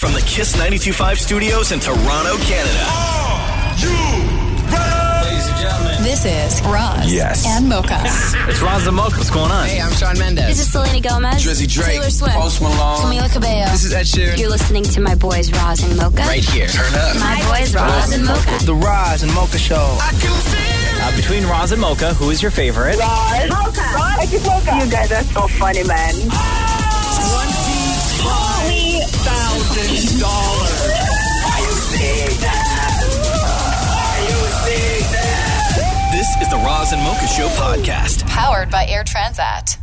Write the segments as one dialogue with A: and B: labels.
A: From the Kiss 925 studios in Toronto, Canada.
B: Ladies and gentlemen.
C: This is Roz
D: Yes.
C: and Mocha.
B: It's Roz the Moke. What's going on?
E: Hey, I'm Sean
F: This
E: Mendes.
F: is Selena Gomez.
E: Drizzy Drake.
F: Taylor Swift.
E: Post Malone.
C: Camila Cabello.
E: This is Ed Sheeran.
F: You're listening to my boys Roz and Mocha.
E: Right here. Turn up.
F: My boys Roz and Mocha.
E: The Roz and Mocha Show.
B: Uh, between Roz and Mocha, who is your favorite?
G: I just woke up. You guys are so funny, man.
A: This is the Roz and Mocha Show podcast.
C: Powered by Air Transat.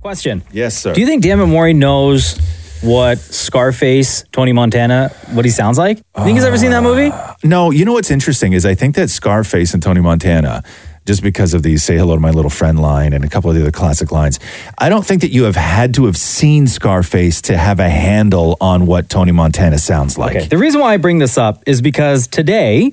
B: Question.
D: Yes, sir.
B: Do you think Dan Mori knows what Scarface, Tony Montana, what he sounds like? You think he's ever seen
D: Uh,
B: that movie?
D: no, you know what's interesting is I think that Scarface and Tony Montana, just because of the "Say Hello to My Little Friend" line and a couple of the other classic lines, I don't think that you have had to have seen Scarface to have a handle on what Tony Montana sounds like.
B: The reason why I bring this up is because today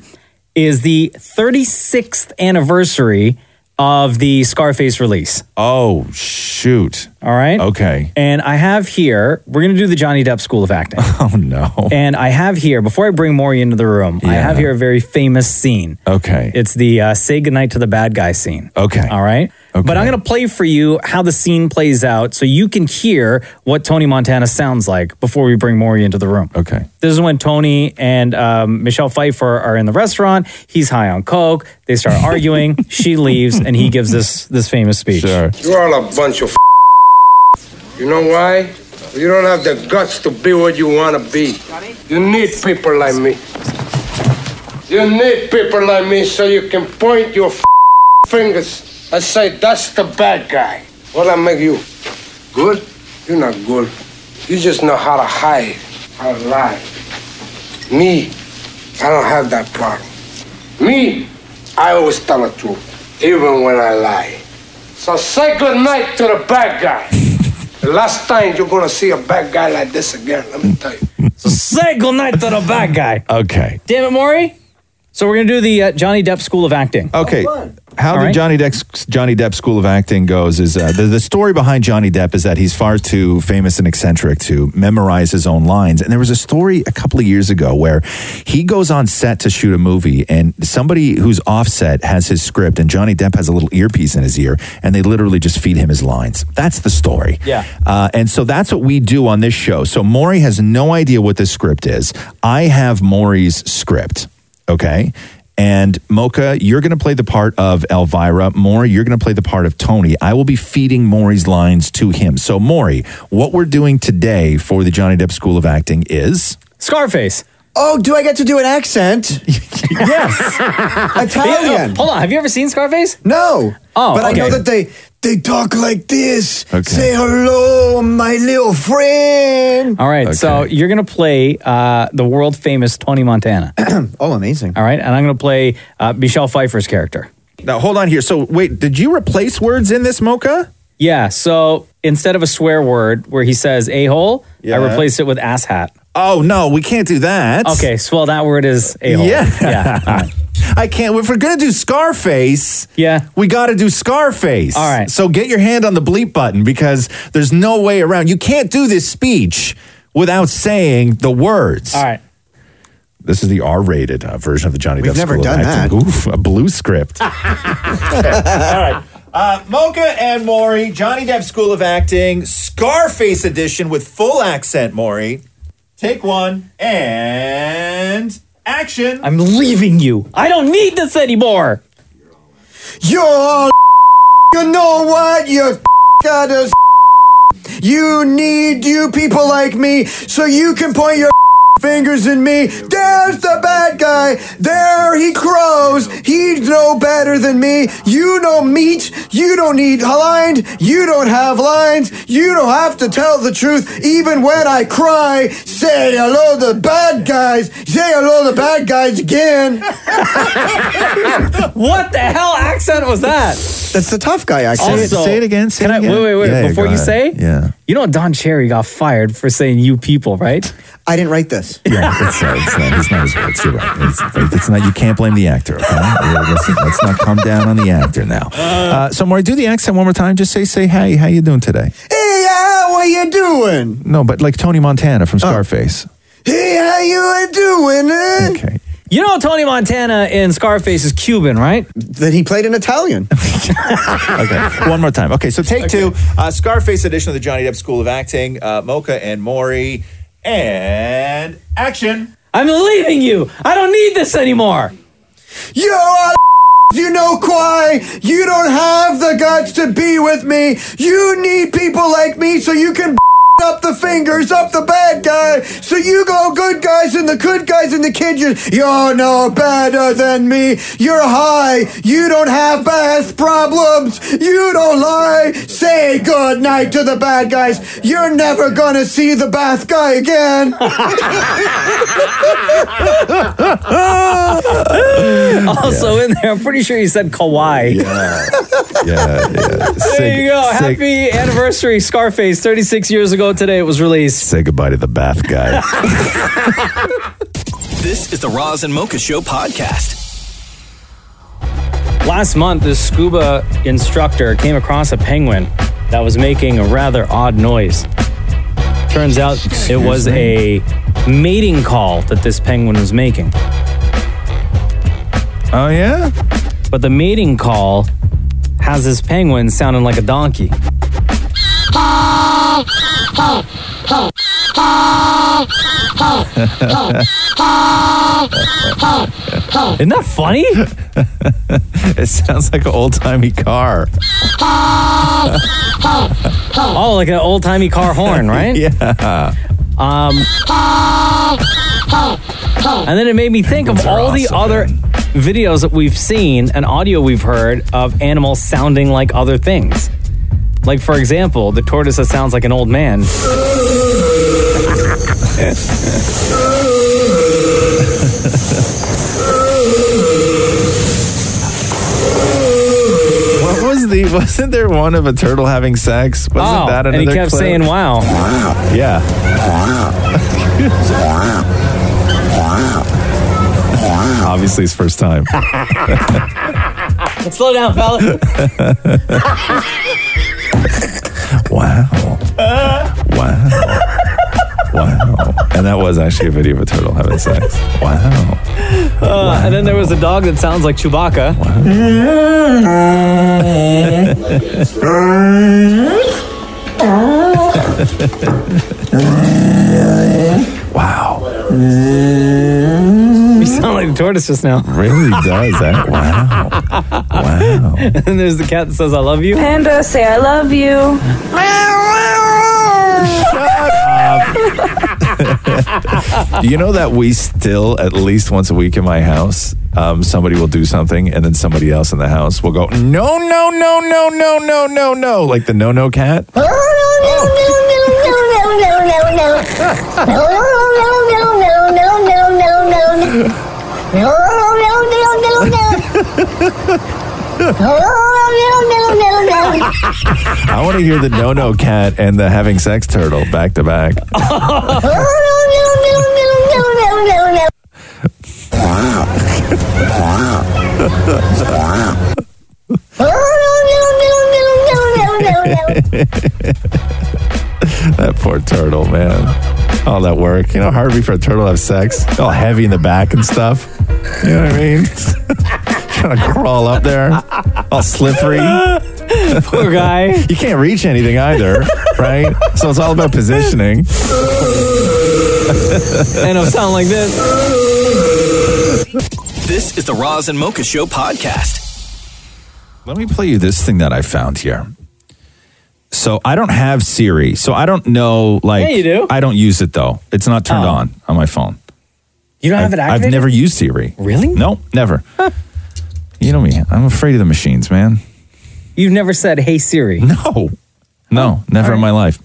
B: is the 36th anniversary of the Scarface release.
D: Oh shoot!
B: All right.
D: Okay.
B: And I have here, we're going to do the Johnny Depp School of Acting.
D: Oh no.
B: and I have here, before I bring Maury into the room, I
D: Yeah.
B: have here a very famous scene.
D: Okay.
B: It's the uh, say goodnight to the bad guy scene.
D: okay.
B: All right.
D: Okay.
B: But I'm going to play for you how the scene plays out so you can hear what Tony Montana sounds like before we bring Maury into the room.
D: Okay.
B: This is when Tony and um, Michelle Pfeiffer are in the restaurant. He's high on coke. They start arguing. she leaves, and he gives this this famous speech.
D: Sure.
H: You're all a bunch of. You know why? You don't have the guts to be what you want to be. You need people like me. You need people like me so you can point your fingers and say, that's the bad guy. What I make you? Good? You're not good. You just know how to hide, how to lie. Me, I don't have that problem. Me, I always tell the truth, even when I lie. So say goodnight to the bad guy. the last time you're gonna see a bad guy like this again, let me tell you.
B: Say goodnight to the bad guy.
D: Okay.
B: Damn it, Maury. So we're going to do the uh, Johnny Depp School of Acting.
D: Okay. How
B: All
D: the
B: right.
D: Johnny Depp Johnny Depp School of Acting goes is uh, the, the story behind Johnny Depp is that he's far too famous and eccentric to memorize his own lines. And there was a story a couple of years ago where he goes on set to shoot a movie, and somebody who's offset has his script, and Johnny Depp has a little earpiece in his ear, and they literally just feed him his lines. That's the story.
B: Yeah.
D: Uh, and so that's what we do on this show. So Maury has no idea what this script is. I have Maury's script. Okay. And Mocha, you're going to play the part of Elvira. Maury, you're going to play the part of Tony. I will be feeding Maury's lines to him. So, Maury, what we're doing today for the Johnny Depp School of Acting is.
B: Scarface.
I: Oh, do I get to do an accent?
B: Yes.
I: Italian.
B: Hold on. Have you ever seen Scarface?
I: No.
B: Oh,
I: but I know
B: okay.
I: that they they talk like this.
D: Okay.
I: Say hello, my little friend.
B: All right, so
D: Okay.
B: you're gonna play uh, the world famous Tony Montana.
I: Oh, amazing.
B: all right, and I'm gonna play uh, Michelle Pfeiffer's character.
D: Now, hold on here. So, wait, did you replace words in this, Mocha?
B: Yeah, so instead of a swear word where he says a hole,
D: Yeah.
B: I replaced it with ass hat.
D: Oh, no, we can't do that.
B: Okay, so well that word is a hole.
D: Yeah.
B: yeah. all right.
D: I can't. If we're going to do Scarface,
B: Yeah.
D: we got to do Scarface.
B: All right.
D: So get your hand on the bleep button because there's no way around. You can't do this speech without saying the words.
B: All right.
D: This is the R-rated uh, version of the Johnny
I: We've
D: Depp
I: never
D: School of
I: done
D: Acting. Oof, a blue script. All right. Uh, Mocha and Maury, Johnny Depp School of Acting, Scarface edition with full accent, Maury. Take one and action.
B: I'm leaving you. I don't need this anymore.
I: You're all you know what you gotta. s- You need you people like me so you can point your fingers at me. There's the bad guy. There he crows. He's no better than me. You know meat. You don't need lines. You don't have lines. You don't have to tell the truth even when I cry. Say hello to the bad guys. Say hello to the bad guys again.
B: What the hell accent was that?
I: That's the tough guy accent.
B: Also-
D: say it again, say
B: can
D: it
B: I
D: again.
B: wait, wait, wait?
D: Yeah,
B: before
D: go
B: you
D: ahead.
B: say,
D: Yeah.
B: You know Don Cherry got fired for saying "you people," right?
I: I didn't write this.
D: Yeah, it's, uh, it's not, it's not his words. You're right. It's, it's not. You can't blame the actor. Okay, Well, listen, let's not come down on the actor now. Uh, so, Maury, do the accent one more time. Just say, say, hey, how you doing today?
I: Hey, how are you doing?
B: Oh.
D: No, but like Tony Montana from Scarface.
I: Hey, how you doing? eh?"
D: Okay.
B: You know Tony Montana in Scarface is Cuban, right?
I: That he played an Italian.
D: Okay. One more time. Okay. So take two. Uh, Scarface edition of the Johnny Depp School of Acting. Uh, Mocha and Maury. And action.
B: I'm leaving you. I don't need this anymore.
I: You are you know why? You don't have the guts to be with me. You need people like me so you can up the fingers, up the bad guy. So you go good guys and the good guys and the kid. You're, you're no better than me. You're high. You don't have past problems. You don't lie. Say good night to the bad guys. You're never gonna see the bath guy again.
D: Ah!
B: Also in there, I'm pretty sure you said Kawaii.
D: Yeah. yeah. yeah.
B: There you go.
D: Say,
B: Happy anniversary, Scarface. 36 years ago today, it was released.
D: say goodbye to the bath guy.
A: This is the Roz and Mocha Show podcast.
B: Last month, this scuba instructor came across a penguin that was making a rather odd noise. Turns out it was a mating call that this penguin was making.
D: oh, yeah?
B: But the mating call has this penguin sounding like a donkey. Isn't that funny?
D: It sounds like an old timey car.
B: Oh, like an old timey car horn, right? Um,
D: Yeah.
B: And then it made me think of
D: Penguins are
B: all the
D: awesome,
B: other
D: man.
B: videos that we've seen and audio we've heard of animals sounding like other things. Like, for example, the tortoise that sounds like an old man. Uh,
D: What was the? Wasn't there one of a turtle having sex? Wasn't
B: Oh,
D: that
B: and
D: another?
B: he kept
D: clip?
B: saying, wow.
D: "Yeah." Obviously, his first time.
B: Slow down, fella.
D: Wow. Wow. Wow. And that was actually a video of a turtle having sex. Wow.
B: Uh, and then there was a dog that sounds like Chewbacca.
D: Wow.
B: You sound like a tortoise just now.
D: Really does that. Wow. Wow.
B: And then there's the cat that says, I love you.
G: Panda, say I love you.
D: You know that we still, at least once a week in my house, um, somebody will do something and then somebody else in the house will go, no, no, no, no, no, no, no, no. Like the no, no cat. I want to hear the no, no cat and the having sex turtle back to back. That poor turtle, man. All that work. You know, Harvey for a turtle to have sex. All heavy in the back and stuff. You know what I mean? Trying to crawl up there. All slippery. You
B: Poor guy.
D: can't reach anything either, right? So it's all about positioning.
B: And it'll sound like this.
A: This is the Roz and Mocha Show podcast.
D: Let me play you this thing that I found here. So I don't have Siri, so I don't know. Like,
B: Yeah, you do.
D: I don't use it though. It's not turned
B: Oh.
D: on on my phone.
B: You don't have it
D: I've
B: activated?
D: never used Siri.
B: Really?
D: No, never. You know me. I'm afraid of the machines, man.
B: You've never said, hey, Siri.
D: No,
B: Oh,
D: no, never in my life.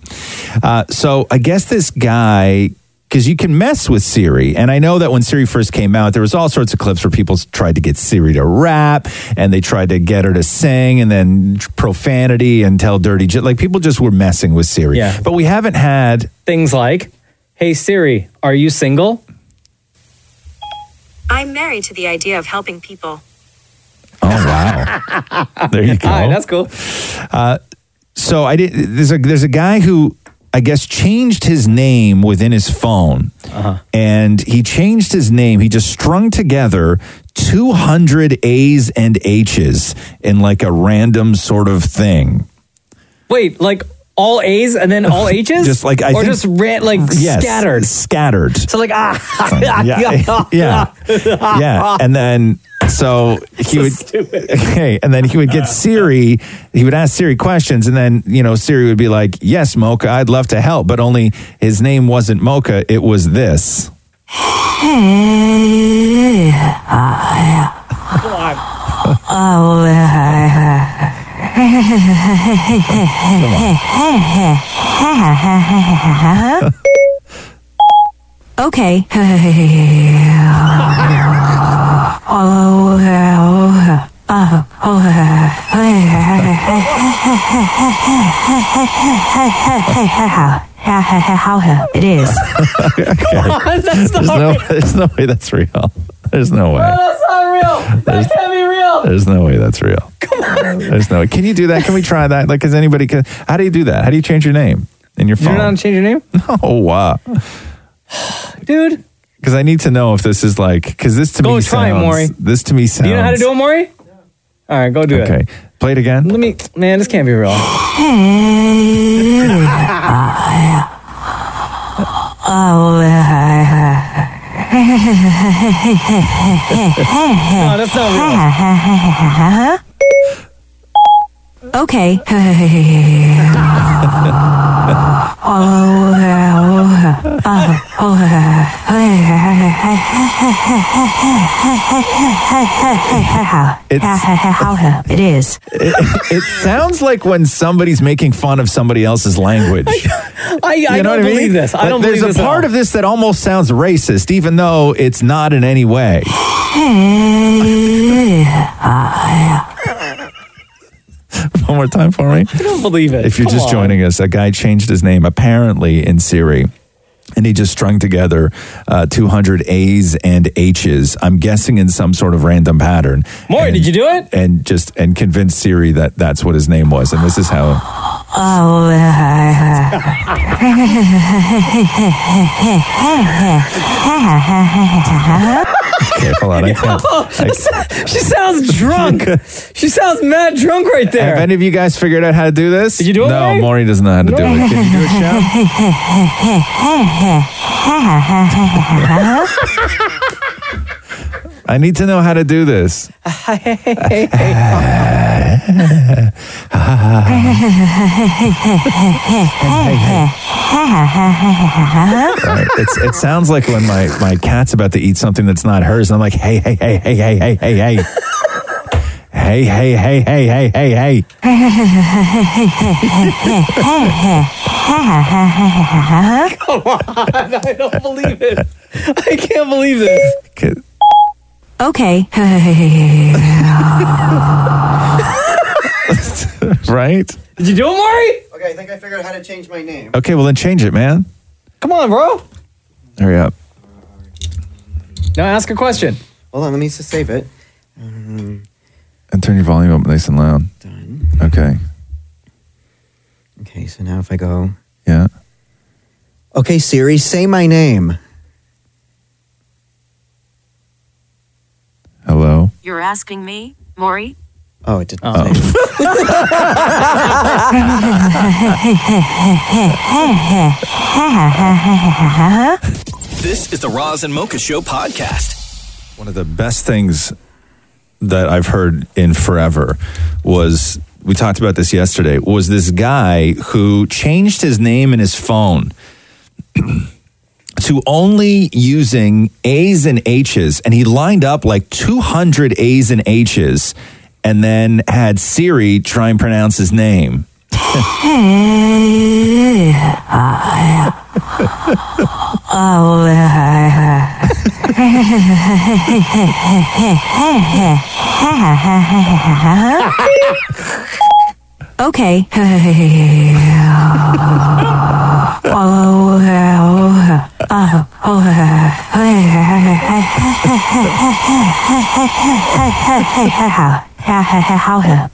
D: Uh, so I guess this guy, because you can mess with Siri, and I know that when Siri first came out, there was all sorts of clips where people tried to get Siri to rap, and they tried to get her to sing, and then profanity and tell dirty j Like people just were messing with Siri.
B: Yeah.
D: But we haven't had.
B: Things like, hey, Siri, are you single?
J: I'm married to the idea of helping people.
D: Oh wow! there you go. Uh,
B: All right, that's cool.
D: so I did. There's a there's a guy who. I guess, changed his name within his phone.
B: Uh-huh.
D: And he changed his name. He just strung together 200 A's and H's in like a random sort of thing.
B: Wait, like all A's and then all H's?
D: Just like I
B: or
D: think,
B: just ran like
D: Yes,
B: scattered.
D: Scattered.
B: So like ah
D: yeah, eh, yeah, yeah. And then so he would, okay, and then he would get Siri. He would ask Siri questions, and then you know Siri would be like, "Yes, Mocha, I'd love to help," but only his name wasn't Mocha; it was this.
K: Hey. Oh, Okay. It is.
D: Come
K: on, that's not
D: there's no,
K: real.
D: there's no way that's real. There's no way.
K: that's not real. That can't be real.
D: There's no way that's real.
K: Come on.
D: There's no. Can you do that? Can we try that? Like, is anybody? Can, how do you do that? How do you change your name in your
B: You
D: phone?
B: don't know how to change your name?
D: Oh wow,
B: dude.
D: Because I need to know if this is like because this to
B: Go
D: me
B: try it,
D: sounds.
B: Maury.
D: This to me sounds.
B: Do you know how to do it, Maury? All right, go do it.
D: Okay, play it again.
B: Let me, man. This can't be real.
K: no,
B: that's
K: not real. okay. it's, it is.
D: It, it sounds like when somebody's making fun of somebody else's language.
B: I, I
D: You know
B: don't
D: what
B: believe
D: mean?
B: this. I
D: Like,
B: don't
D: There's
B: believe this.
D: a part of this that almost sounds racist, even though it's not in any way. One more time for me. I
B: don't believe it.
D: If you're
B: Come
D: just
B: on.
D: joining us, a guy changed his name apparently in Siri. And he just strung together uh, 200 A's and H's. I'm guessing in some sort of random pattern. Maury, did you
B: do it?
D: And just and convinced Siri that that's what his name was. And this is how
K: Oh.
D: Okay, hold on. I can't.
B: she sounds drunk. she sounds mad drunk right there.
D: Have any of you guys figured out how to do this? Did you do it? No, Maury doesn't know how to do it. Can you do it, Shep? I need to know how to do this. Right, It's, it sounds like when my, my cat's about to eat something that's not hers, and I'm like, hey, hey, hey, hey, hey, hey, hey, hey. Hey, hey, hey, hey, hey, hey, hey.
K: Come
B: on, I don't believe it. I can't believe this.
K: Okay.
D: Right?
B: Did you do it, Maury?
I: Okay, I think I figured out how to change my name.
D: Okay, well, then change it, man.
B: Come on, bro.
D: Hurry up.
B: Now ask a question.
I: Hold on, let me just save it.
D: And turn your volume up nice and loud. Okay.
I: Okay, so now if I go.
D: Yeah.
I: Okay, Siri, say my name.
D: Hello.
J: You're asking me, Maury?
I: Oh, it didn't.
A: This is the Roz and Mocha Show podcast.
D: One of the best things that I've heard in forever was we talked about this yesterday was this guy who changed his name in his phone to only using A's and H's and he lined up like 200 A's and H's and then had Siri try and pronounce his name.
K: okay.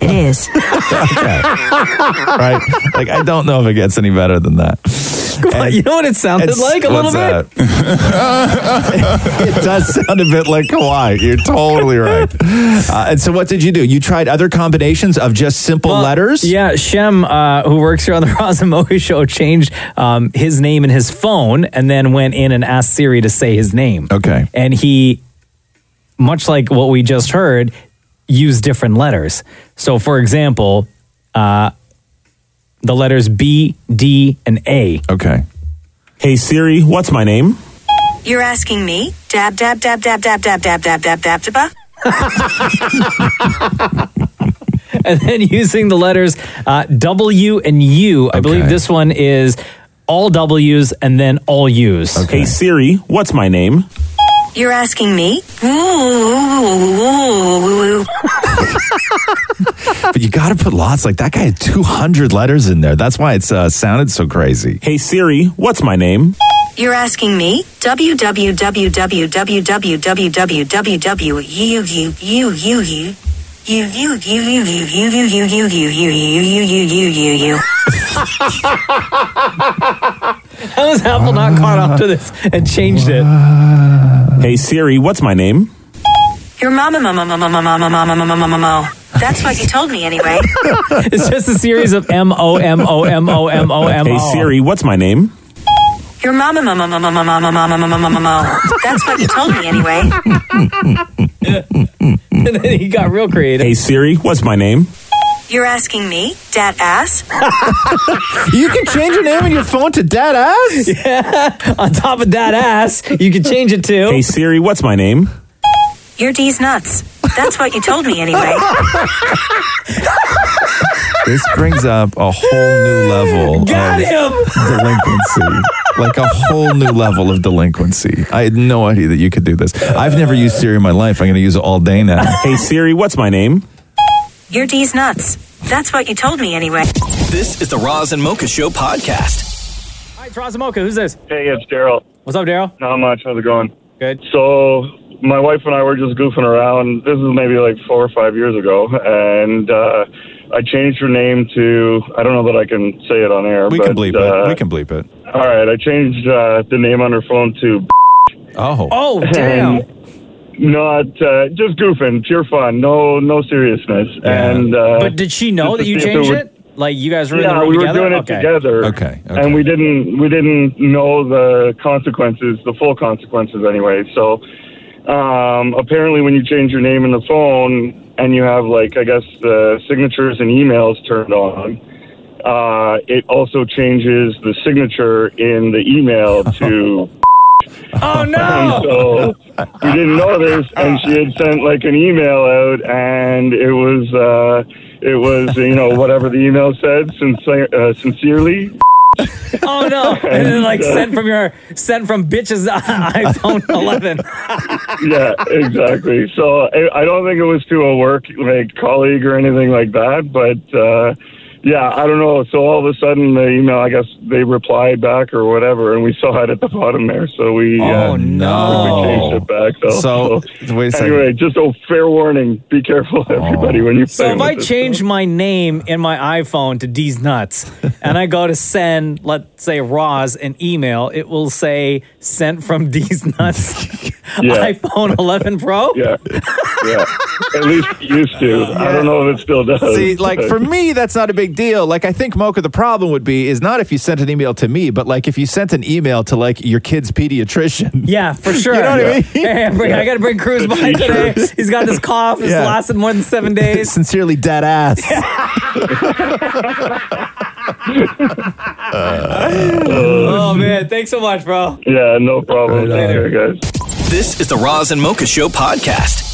K: It is.
D: Right? Like I don't know if it gets any better than that.
B: on, you know what it sounded like a little bit?
D: it does sound a bit like Kawhi. You're totally right. Uh, and so, what did you do? You tried other combinations of just simple letters.
B: Yeah, Shem, uh, who works here on the Razamoka show, changed um, his name in his phone and then went in and asked Siri to say his name.
D: Okay.
B: And he, much like what we just heard, used different letters. So, for example, uh, the letters B, D, and A.
D: Okay.
L: Hey Siri, what's my name?
J: You're asking me? Dab, dab, dab, dab, dab, dab, dab, dab, dab, dab, dab.
B: and then using the letters uh, W and U. I believe this one is all W's and then all U's.
L: Hey Siri, what's my name?
J: You're asking me?
D: But you got to put lots. Like that guy had 200 letters in there. That's why it's uh, sounded so crazy.
L: Hey Siri, what's my name?
J: You're asking me? www
B: How is Apple not caught up to this and changed it?
L: Hey Siri, what's my name?
J: Your mama, mama, mama, mama, mama, mama, mama, mama, mama. That's what you told me anyway.
B: It's just a series of M O M O M O M O M O.
L: Hey Siri, what's my name?
J: Your mama, mama, mama, mama, mama, mama, mama, mama, mama. That's what you told me anyway.
B: and then he got real creative.
L: Hey Siri, what's my name?
J: You're asking me, dat ass?
D: You can change your name on your phone to Dad Ass.
B: Yeah. On top of that ass, you could change it to.
L: Hey Siri, what's my name?
J: Your D's nuts. That's what you told me anyway.
D: This brings up a whole new level
B: Got
D: of
B: him!
D: delinquency. Like a whole new level of delinquency. I had no idea that you could do this. I've never used Siri in my life. I'm going to use it all day now.
L: Hey Siri, what's my name?
J: Your D's nuts. That's what you told me anyway.
A: This is the Roz and Mocha Show podcast.
B: Hi, it's Razamoka. Who's this?
M: Hey, it's Daryl.
B: What's up, Daryl?
M: Not much. How's it going?
B: Good.
M: So, my wife and I were just goofing around. This is maybe like four or five years ago, and uh, I changed her name to I don't know that I can say it on air.
D: We
M: but,
D: can bleep
M: uh,
D: it. We can bleep it.
M: All right, I changed uh, the name on her phone to.
D: Oh.
B: Oh,
M: damn. Not uh, just goofing, pure fun, no no seriousness. And uh,
B: But did she know that
M: just to
B: you
M: see if
B: changed
M: would-
B: it? Like you guys were in the
M: yeah,
B: room
M: we were
B: together?
M: doing it
B: okay.
M: together.
D: Okay,
M: And we didn't we didn't know the consequences, the full consequences anyway. So um, apparently when you change your name in the phone and you have like I guess the signatures and emails turned on, uh, it also changes the signature in the email to
B: Oh no!
M: so we didn't know this, and she had sent like an email out, and it was uh, it was you know whatever the email said, sincere, uh, sincerely.
B: Oh no! And then like sent from your sent from bitches iPhone 11.
M: Yeah, exactly. So I, I don't think it was to a work like colleague or anything like that, but. Uh, yeah, I don't know. So all of a sudden, the email, I guess they replied back or whatever, and we saw it at the bottom there. So we,
D: Oh,
M: uh,
D: no.
M: we changed it back. Though.
D: So, wait a second. Oh.
M: Anyway, just a fair warning: be careful, everybody, when you play
B: So if
M: with
B: I
M: this
B: change my name in my iPhone to D's Nuts and I go to send, let's say, Roz an email, it will say sent from D's Nuts
M: Yeah.
B: iPhone 11 Pro.
M: Yeah, yeah. At least it used to. I don't know if it still does.
D: See, like for me, that's not a big deal. Like I think Mocha, the problem would be is not if you sent an email to me, but like if you sent an email to like your kid's pediatrician.
B: Yeah, for sure.
D: You know what I mean?
B: Hey, I, bring- I gotta bring Cruz by today. He's got this cough. It's
D: Yeah.
B: lasted more than seven days.
D: Sincerely, dead ass.
B: oh man, thanks so much, bro.
M: Uh, yeah, no problem. Later, guys.
A: This is the Roz and Mocha Show podcast.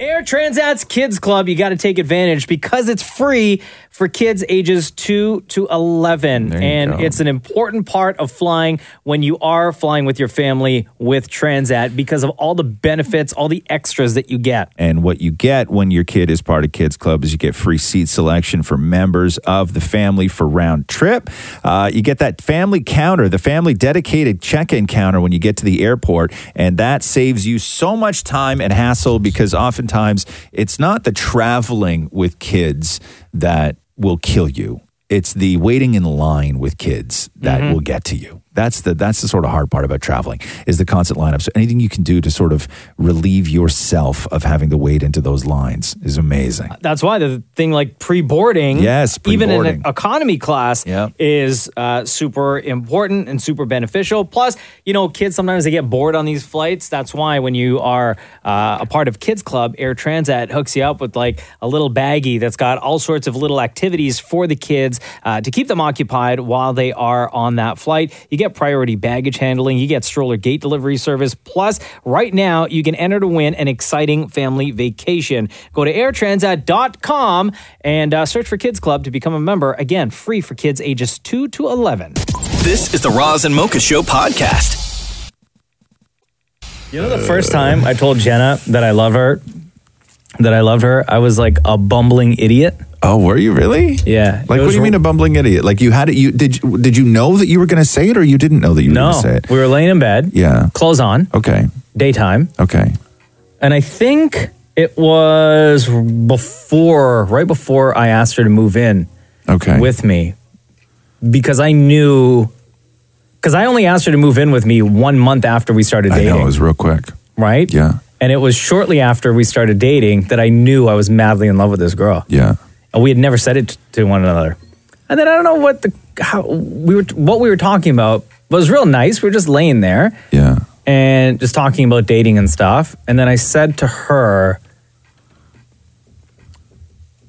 B: Air Transat's Kids Club, you got to take advantage because it's free for kids ages 2 to 11. And it's an important part of flying when you are flying with your family with Transat because of all the benefits, all the extras that you get.
D: And what you get when your kid is part of Kids Club is you get free seat selection for members of the family for round trip. Uh, you get that family counter, the family dedicated check in counter when you get to the airport. And that saves you so much time and hassle because oftentimes it's not the traveling with kids that will kill you. it's the waiting in line with kids that will get to you. That's the that's the sort of hard part about traveling is the constant lineup. So anything you can do to sort of relieve yourself of having to wait into those lines is amazing.
B: That's why the thing like pre boarding,
D: Yes,
B: even in
D: pre-boarding.
B: an economy class, is uh, super important and super beneficial. Plus, you know, kids sometimes they get bored on these flights. That's why when you are uh, a part of Kids Club, Air Transat hooks you up with like a little baggie that's got all sorts of little activities for the kids uh, to keep them occupied while they are on that flight. You get priority baggage handling, you get stroller gate delivery service. Plus, right now, you can enter to win an exciting family vacation. Go to airtransat.com and uh, search for Kids Club to become a member. Again, free for kids ages 2 to 11.
A: This is the Roz and Mocha Show podcast.
B: You know, the first time I told Jenna that I love her, that I loved her, I was like a bumbling idiot.
D: Oh, were you really?
B: Yeah.
D: Like, what do you mean a bumbling idiot? Like, you had it. You did. you- Did you know that you were going to say it, or you didn't know that you
B: No,
D: were going to say it?
B: we were laying in bed.
D: Yeah.
B: Clothes on.
D: Okay.
B: Daytime.
D: Okay.
B: And I think it was before, right before I asked her to move in
D: okay.
B: with me because I knew, because I only asked her to move in with me one month after we started dating. I know, it was
D: real quick.
B: Right?
D: Yeah.
B: And it was shortly after we started dating that I knew I was madly in love with this girl.
D: Yeah.
B: And Uh, we had never said it to one another. And then I don't know what the how we were what we were talking about, but it was real nice. We were just laying there.
D: Yeah.
B: And just talking about dating and stuff. And then I said to her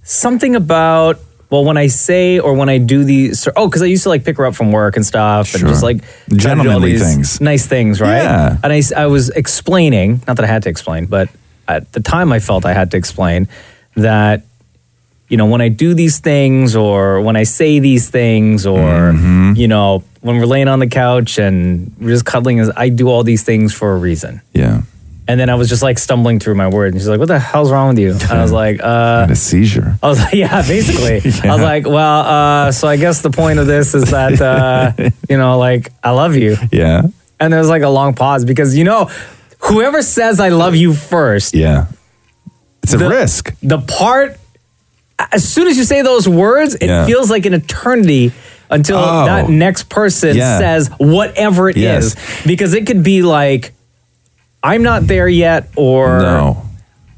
B: something about well, when I say or when I do these, oh, because I used to like pick her up from work and stuff, and just like try to do all
D: Gentlemanly
B: these
D: things.
B: nice things, right?
D: Yeah.
B: And I, s- I was explaining, not that I had to explain, but at the time I felt I had to explain that you know, when I do these things or when I say these things or,
D: Mm-hmm.
B: you know, when we're laying on the couch and we're just cuddling, is I do all these things for a reason.
D: Yeah.
B: And then I was just like stumbling through my words. And she's like, what the hell's wrong with you? And I was like, uh,
D: a seizure.
B: I was like, yeah, basically. I was like, well, uh, so I guess the point of this is that, uh, you know, like, I love you.
D: Yeah.
B: And there's like a long pause because, you know, whoever says I love you first.
D: Yeah. It's a risk.
B: The part, as soon as you say those words, it
D: Yeah.
B: feels like an eternity until
D: Oh.
B: that next person
D: Yeah.
B: says whatever it is,
D: Yes.
B: Because it could be like, I'm not there yet, or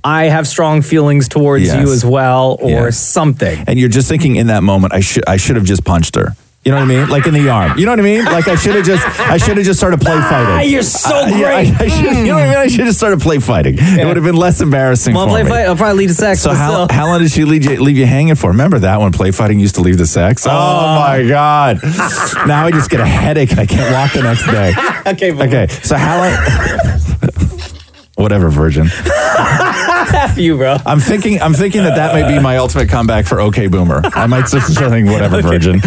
B: I have strong feelings towards
D: Yes.
B: you as well, or
D: Yeah.
B: something.
D: And you're just thinking in that moment, I should I should have just punched her. You know what I mean? Like in the arm. You know what I mean? Like I should have just I should have just started play fighting.
B: Ah, you're so
D: I- yeah, I-
B: great.
D: I should- you know what I mean? I should have started play fighting. It would have been less embarrassing.
B: Wanna
D: for
B: play
D: me.
B: fight? I'll probably lead to sex,
D: So
B: but
D: how,
B: still.
D: how long did she leave you, leave you hanging for? Remember that when play fighting used to leave the sex? Oh, my god! now I just get a headache and I can't walk the next day.
B: okay.
D: Okay. So how long? Whatever, virgin.
B: F you, bro.
D: I'm thinking. I'm thinking that that might be my ultimate comeback for OK Boomer. I might say something. Whatever, virgin.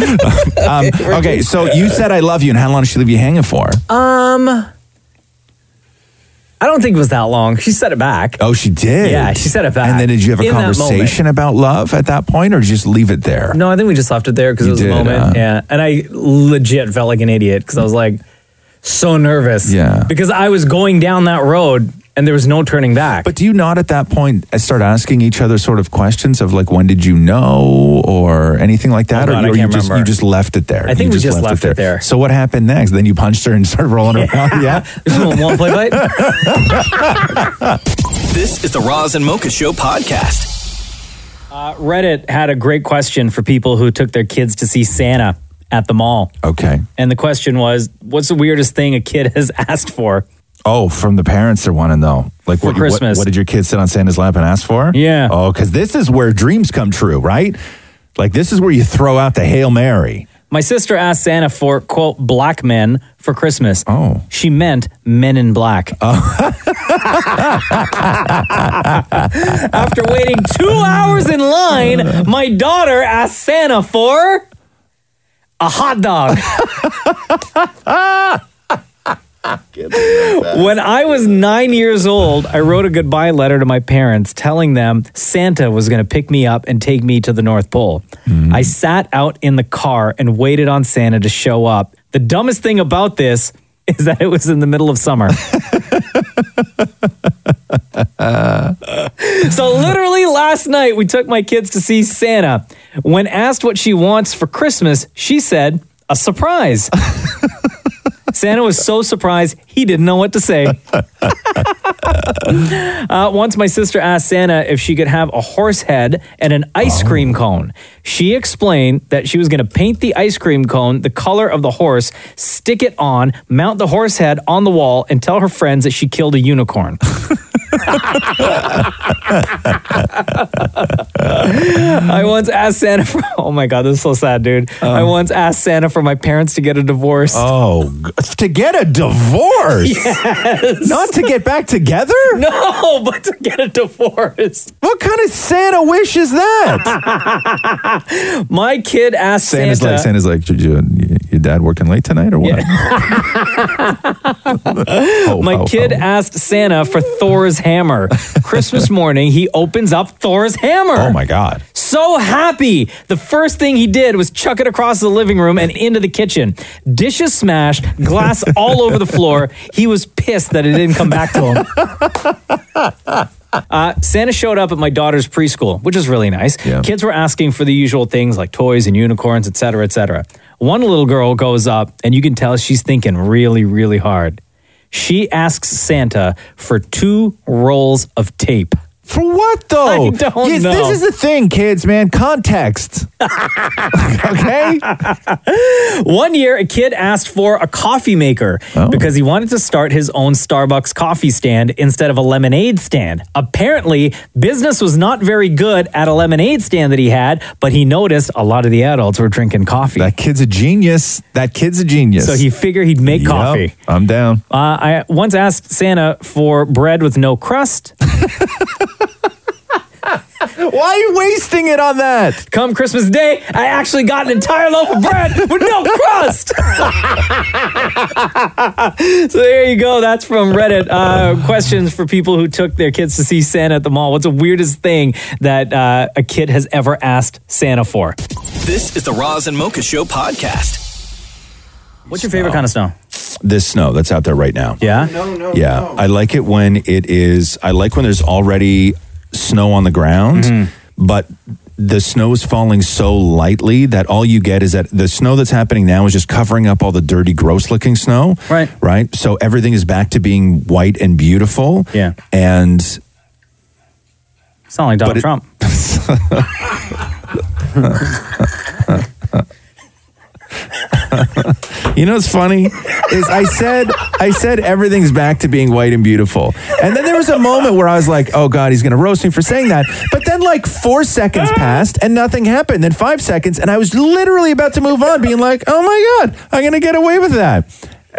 D: Um, okay. So you said I love you, and how long did she leave you hanging for?
B: Um, I don't think it was that long. She said it back.
D: Oh, she did.
B: Yeah, she said it back.
D: And then did you have a
B: In that moment.
D: conversation about love at that point, or did you just leave it there?
B: No, I think we just left it there because it
D: You
B: was
D: did,
B: a moment.
D: huh?
B: Yeah, and I legit felt like an idiot because I was like so nervous.
D: Yeah.
B: because I was going down that road and there was no turning back.
D: But do you not at that point uh, start asking each other sort of questions of like when did you know or anything like that,
B: Oh, God,
D: or,
B: I
D: you- or
B: can't
D: you just
B: remember.
D: you just left it there?
B: I think
D: You
B: we just left it there.
D: So what happened next? Then you punched her and started rolling around. Oh, Yeah,
B: one play fight.
A: This is the Roz and Mocha Show podcast.
B: Uh, Reddit had a great question for people who took their kids to see Santa at the mall.
D: Okay,
B: and the question was, "What's the weirdest thing a kid has asked for?"
D: Oh, from the parents are wanting though. Like
B: For
D: what,
B: Christmas.
D: What, what did your kid sit on Santa's lap and ask for? Yeah. Oh, because this is where dreams come true, right? Like this is where you throw out the hail mary.
B: My sister asked Santa for quote black men for Christmas.
D: Oh,
B: she meant men in black. After waiting two hours in line, my daughter asked Santa for a hot dog. when I was nine years old, I wrote a goodbye letter to my parents telling them Santa was going to pick me up and take me to the North Pole. I sat out in the car and waited on Santa to show up. The dumbest thing about this is that it was in the middle of summer.
D: Uh.
B: so literally last night we took my kids to see Santa. When asked what she wants for Christmas, she said, a surprise. Santa was so surprised, he didn't know what to say. Uh, once my sister asked Santa if she could have a horse head and an ice cream cone. She explained that she was going to paint the ice cream cone the color of the horse, stick it on, mount the horse head on the wall, and tell her friends that she killed a unicorn. I once asked Santa for. Oh my god, this is so sad, dude. I once asked Santa for my parents to get a divorce.
D: Uh. Oh, to get a divorce?
B: Yes.
D: Not to get back together?
B: No, but to get a divorce.
D: What kind of Santa wish is
B: that? my kid asked Santa.
D: Santa's like, Santa's like, did you, your dad working late tonight or what? Oh,
B: My kid asked Santa for Thor's hammer. Christmas morning, he opens up Thor's hammer. Oh my
D: God.
B: So happy. The first thing he did was chuck it across the living room and into the kitchen. Dishes smashed, glass all over the floor. He was pissed that it didn't come back to him. Uh, Santa showed up at my daughter's preschool, which is really nice. Kids were asking for the usual things like toys and unicorns, et cetera, et cetera. One little girl goes up, and you can tell she's thinking really, really hard. She asks Santa for two rolls of tape.
D: For what though?
B: I don't
D: Yes,
B: know.
D: This is the thing, kids, man. Context. okay.
B: One year, a kid asked for a coffee maker
D: Oh.
B: because he wanted to start his own Starbucks coffee stand instead of a lemonade stand. Apparently, business was not very good at a lemonade stand that he had, but he noticed a lot of the adults were drinking coffee. That
D: kid's a genius. That kid's a genius.
B: So he figured he'd make
D: Yep,
B: coffee.
D: I'm down.
B: Uh, I once asked Santa for bread with no crust.
D: Why are you wasting it on that?
B: Come Christmas Day, I actually got an entire loaf of bread with no crust. so there you go. That's from Reddit. Uh, questions for people who took their kids to see Santa at the mall. What's the weirdest thing that uh, a kid has ever asked Santa for?
A: This is the Roz and Mocha Show podcast.
B: What's your favorite kind of snow?
D: This snow that's out there right now.
B: Yeah.
A: No, no.
D: yeah. I like it when it is. I like when there's already snow on the ground,
B: Mm-hmm.
D: but the snow is falling so lightly that all you get is that the snow that's happening now is just covering up all the dirty, gross looking snow. Right. Right. So everything is back to being white and beautiful. Yeah. And
B: sound like Donald Trump.
D: You know what's funny is I said I said everything's back to being white and beautiful, and then there was a moment where I was like, "Oh God, he's gonna roast me for saying that." But then like four seconds passed and nothing happened. Then five seconds, and I was literally about to move on, being like, "Oh my God, I'm gonna get away with that,"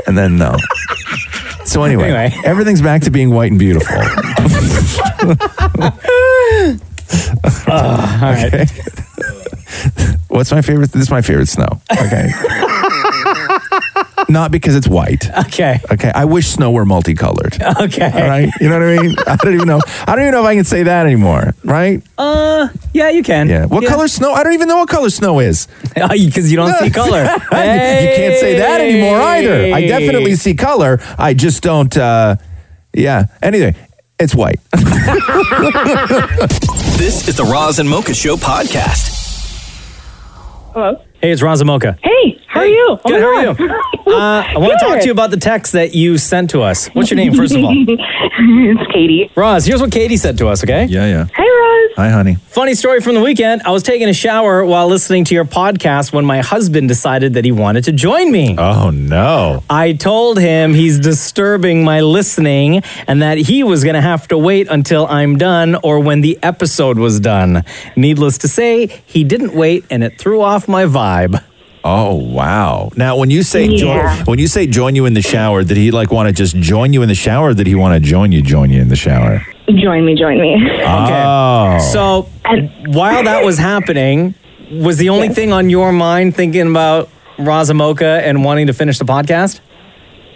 D: and then no. So anyway, everything's back to being white and beautiful. Okay. What's my favorite? This is my favorite snow. Okay. Not because it's white.
B: Okay.
D: Okay. I wish snow were multicolored.
B: Okay.
D: All right. You know what I mean? I don't even know. I don't even know if I can say that anymore. Right?
B: Uh, yeah, you can.
D: Yeah. What color snow? I don't even know what color snow is.
B: Because you don't see color.
D: You can't say that anymore either. I definitely see color. I just don't. uh Yeah. Anyway, it's white.
A: This is the Roz and Mocha Show podcast.
B: Hello. Hey, it's Raza Mocha.
N: Hey, how are you? Oh
B: Good, how
N: my
B: are
N: God.
B: you? Uh, I want to talk to you about the text that you sent to us. What's your name, first of all?
N: it's Katie.
B: Roz, here's what Katie said to us, okay?
D: Yeah, yeah.
N: Hey, Roz.
D: Hi, honey.
B: Funny story from the weekend. I was taking a shower while listening to your podcast when my husband decided that he wanted to join me.
D: Oh, no.
B: I told him he's disturbing my listening and that he was going to have to wait until I'm done or when the episode was done. Needless to say, he didn't wait and it threw off my vibe.
D: Oh wow! Now, when you say
B: Yeah.
D: join, when you say join you in the shower, did he like want to just join you in the shower? or Did he want to join you, join you in the shower?
N: Join me, join me.
D: Oh,
B: So while that was happening, was the only thing on your mind thinking about Razamoka and wanting to finish the podcast?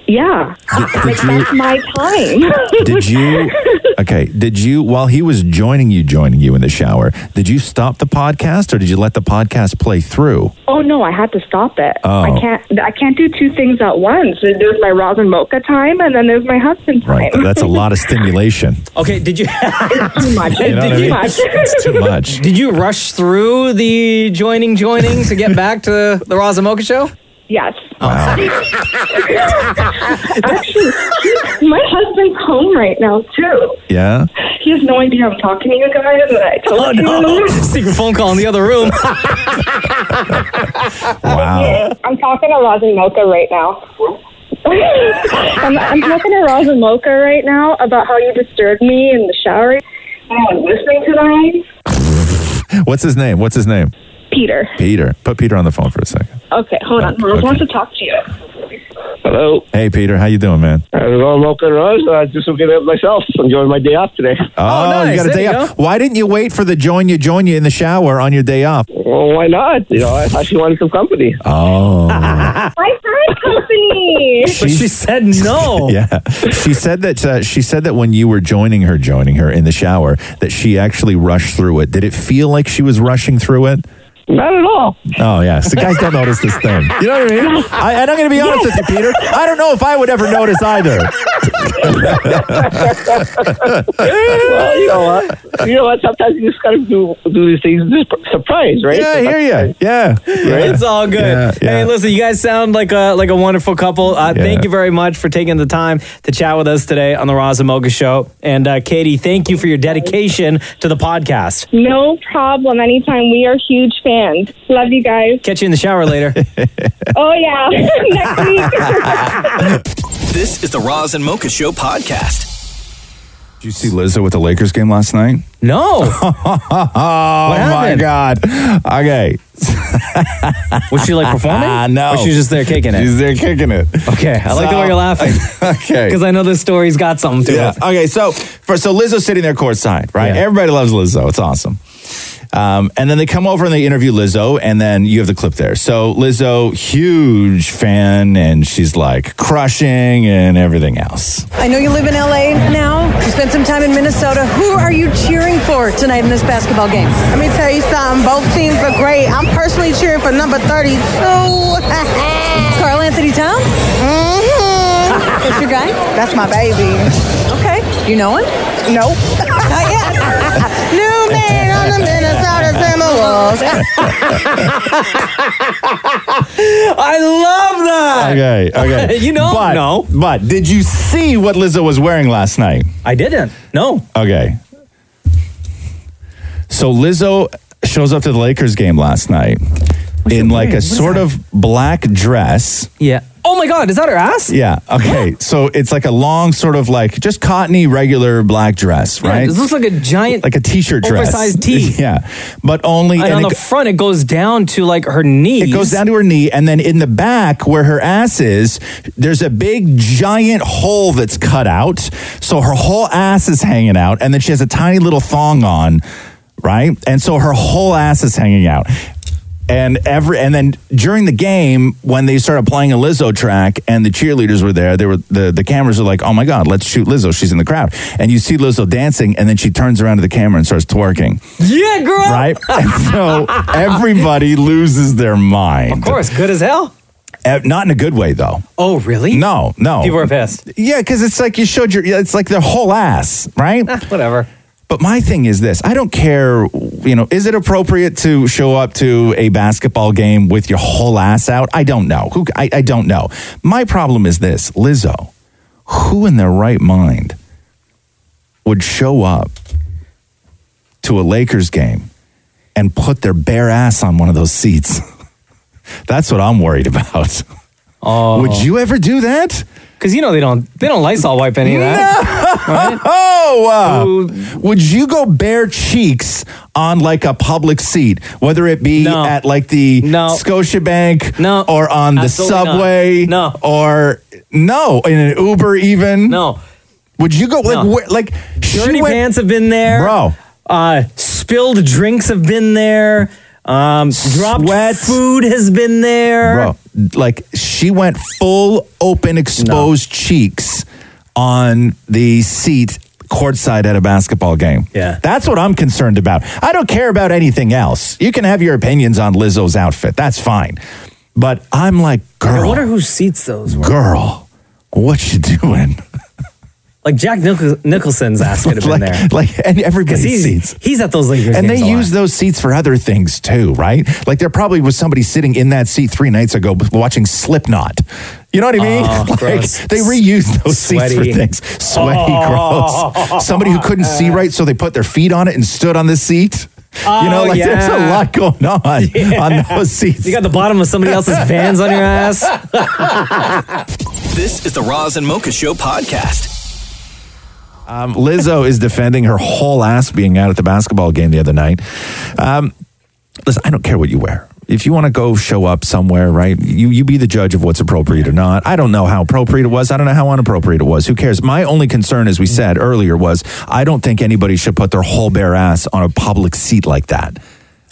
N: Yeah.
D: Did
N: That's my time.
D: you did you Okay. Did you, while he was joining you, joining you in the shower, did you stop the podcast or did you let the podcast play through?
O: Oh no, I had to stop it.
D: Oh.
O: I can't. I can't do two things at once. There's my rosin mocha time, and then there's my husband time.
D: Right. That's a lot of stimulation.
B: Okay, did you?
O: too much.
D: You know what I
O: It's too
D: mean?
O: much.
D: It's too much.
B: Did you rush through the joining joining to get back to the Razamoka show?
O: Yes.
B: Uh,
O: Actually, my husband's home right now too.
D: Yeah.
O: He has no idea I'm talking to you guys. And I told
B: Oh
O: you.
B: no! Secret phone call in the other room.
D: Wow.
O: I'm talking to Rosin Mocha right now. I'm, I'm talking to Rosin Mocha right now about how you disturbed me in the shower. I'm listening to them.
D: What's his name? What's his name?
O: Peter.
D: Peter. Put Peter on the phone for a second.
O: Okay, hold on. Rose wants to talk to you.
D: Hello. Hey, Peter. How you doing, man?
M: Hello, Mocha Rose. I just looking at myself, enjoying my day off today.
D: Oh, you got a day off. Why didn't you wait for the join you, join you in the shower on your day off?
M: Well, why not? You know, I actually wanted some company.
D: Oh.
O: I heard company.
B: said no.
D: yeah. She said that uh, she said that when you were joining her, joining her in the shower, that she actually rushed through it. Did it feel like she was rushing through it?
M: Not at all.
D: Oh yeah. So guys don't notice this thing. You know what I mean? I, and I'm going to be honest with you, Peter. I don't know if I would ever notice either.
M: well, you know what? You know what? Sometimes you just gotta do do these things just surprise, right?
B: Yeah, I hear
D: ya. Yeah.
B: It's all good.
M: Yeah,
B: Hey, listen, you guys sound like a like a wonderful couple. Uh, Thank you very much for taking the time to chat with us today on the Razamoga Show. And uh, Katie, thank you for your dedication to the podcast.
O: No problem. Anytime. We are huge fans. Love you guys.
B: Catch you in the shower later.
O: Oh yeah. Next week.
A: This is the Roz and Mocha Show podcast.
D: Did you see Lizzo with the Lakers game last night?
B: No.
D: oh my god. Okay.
B: Was she like performing?
D: Ah, no.
B: Or she was just there kicking it?
D: She's there kicking it.
B: Okay, I like the way you're laughing.
D: okay.
B: Because I know this story's got something to it.
D: Okay, so for so Lizzo's sitting there courtside, right? Everybody loves Lizzo. It's awesome. Um, and then they come over and they interview Lizzo, and then you have the clip there. So Lizzo, huge fan, and she's like crushing and everything else.
P: I know you live in LA now. You spent some time in Minnesota. Who are you cheering for tonight in this basketball game?
K: Let me tell you something. Both teams are great. I'm personally cheering for number 32.
P: Carl Anthony Town?
K: Mm-hmm.
P: That's your guy?
K: That's my baby.
P: Okay. You know him?
K: Nope. Not yet. New man on the Minnesota Timberwolves.
B: I love that.
D: Okay, okay.
B: You know?
D: but,
B: No.
D: But did you see what Lizzo was wearing last night?
B: I didn't. No.
D: Okay. So Lizzo shows up to the Lakers game last night in like a
B: What is
D: sort of black dress.
B: Yeah. Oh my God, is that her ass?
D: Yeah. Okay. So it's like a long, sort of like just cottony, regular black dress,
B: Yeah,
D: right?
B: this looks like a giant,
D: like a t-shirt dress,
B: oversized tee.
D: yeah, but only
B: And, on
D: it
B: the
D: go-
B: front, it goes down to like her knees.
D: it goes down to her knee, and then in the back where her ass is, there's a big giant hole that's cut out, so her whole ass is hanging out, and then she has a tiny little thong on, right? And so her whole ass is hanging out. And every and then during the game when they started playing a Lizzo track and the cheerleaders were there, they were the, the cameras are like, oh my god, let's shoot Lizzo, she's in the crowd, and you see Lizzo dancing, and then she turns around to the camera and starts twerking.
B: Yeah, girl.
D: Right? And so everybody loses their mind. Of
B: course, good as hell.
D: not in a good way, though.
B: Oh, really?
D: No, no.
B: People are pissed.
D: Yeah, because it's like you showed your, yeah, it's like their whole ass, right?
B: Ah, Whatever.
D: But my thing is this I don't care, you know, is it appropriate to show up to a basketball game with your whole ass out? I don't know. Who, I, I don't know. My problem is this Lizzo, who in their right mind would show up to a Lakers game and put their bare ass on one of those seats? That's what I'm worried about.
B: Oh.
D: Would you ever do that?
B: Because you know they don't they don't Lysol wipe any of that. Right?
D: Oh, uh, would you go bare cheeks on like a public seat, whether it be at like the Scotiabank no, or on the
B: Absolutely not.
D: subway
B: No.
D: or no, in an Uber even?
B: No.
D: Would you go like,
B: No.
D: where, like she
B: Dirty
D: went-
B: pants have been there,
D: Bro.
B: Uh, spilled drinks have been there. Um, dropped food has been there.
D: Bro, like she went full open exposed cheeks on the seat courtside at a basketball game. Yeah. That's what I'm concerned about. I don't care about anything else. You can have your opinions on Lizzo's outfit. That's fine. But I'm like, girl. I wonder
B: who seats those.
D: Girl, what you doing?
B: Like Jack Nich- Nicholson's ass could have been
D: Like-
B: there.
D: like- and everybody
B: 'Cause he's,
D: seats.
B: He's at those Lakers
D: And they
B: games a lot.
D: use those seats for other things too, right? Like there probably was somebody sitting in that seat three nights ago watching Slipknot. You know what I mean?
B: Oh,
D: like
B: gross.
D: they reuse those
B: Sweaty.
D: seats for things. Sweaty,
B: Oh.
D: gross. Somebody who couldn't see right, so they put their feet on it and stood on the seat. you know,
B: Oh,
D: like there's a
B: yeah.
D: lot going on on
B: Yeah.
D: those seats.
B: You got the bottom of somebody else's Vans on your ass.
A: This is the Roz and Mocha Show podcast.
D: Um, Lizzo is defending her whole ass being out at the basketball game the other night. Um, listen, I don't care what you wear. If you want to go show up somewhere, right? You you be the judge of what's appropriate or not. I don't know how appropriate it was. I don't know how inappropriate it was. Who cares? My only concern, as we said earlier, was I don't think anybody should put their whole bare ass on a public seat like that.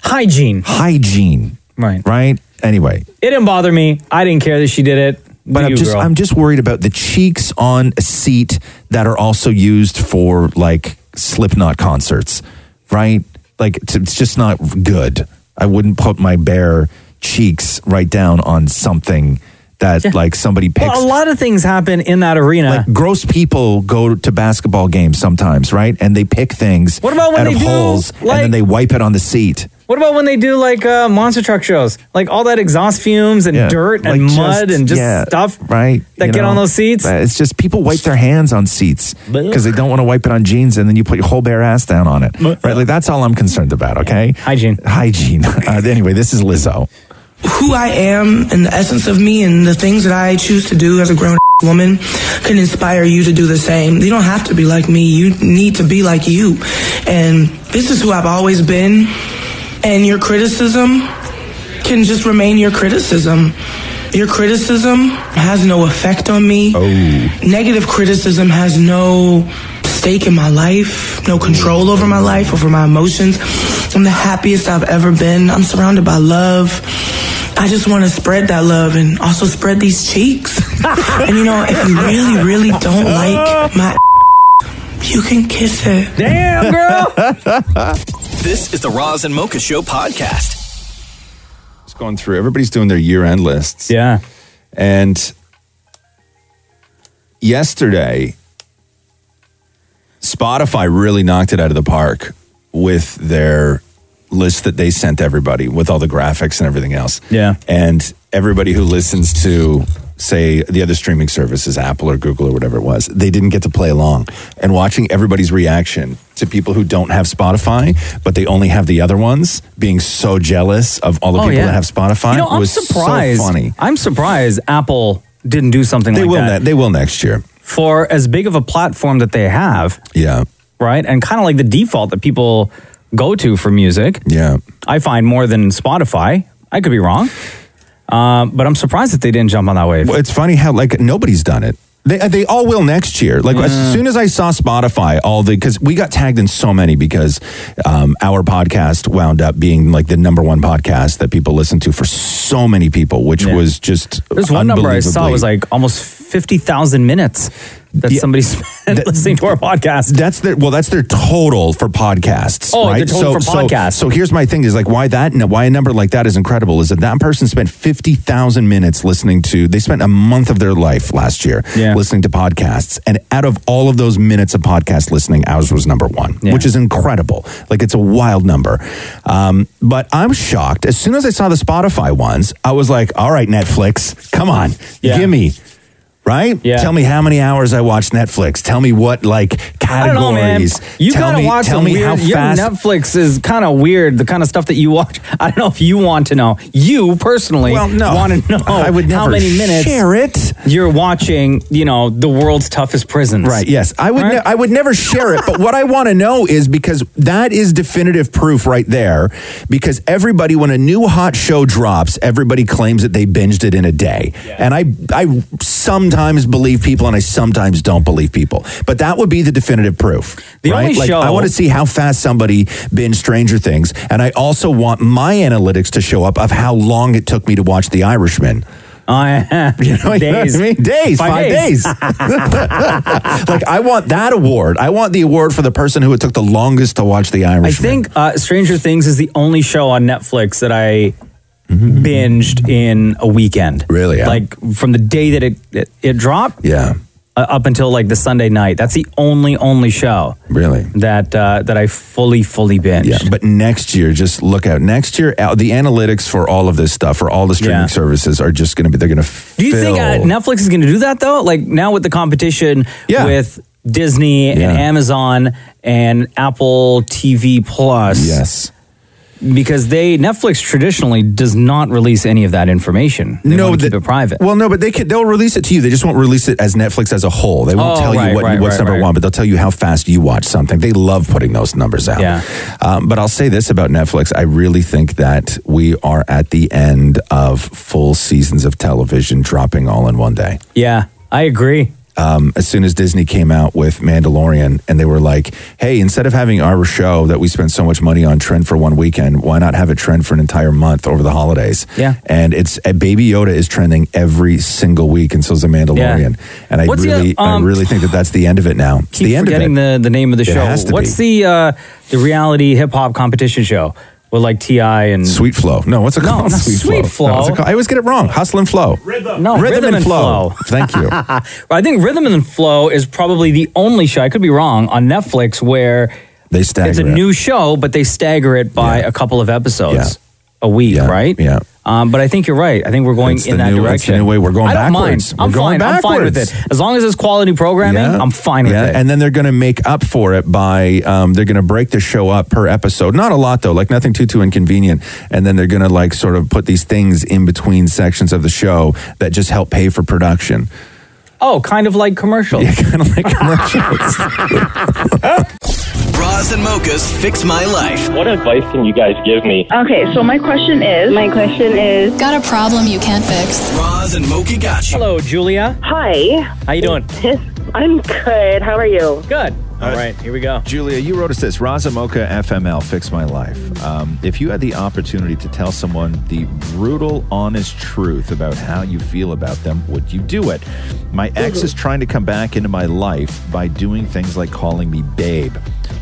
B: Hygiene.
D: Hygiene.
B: Right.
D: Right. Anyway,
B: It didn't bother me. I didn't care that she did it.
D: but
B: Do
D: I'm
B: you,
D: just
B: girl.
D: I'm just worried about the cheeks on a seat that are also used for like Slipknot concerts, right? Like it's, it's just not good. I wouldn't put my bare cheeks right down on something that like somebody picks.
B: Well, a lot of things happen in that arena.
D: Like gross people go to basketball games sometimes, right? And they pick things
B: What about when
D: out
B: they
D: of
B: do,
D: holes and
B: like-
D: then they wipe it on the seat.
B: What about when they do like uh, monster truck shows? Like all that exhaust fumes and
D: Yeah,
B: dirt
D: like
B: and
D: just-
B: mud and just
D: yeah,
B: stuff
D: right?
B: that
D: you
B: get
D: know?
B: on those seats.
D: Uh, It's just people wipe their hands on seats because they don't want to wipe it on jeans, and then you put your whole bare ass down on it, right? Like that's all I'm concerned about. Okay,
B: hygiene,
D: hygiene. Uh, anyway, this is Lizzo.
P: who I am and the essence of me and the things that I choose to do as a grown woman can inspire you to do the same. You don't have to be like me. You need to be like you. And this is who I've always been. And your criticism can just remain your criticism. Your criticism has no effect on me.
Q: Oh.
P: Negative criticism has no stake in my life, no control over my life, over my emotions. I'm the happiest I've ever been. I'm surrounded by love. I just want to spread that love and also spread these cheeks. and you know, if you really, really don't like my you can kiss it.
B: Damn,
P: girl.
A: This is the Roz and Mocha Show podcast.
D: Just going through. Everybody's doing their year end lists.
B: Yeah,
D: and yesterday, Spotify really knocked it out of the park with their list that they sent everybody with all the graphics and everything else.
B: yeah.
D: and everybody who listens to say the other streaming services apple or google or whatever it was they didn't get to play along and watching everybody's reaction to people who don't have spotify but they only have the other ones being so jealous of all the
B: Oh,
D: people
B: yeah.
D: that have spotify
B: You know, I'm
D: was
B: surprised.
D: so funny
B: I'm surprised Apple didn't do something
D: they
B: like
D: will
B: that.
D: ne- they will next year
B: For as big of a platform that they have,
D: yeah,
B: right, and kind of like the default that people go to for music,
D: yeah.
B: I find more than Spotify. I could be wrong, um, but I'm surprised that they didn't jump on that wave.
D: Well, it's funny how like nobody's done it. They uh, they all will next year. Like
B: Mm.
D: as soon as I saw Spotify, all the because we got tagged in so many because um, our podcast wound up being like the number one podcast that people listen to for so many people, which was just
B: There's one number I saw
D: unbelievably-
B: was like almost 50,000 minutes that somebody spent listening to our podcast.
D: That's their well. That's their total for podcasts.
B: Oh,
D: right?
B: the total for podcasts.
D: So, here's my thing: is like why that why a number like that is incredible is that that person spent fifty thousand minutes listening to. They spent a month of their life last year listening to podcasts, and out of all of those minutes of podcast listening, ours was number one, which is incredible. Like it's a wild number. Um, but I'm shocked. As soon as I saw the Spotify ones, I was like, "All right, Netflix, come on, give me." Right? Yeah. Tell me how many hours I watched Netflix. Tell me what like
B: I don't know, man.
D: categories.
B: You
D: Tell
B: kind of
D: me-
B: watch
D: tell
B: some
D: me
B: weird.
D: how
B: your
D: fast.
B: Netflix is kind of weird. The kind of stuff that you watch. I don't know if you want to know. You personally
D: Well, no.
B: want to know.
D: I would
B: how
D: never
B: many minutes
D: share it.
B: You're watching. You know the world's toughest prisons.
D: Right. Yes, I would.
B: Right?
D: Ne- I would never share it. But what I want to know is because that is definitive proof right there. Because everybody, when a new hot show drops, everybody claims that they binged it in a day. And I, I sometimes believe people, and I sometimes don't believe people. But that would be the definitive proof.
B: The
D: right?
B: only
D: like,
B: show-
D: I want to see how fast somebody binged Stranger Things, and I also want my analytics to show up of how long it took me to watch The Irishman.
B: I have
D: You know, you know what I
B: days.
D: mean? Days, five, days. like I want that award. I want the award for the person who it took the longest to watch The Irishman.
B: I think uh, Stranger Things is the only show on Netflix that I
D: Mm-hmm.
B: binged in a weekend. Really? Like from the day that it it, it dropped.
D: Yeah.
B: Uh, up until like the Sunday night. That's the only only show.
D: Really?
B: That uh, that I fully fully binged.
D: Yeah, but next year, just look out. Next year, uh, the analytics for all of this stuff, for all the streaming
B: Yeah.
D: services, are just going to be. They're going to.
B: Do you think uh, Netflix is going to do that though? Like now with the competition with Disney and Amazon and Apple TV Plus. Yes. Because they Netflix traditionally does not release any of that information. They no, keep it private.
D: Well, no, but they could, they'll release it to you. They just won't release it as Netflix as a whole. They won't
B: Oh,
D: tell
B: right,
D: you what,
B: right,
D: what's
B: right,
D: number
B: right.
D: one, but they'll tell you how fast you watch something. They love putting those numbers out. Yeah. Um, but I'll say this about Netflix: I really think that we are at the end of full seasons of television dropping all in one day.
B: Yeah, I agree.
D: Um, as soon as Disney came out with Mandalorian, and they were like, "Hey, instead of having our show that we spent so much money on trend for one weekend, why not have it trend for an entire month over the holidays?"
B: Yeah.
D: and it's uh, Baby Yoda is trending every single week, and so is the Mandalorian. And I
B: What's the,
D: really,
B: um,
D: I really think that that's the end of it now. It's
B: Keep
D: the end of
B: forgetting
D: it.
B: the the name of the
D: It
B: show.
D: has to
B: What's the uh, the reality hip hop competition show with like Ti and
D: Sweet Flow? No, what's it
B: No,
D: called?
B: not Sweet
D: No, what's it
B: Flow.
D: called? I always get it wrong. Hustle and Flow.
B: No,
D: Rhythm and Flow. Thank you.
B: I think Rhythm and Flow is probably the only show, I could be wrong, on Netflix where
D: they stagger
B: it's a
D: it.
B: new show, but they stagger it by a couple of episodes a week, right?
D: Yeah.
B: Um, but I think you're right. I think we're going
D: It's
B: in
D: the
B: that
D: new- it's the
B: direction.
D: new way. We're going
B: I don't
D: backwards.
B: Mind.
D: We're
B: I'm
D: going
B: fine. I'm fine with
D: backwards.
B: it. As long as it's quality programming,
D: Yeah.
B: I'm fine with
D: Yeah,
B: it.
D: And then they're going to make up for it by um, they're going to break the show up per episode. Not a lot though, like nothing too too inconvenient. And then they're going to like sort of put these things in between sections of the show that just help pay for production.
B: Oh, kind of like commercials. Yeah,
D: kind of like commercials.
A: Bras and mochas fix my life.
Q: What advice can you guys give me?
C: Okay, so my question is. My question is. Got a problem you can't fix?
A: Bras and mocha got you.
B: Hello, Julia.
O: Hi.
B: How you doing?
O: I'm good. How are you?
B: Good. All right, here we go.
D: Julia, you wrote us this Razamoka FML, Fix My Life. Um, if you had the opportunity to tell someone the brutal, honest truth about how you feel about them, would you do it? My ex is trying to come back into my life by doing things like calling me babe.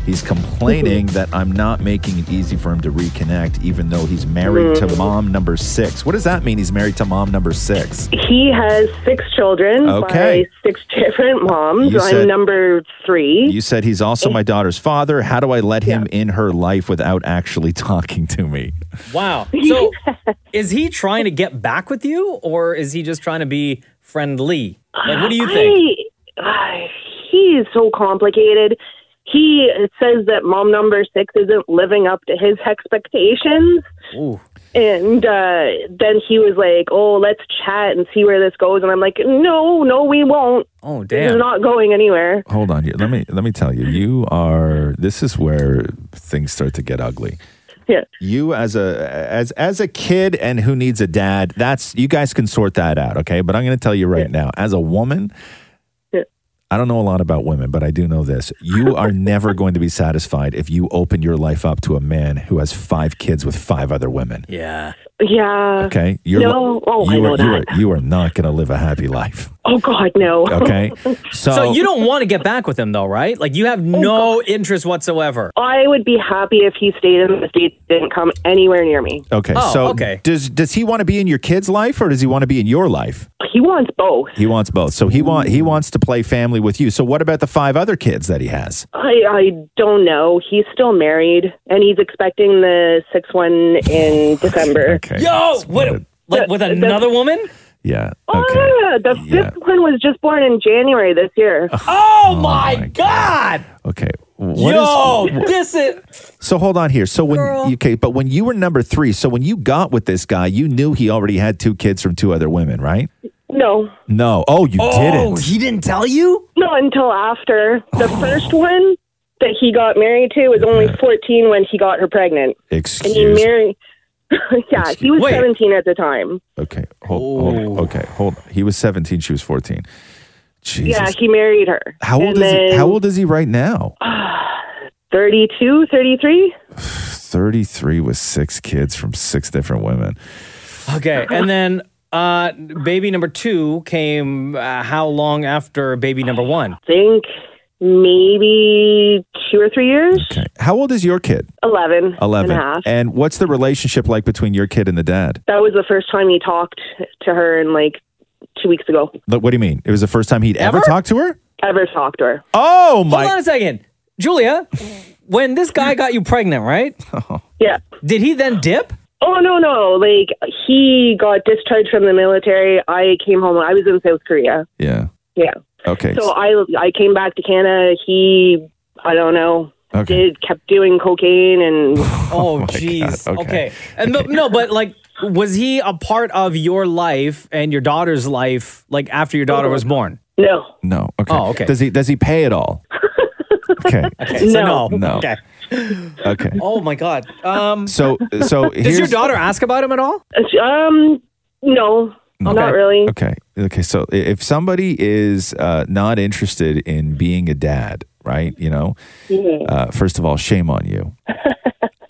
D: He's complaining that I'm not making it easy for him to reconnect, even though he's married to mom number six. What does that mean? He's married to mom number six.
O: He has six children
D: Okay.
O: by six different moms.
D: You said-
O: I'm number three.
D: You said he's also my daughter's father. How do I let him in her life without actually talking to me?
B: Wow. So is he trying to get back with you or is he just trying to be friendly? Like, what do you think?
O: I, ah, he is so complicated. He says that mom number six isn't living up to his expectations.
B: Ooh.
O: And uh, then he was like, "Oh, let's chat and see where this goes." And I'm like, "No, no, we won't.
B: Oh,
O: This is not going anywhere."
D: Hold on, here. let me let me tell you. You are this is where things start to get ugly.
O: Yeah.
D: You as a as as a kid and who needs a dad, that's you guys can sort that out, okay? But I'm going to tell you right now, as a woman,
O: Yeah.
D: I don't know a lot about women, but I do know this. You are never going to be satisfied if you open your life up to a man who has 5 kids with 5 other women.
B: Yeah.
O: Yeah.
D: Okay?
O: no. Oh,
D: you
O: I know
D: are, you
O: that.
D: are you are not going to live a happy life.
O: Oh God, no.
D: Okay?
B: So, you don't want to get back with him though, right? Like you
O: Oh,
B: have no interest whatsoever.
O: I would be happy if he stayed in the states, didn't come anywhere near me.
D: Okay,
B: Oh,
D: so does does he want to be in your kid's life or does he want to be in your life?
O: He wants both.
D: He wants both. So he want he wants to play family with you. So what about the five other kids that he has?
O: I I don't know. He's still married, and he's expecting the sixth one in December.
B: Yo, what like with another woman?
D: Yeah.
O: Oh yeah, the fifth one was just born in January this year.
B: Oh, my, God!
D: Okay. What is-
B: Yo,
D: wh-
B: this is
D: so hold on here. So when
B: Girl.
D: okay, but when you were number 3, so when you got with this guy, you knew he already had two kids from two other women, right?
O: No,
D: No. Oh, you didn't.
B: didn't tell you?
O: No, until after the
D: Oh.
O: first one that he got married to was only fourteen when he got her pregnant, and he
D: Excuse me.
O: married. yeah, he was
D: Wait.
O: seventeen at the time.
D: Okay. Hold, hold okay, hold. on. He was 17, she was 14. Jesus.
O: Yeah, he married her.
D: How old
O: And
D: is he?
O: then-
D: How old is he right now?
O: 32, 33?
D: 33 with six kids from six different women.
B: Okay, and then Uh, baby number two came uh, how long after baby number one?
O: think maybe two or three years.
D: How old is your kid?
O: 11,
D: 11.
O: and a half.
D: And what's the relationship like between your kid and the dad?
O: that was the first time he talked to her in like two weeks ago.
D: Like, What do you mean? It was the first time he'd ever, talked to her?
O: Ever talked to her.
D: Oh, my.
B: Hold on a second. Julia, when this guy got you pregnant, right?
O: Yeah.
B: Did he then dip?
O: Oh no no! Like he got discharged from the military. I came home. I was in South Korea.
D: Yeah.
O: Yeah.
D: Okay.
O: So I I came back to Canada. He I don't know. Did kept doing cocaine and
B: Oh, jeez. okay. And no- no, but like, was he a part of your life and your daughter's life, like after your daughter was born?
O: No.
D: No. Okay.
B: Oh, okay.
D: Does he does he pay at all? okay.
B: Okay, so no.
D: No.
B: Okay.
D: Okay.
B: Oh my God. Um.
D: So- so
B: does your
D: here's-
B: daughter ask about him at all?
O: Um. No. Not really.
D: Okay. Okay. So i- if somebody is uh, not interested in being a dad, right? You know, uh, first of all, shame on you.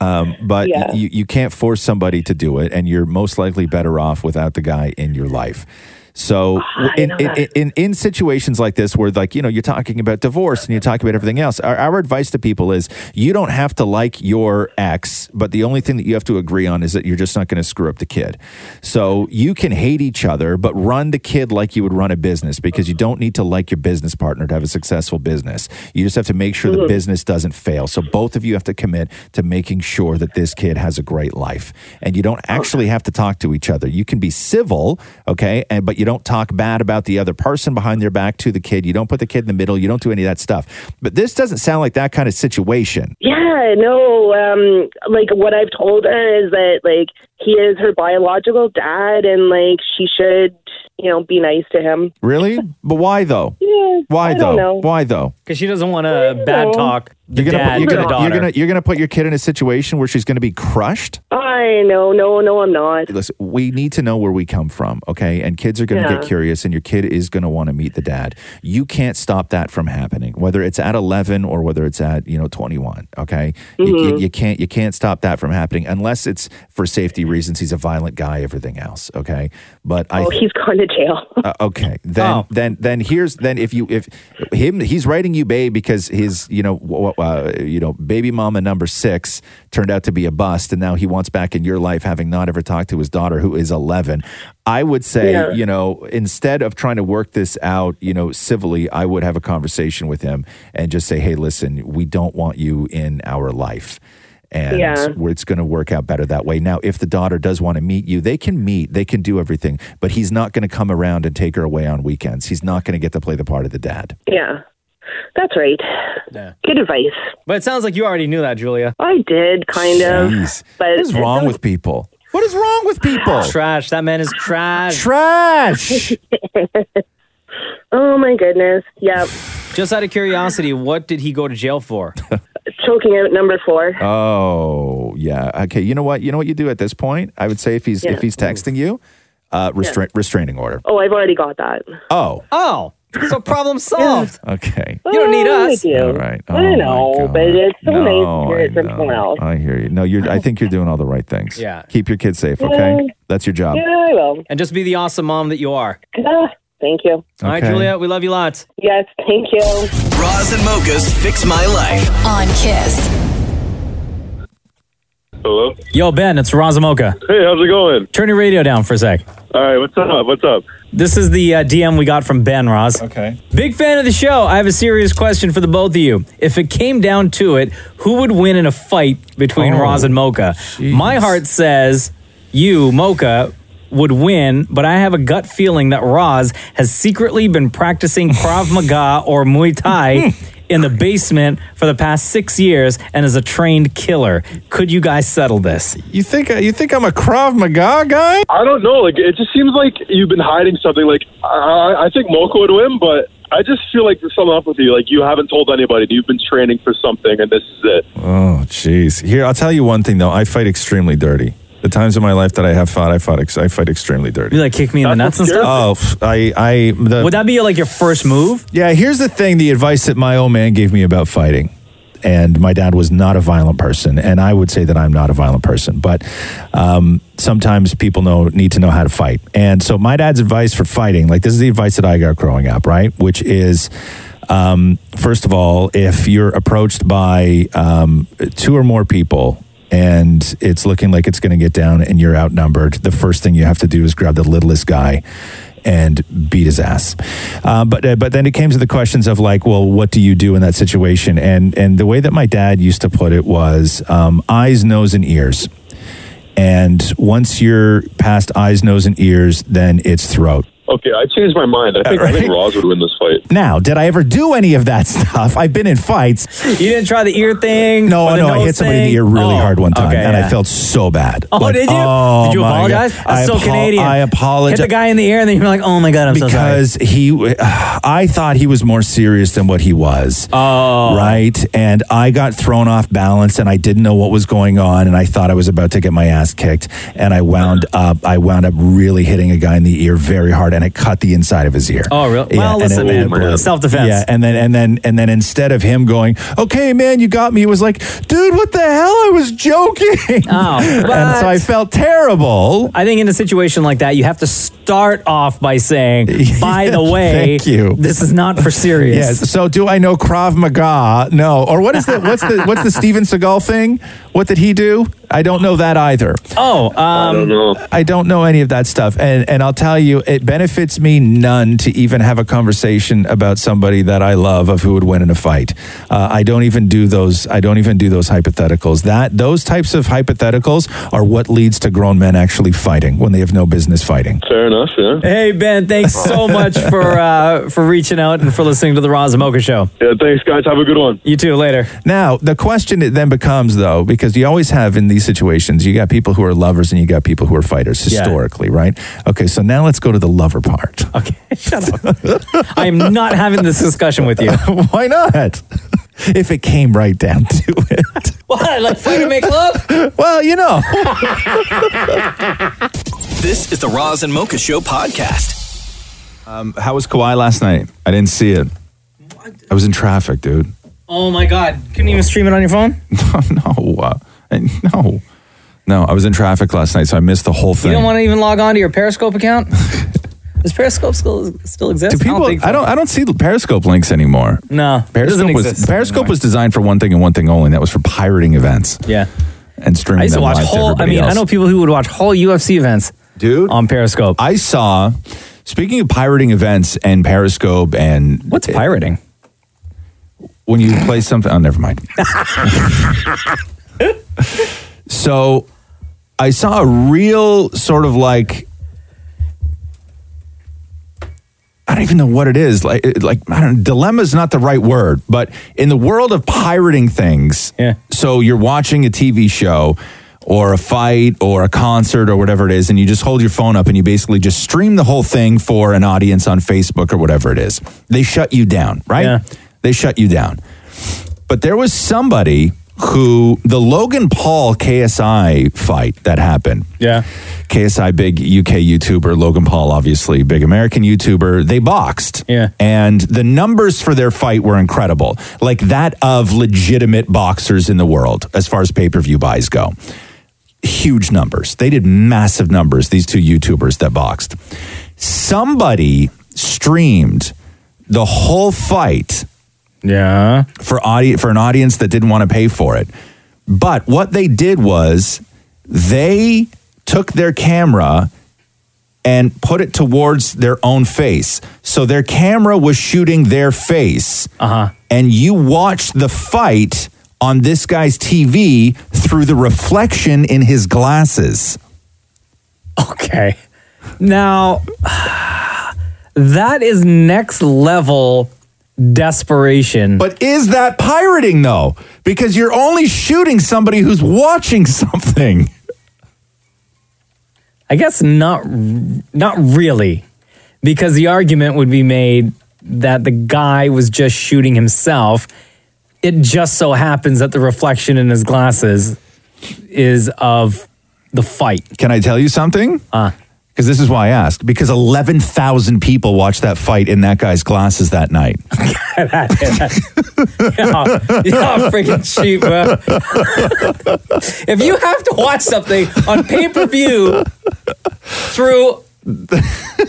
D: Um, but
O: Yeah.
D: you, you can't force somebody to do it, and you're most likely better off without the guy in your life. So in,
O: Ah, know
D: in,
O: that.
D: in, in situations like this, where like you know you're talking about divorce and you're talking about everything else, our, our advice to people is you don't have to like your ex, but the only thing that you have to agree on is that you're just not going to screw up the kid. So you can hate each other, but run the kid like you would run a business because you don't need to like your business partner to have a successful business. You just have to make
O: Mm-hmm.
D: sure the business doesn't fail. So both of you have to commit to making sure that this kid has a great life. And you don't actually have to talk to each other. You can be civil, okay, and but you don't talk bad about the other person behind their back to the kid. You don't put the kid in the middle. You don't do any of that stuff. But this doesn't sound like that kind of situation.
O: Yeah, no. Um, like what I've told her is that like he is her biological dad, and like she should, you know, be nice to him.
D: Really? But why though?
O: Yeah.
D: Why
O: I
D: though?
O: don't know.
D: Why though?
B: Because she doesn't want to Uh, bad talk the
D: You're gonna
B: dad
D: put, you're,
B: to the
D: gonna, you're
B: daughter.
D: gonna you're gonna put your kid in a situation where she's gonna be crushed.
O: I know, no, no, I'm not.
D: Listen, we need to know where we come from, okay? And kids are going to
O: Yeah.
D: get curious, and your kid is going to want to meet the dad. You can't stop that from happening, whether it's at 11 or whether it's at you know 21. Okay, You- you, you,
O: Mhm.
D: can't you can't stop that from happening unless it's for safety reasons. He's a violent guy. Everything else, okay? But I
O: Oh, he's gone to jail.
D: uh, okay then then then here's then if you if him he's writing you babe because his you know w- w- uh, you know baby mama number six turned out to be a bust and now he wants back in your life having not ever talked to his daughter who is 11 i would say
O: Yeah.
D: you know instead of trying to work this out you know civilly i would have a conversation with him and just say hey listen we don't want you in our life and
O: Yeah.
D: where it's going to work out better that way. Now, if the daughter does want to meet you, they can meet, they can do everything, but he's not going to come around and take her away on weekends. He's not going to get to play the part of the dad.
O: Yeah, that's right.
B: Yeah.
O: Good advice.
B: But it sounds like you already knew that, Julia.
O: I did kind
D: Jeez.
O: of, but
D: what is wrong with people? What is wrong with people?
B: Trash. That man is trash.
D: Trash.
O: oh my goodness. Yep.
B: Just out of curiosity, what did he go to jail for?
O: Choking out number four.
D: Oh, yeah. Okay, you know what? You know what you do at this point? I would say if he's
O: Yeah.
D: if he's texting you, uh restra- restraining order.
O: Oh, I've already got that.
D: Oh.
B: Oh, so problem solved.
D: Okay.
O: You don't need us. I do.
D: All right. Oh,
O: I know, but it's so
D: No,
O: nice to hear it from someone else.
D: I hear you. No, you're I think you're doing all the right things.
B: Yeah.
D: Keep your kids safe, okay?
B: Yeah.
D: That's your job.
O: I will.
B: And just be the awesome mom that you are.
O: Ah, thank you.
B: All right,
D: Okay.
B: Julia, we love you lots.
O: Yes, thank you.
A: Roz and Mocha's Fix My Life.
C: On Kiss.
Q: Hello.
B: Yo, Ben, it's Razamoka.
Q: Hey, how's it going?
B: Turn your radio down for a sec.
Q: All right, what's up? What's up?
B: This is the uh, DM we got from Ben Roz.
D: Okay.
B: Big fan of the show. I have a serious question for the both of you. If it came down to it, who would win in a fight between
R: Oh,
B: Roz and Mocha? My heart says you, Mocha, would win, but I have a gut feeling that Roz has secretly been practicing Krav Maga or Muay Thai in the basement for the past six years and is a trained killer. Could you guys settle this?
D: You think you think I'm a Krav Maga guy?
Q: I don't know. Like, it just seems like you've been hiding something. Like, I, I think Mocha would win, but I just feel like there's something up with you. Like, you haven't told anybody. You've been training for something, and this is it.
D: Oh, jeez. Here, I'll tell you one thing though. I fight extremely dirty. The times in my life that I have fought, I fought. Ex- I fight extremely dirty.
B: You like kick me in the nuts and stuff?
D: Oh, f- I, I. The,
B: Would that be like your first move?
D: Yeah. Here's the thing: the advice that my old man gave me about fighting, and my dad was not a violent person, and I would say that I'm not a violent person, but um, sometimes people know need to know how to fight. And so my dad's advice for fighting, like this is the advice that I got growing up, right? Which is um, first of all, if you're approached by um, two or more people and it's looking like it's going to get down and you're outnumbered, the first thing you have to do is grab the littlest guy and beat his ass. Uh, but uh, but then it came to the questions of like, well, what do you do in that situation? And and the way that my dad used to put it was um, eyes, nose, and ears. And once you're past eyes, nose, and ears, then it's throat.
Q: Okay, I changed my mind. I think, I think Roz would win this fight.
D: Now, did I ever do any of that stuff? I've been in fights.
B: You didn't try the ear thing?
D: Oh, No,
B: or the
D: no, I
B: nose
D: hit somebody in the
B: thing?
D: ear really
B: Oh,
D: hard one time,
B: okay,
D: and
B: yeah.
D: I felt so bad.
B: Oh, did you?
D: oh
B: did you
D: my God.
B: apologize? I'm so
D: apo-
B: Canadian.
D: I apologize.
B: Hit the guy in the air, and then you're like, "Oh my god, I'm so sorry."
D: because he, I thought he was more serious than what he was. Oh, right. And I got thrown off balance, and I didn't know what was going on, and I thought I was about to get my ass kicked, and I wound up, I wound up really hitting a guy in the ear very hard, and it cut the inside of his ear.
B: Oh, really?
D: Yeah,
B: well,
D: and
B: listen,
D: it- it
B: man.
D: bled.
B: Self defense.
D: Yeah, and then and then and then instead of him going, "Okay, man, you got me," he was like, "Dude, what the hell? I was joking."
B: Oh,
D: and so I felt terrible.
B: I think in a situation like that, you have to start off by saying, "By the way,
D: Thank you.
B: This is not for serious."
D: Yes. So, do I know Krav Maga? No. Or what is the what's the what's the Steven Seagal thing? What did he do? I don't know that either.
B: Oh, um, I
D: don't
Q: know.
D: I don't know any of that stuff, and and I'll tell you, it benefits me none to even have a conversation about somebody that I love of who would win in a fight. Uh, I don't even do those. I don't even do those hypotheticals. That those types of hypotheticals are what leads to grown men actually fighting when they have no business fighting.
Q: Fair enough, yeah.
B: Hey Ben, thanks so much for uh, for reaching out and for listening to the Roz and Mocha Show.
Q: Yeah, thanks, guys. Have a good one.
B: You too. Later.
D: Now, the question it then becomes, though, because you always have in these situations, you got people who are lovers and you got people who are fighters
B: Yeah.
D: historically, right? Okay, so now let's go to the lover part.
B: Okay, shut up. I am not having this discussion with you.
D: Why not? If it came right down to it.
B: What? Like fight to make love?
D: Well, you know.
A: This is the Roz and Mocha Show podcast.
D: Um, how was Kawhi last night? I didn't see it. I was in traffic, dude.
B: Oh my God! Couldn't even stream it on your phone.
D: No, uh, no, no. I was in traffic last night, so I missed the whole
B: You
D: thing.
B: don't want to even log on to your Periscope account. Does Periscope still still exist?
D: Do people?
B: think so.
D: I don't. I don't see the Periscope links anymore.
B: No, it
D: Periscope
B: doesn't
D: was
B: exist
D: Periscope was designed for one thing and one thing only, and that was for pirating events.
B: Yeah,
D: and streaming.
B: I used to
D: them
B: watch
D: live
B: whole. I
D: everybody
B: mean, I
D: else.
B: know people who would watch whole UFC events,
D: dude,
B: on Periscope.
D: I saw. Speaking of pirating events and Periscope and
B: what's pirating?
D: When you play something. Oh, never mind. so, I saw a real sort of like. I don't even know what it is. Like, it- like I don't. Dilemma is not the right word, but in the world of pirating things, yeah. So you're watching a TV show, or a fight, or a concert, or whatever it is, and you just hold your phone up and you basically just stream the whole thing for an audience on Facebook or whatever it is. They shut you down, right? They shut you down. But there was somebody who the Logan Paul KSI fight that happened.
B: Yeah.
D: KSI, big UK YouTuber, Logan Paul, obviously, big American YouTuber, they boxed. Yeah. And the numbers for their fight were incredible, like that of legitimate boxers in the world, as far as pay per view buys go. Huge numbers. They did massive numbers, these two YouTubers that boxed. Somebody streamed the whole fight.
B: Yeah.
D: For audi- for an audience that didn't want to pay for it. But what they did was they took their camera and put it towards their own face. So their camera was shooting their face. Uh-huh. And you watched the fight on this guy's TV through the reflection in his glasses.
B: Okay. Now, that is next level desperation.
D: But is that pirating though? Because you're only shooting somebody who's watching something.
B: I guess not not really because the argument would be made that the guy was just shooting himself. It just so happens that the reflection in his glasses is of the fight.
D: Can I tell you something?
B: Uh,
D: Because this is why I asked. Because 11,000 people watched that fight in that guy's glasses that night.
B: yeah, yeah, freaking cheap, bro. if you have to watch something on pay per view through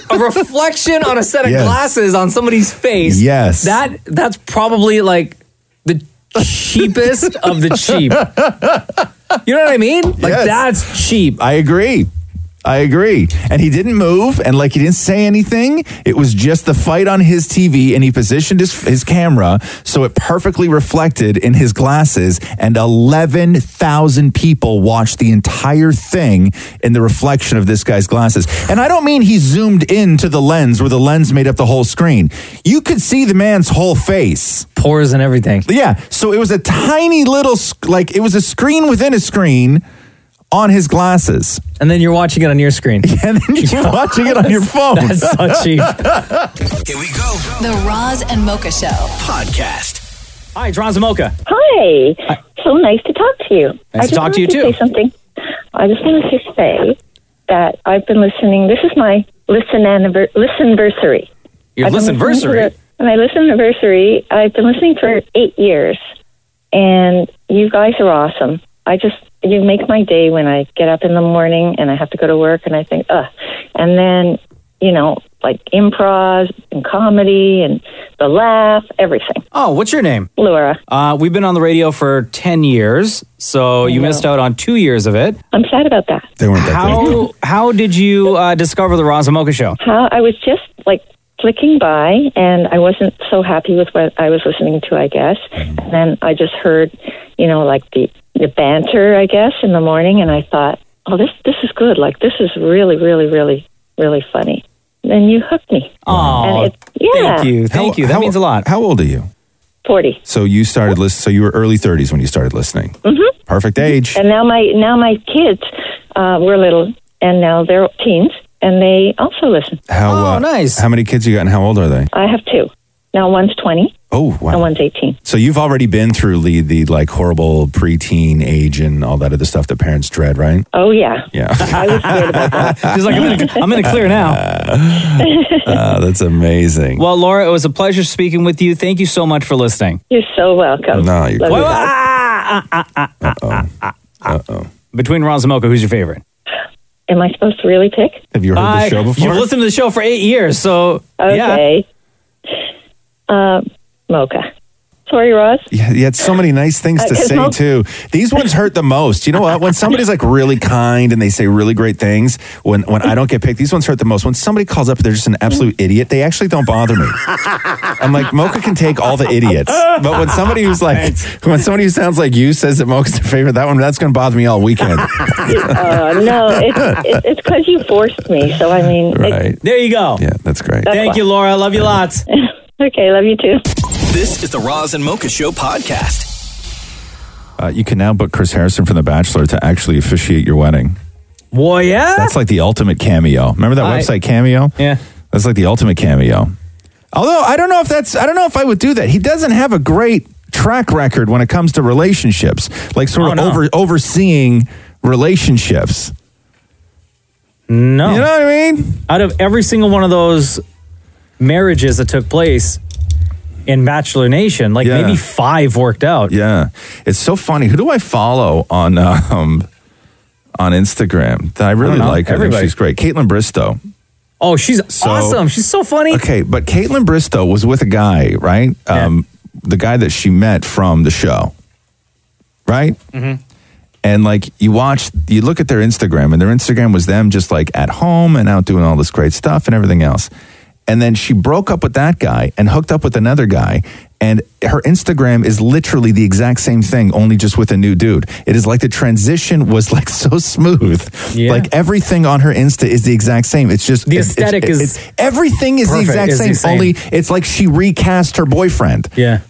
B: a reflection on a set of
D: Yes.
B: glasses on somebody's face,
D: Yes.
B: that that's probably like the cheapest of the cheap. You know what I mean? Like that's cheap.
D: I agree. I agree. And he didn't move and like he didn't say anything. It was just the fight on his TV and he positioned his his camera so it perfectly reflected in his glasses and 11,000 people watched the entire thing in the reflection of this guy's glasses. And I don't mean he zoomed in to the lens where the lens made up the whole screen. You could see the man's whole face.
B: Pores and everything.
D: Yeah. So it was a tiny little sc- like it was a screen within a screen on his glasses.
B: And then you're watching it on your screen.
D: and then you're watching it on your phone.
B: That's so cheap.
C: The Roz and Mocha Show
A: podcast.
B: Hi, it's Roz and Mocha.
R: Hi. So nice to talk to you.
B: to
R: I just
B: talk to
R: wanted
B: you, too.
R: Say something. I just wanted to say that I've been listening. This is my listen anniver- listenversary.
B: Your
R: I've been listening to
B: listenversary?
R: the- My listenversary. I've been listening for eight years, and you guys are awesome. I just you make my day when I get up in the morning and I have to go to work and I think ugh, and then you know like improv and comedy and the laugh, everything.
B: Oh, what's your name?
R: Laura.
B: Uh, we've been on the radio for 10 years, so you missed out on two years of it.
R: I'm sad about that.
D: They weren't
B: that How, how did you uh, discover the Roz and Mocha show?
R: How I was just like flicking by, and I wasn't so happy with what I was listening to, I guess. And then I just heard, you know, like the the banter, I guess, in the morning, and I thought, oh, this this is good. Like this is really, really, really, really funny. Then you hooked me.
B: Oh,
R: and it, yeah,
D: Thank you. That means a
B: lot.
D: How old are you?
R: forty.
D: So you started listening. So you were early 30s when you started listening.
R: Mm-hmm.
D: Perfect age.
R: And now my now my kids uh, were little, and now they're teens, and they also listen.
D: How oh, nice. How many kids you got and how old are they?
R: I have two. Now one's twenty,
D: Oh, wow.
R: and one's eighteen.
D: So you've already been through the, the like horrible preteen age and all that other stuff that parents dread, right?
R: Oh yeah.
D: Yeah.
R: I was scared about that.
B: She's like, I'm in, the, I'm in the clear now.
D: Ah, that's amazing.
B: Well, Laura, it was a pleasure speaking with you. Thank you so much for listening.
R: You're so welcome.
D: No, you're
B: Well, ah, ah, ah, ah, ah, ah, ah. Between Roz and Mocha, who's your favorite?
R: Am I supposed to really pick?
D: Have you
R: heard the show before?
B: Uh, You've listened to the show for eight years, so yeah.
R: Okay. Uh, mocha. Sorry, Ross.
D: Yeah, you had so many nice things to
R: Uh, 'cause
D: say
R: most-
D: too. These ones hurt the most. You know what? When somebody's like really kind and they say really great things, when when I don't get picked, these ones hurt the most. When somebody calls up, they're just an absolute idiot. They actually don't bother me. I'm like Mocha can take all the idiots, but when somebody who's like when somebody who sounds like you says that Mocha's their favorite, that one that's going to bother me all weekend.
R: Uh, no, it's it, it's because you forced me. So I mean,
D: right.
B: There you go.
D: Yeah, that's great.
R: That's
B: Thank
R: why.
B: you, Laura. Love you lots.
R: okay, love you too.
A: This is the Roz and Mocha Show podcast.
D: Uh, you can now book Chris Harrison from The Bachelor to actually officiate your wedding.
B: Well,
Q: Ah.
B: yeah.
D: That's like the ultimate cameo. Remember that
B: I-
D: website cameo?
B: Yeah.
D: That's like the ultimate cameo. Although I don't know if that's I don't know if I would do that. He doesn't have a great track record when it comes to relationships, like
B: Oh,
D: sort of over overseeing relationships.
B: No.
D: You know what I mean?
B: Out of every single one of those marriages that took place in Bachelor Nation, like maybe five worked out.
D: Yeah, it's so funny. Who do I follow on um, on Instagram that I
B: I
D: really
B: don't know.
D: like? Her. I think
B: Everybody.
D: she's great. Caitlin Bristow.
B: Oh, she's awesome. She's so funny.
D: Okay, but Caitlin Bristow was with a guy, right? Um, the guy that she met from the show, right?
S: Mm-hmm.
D: And like you watch, you look at their Instagram, and their Instagram was them just like at home and out doing all this great stuff and everything else. And then she broke up with that guy and hooked up with another guy. And her Instagram is literally the exact same thing, only just with a new dude. It is like the transition was like so smooth. Like everything on her Insta is the exact same. It's just
B: The
D: it's- it's-
B: aesthetic
D: it's-
B: is
D: everything is the
B: perfect,
D: exact
B: is the
D: same,
B: same.
D: Only it's like she recast her boyfriend.
B: Yeah.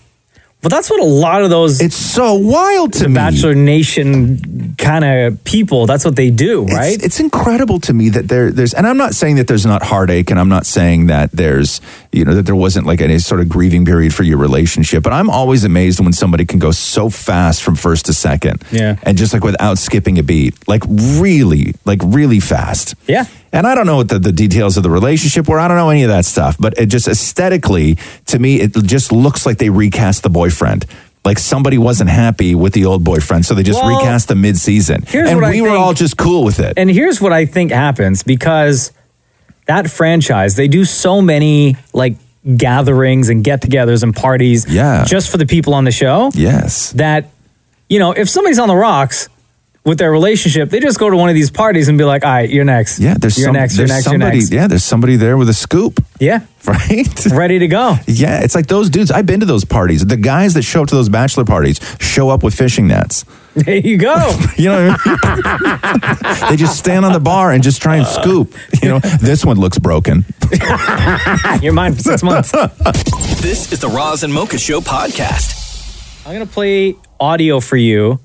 B: But that's what a lot of those. It's
D: so wild to
B: the Bachelor Nation kind of people. That's what they do, right?
D: It's, it's incredible to me that there, there's, and I'm not saying that there's not heartache, and I'm not saying that there's, you know, that there wasn't like any sort of grieving period for your relationship. But I'm always amazed when somebody can go so fast from first to second,
B: Yeah.
D: and just like without skipping a beat, like really, like really fast.
B: Yeah.
D: And I don't know what the, the details of the relationship were. I don't know any of that stuff. But it just aesthetically, to me, it just looks like they recast the boyfriend. Like somebody wasn't happy with the old boyfriend, so they just
B: Well,
D: recast the mid season.
B: here's
D: and
B: what I
D: we were
B: think-
D: all just cool with it.
B: And here's what I think happens because that franchise, they do so many like gatherings and get togethers and parties yeah. just for the people on the show.
D: Yes.
B: That, you know, if somebody's on the rocks with their relationship, they just go to one of these parties and be like, all right, you're next. Yeah,
D: There's
B: you're
D: some-
B: next,
D: there's
B: you're next,
D: somebody,
B: you're next.
D: Yeah, there's somebody there with a scoop.
B: Yeah.
D: Right?
B: Ready to go.
D: Yeah, it's like those dudes. I've been to those parties. The guys that show up to those bachelor parties show up with fishing nets.
B: There you go.
D: you know what I mean? they just stand on the bar and just try and scoop. You know, this one looks broken.
B: You're mine for six months.
A: This is the Roz and Mocha Show podcast.
B: I'm going to play audio for you.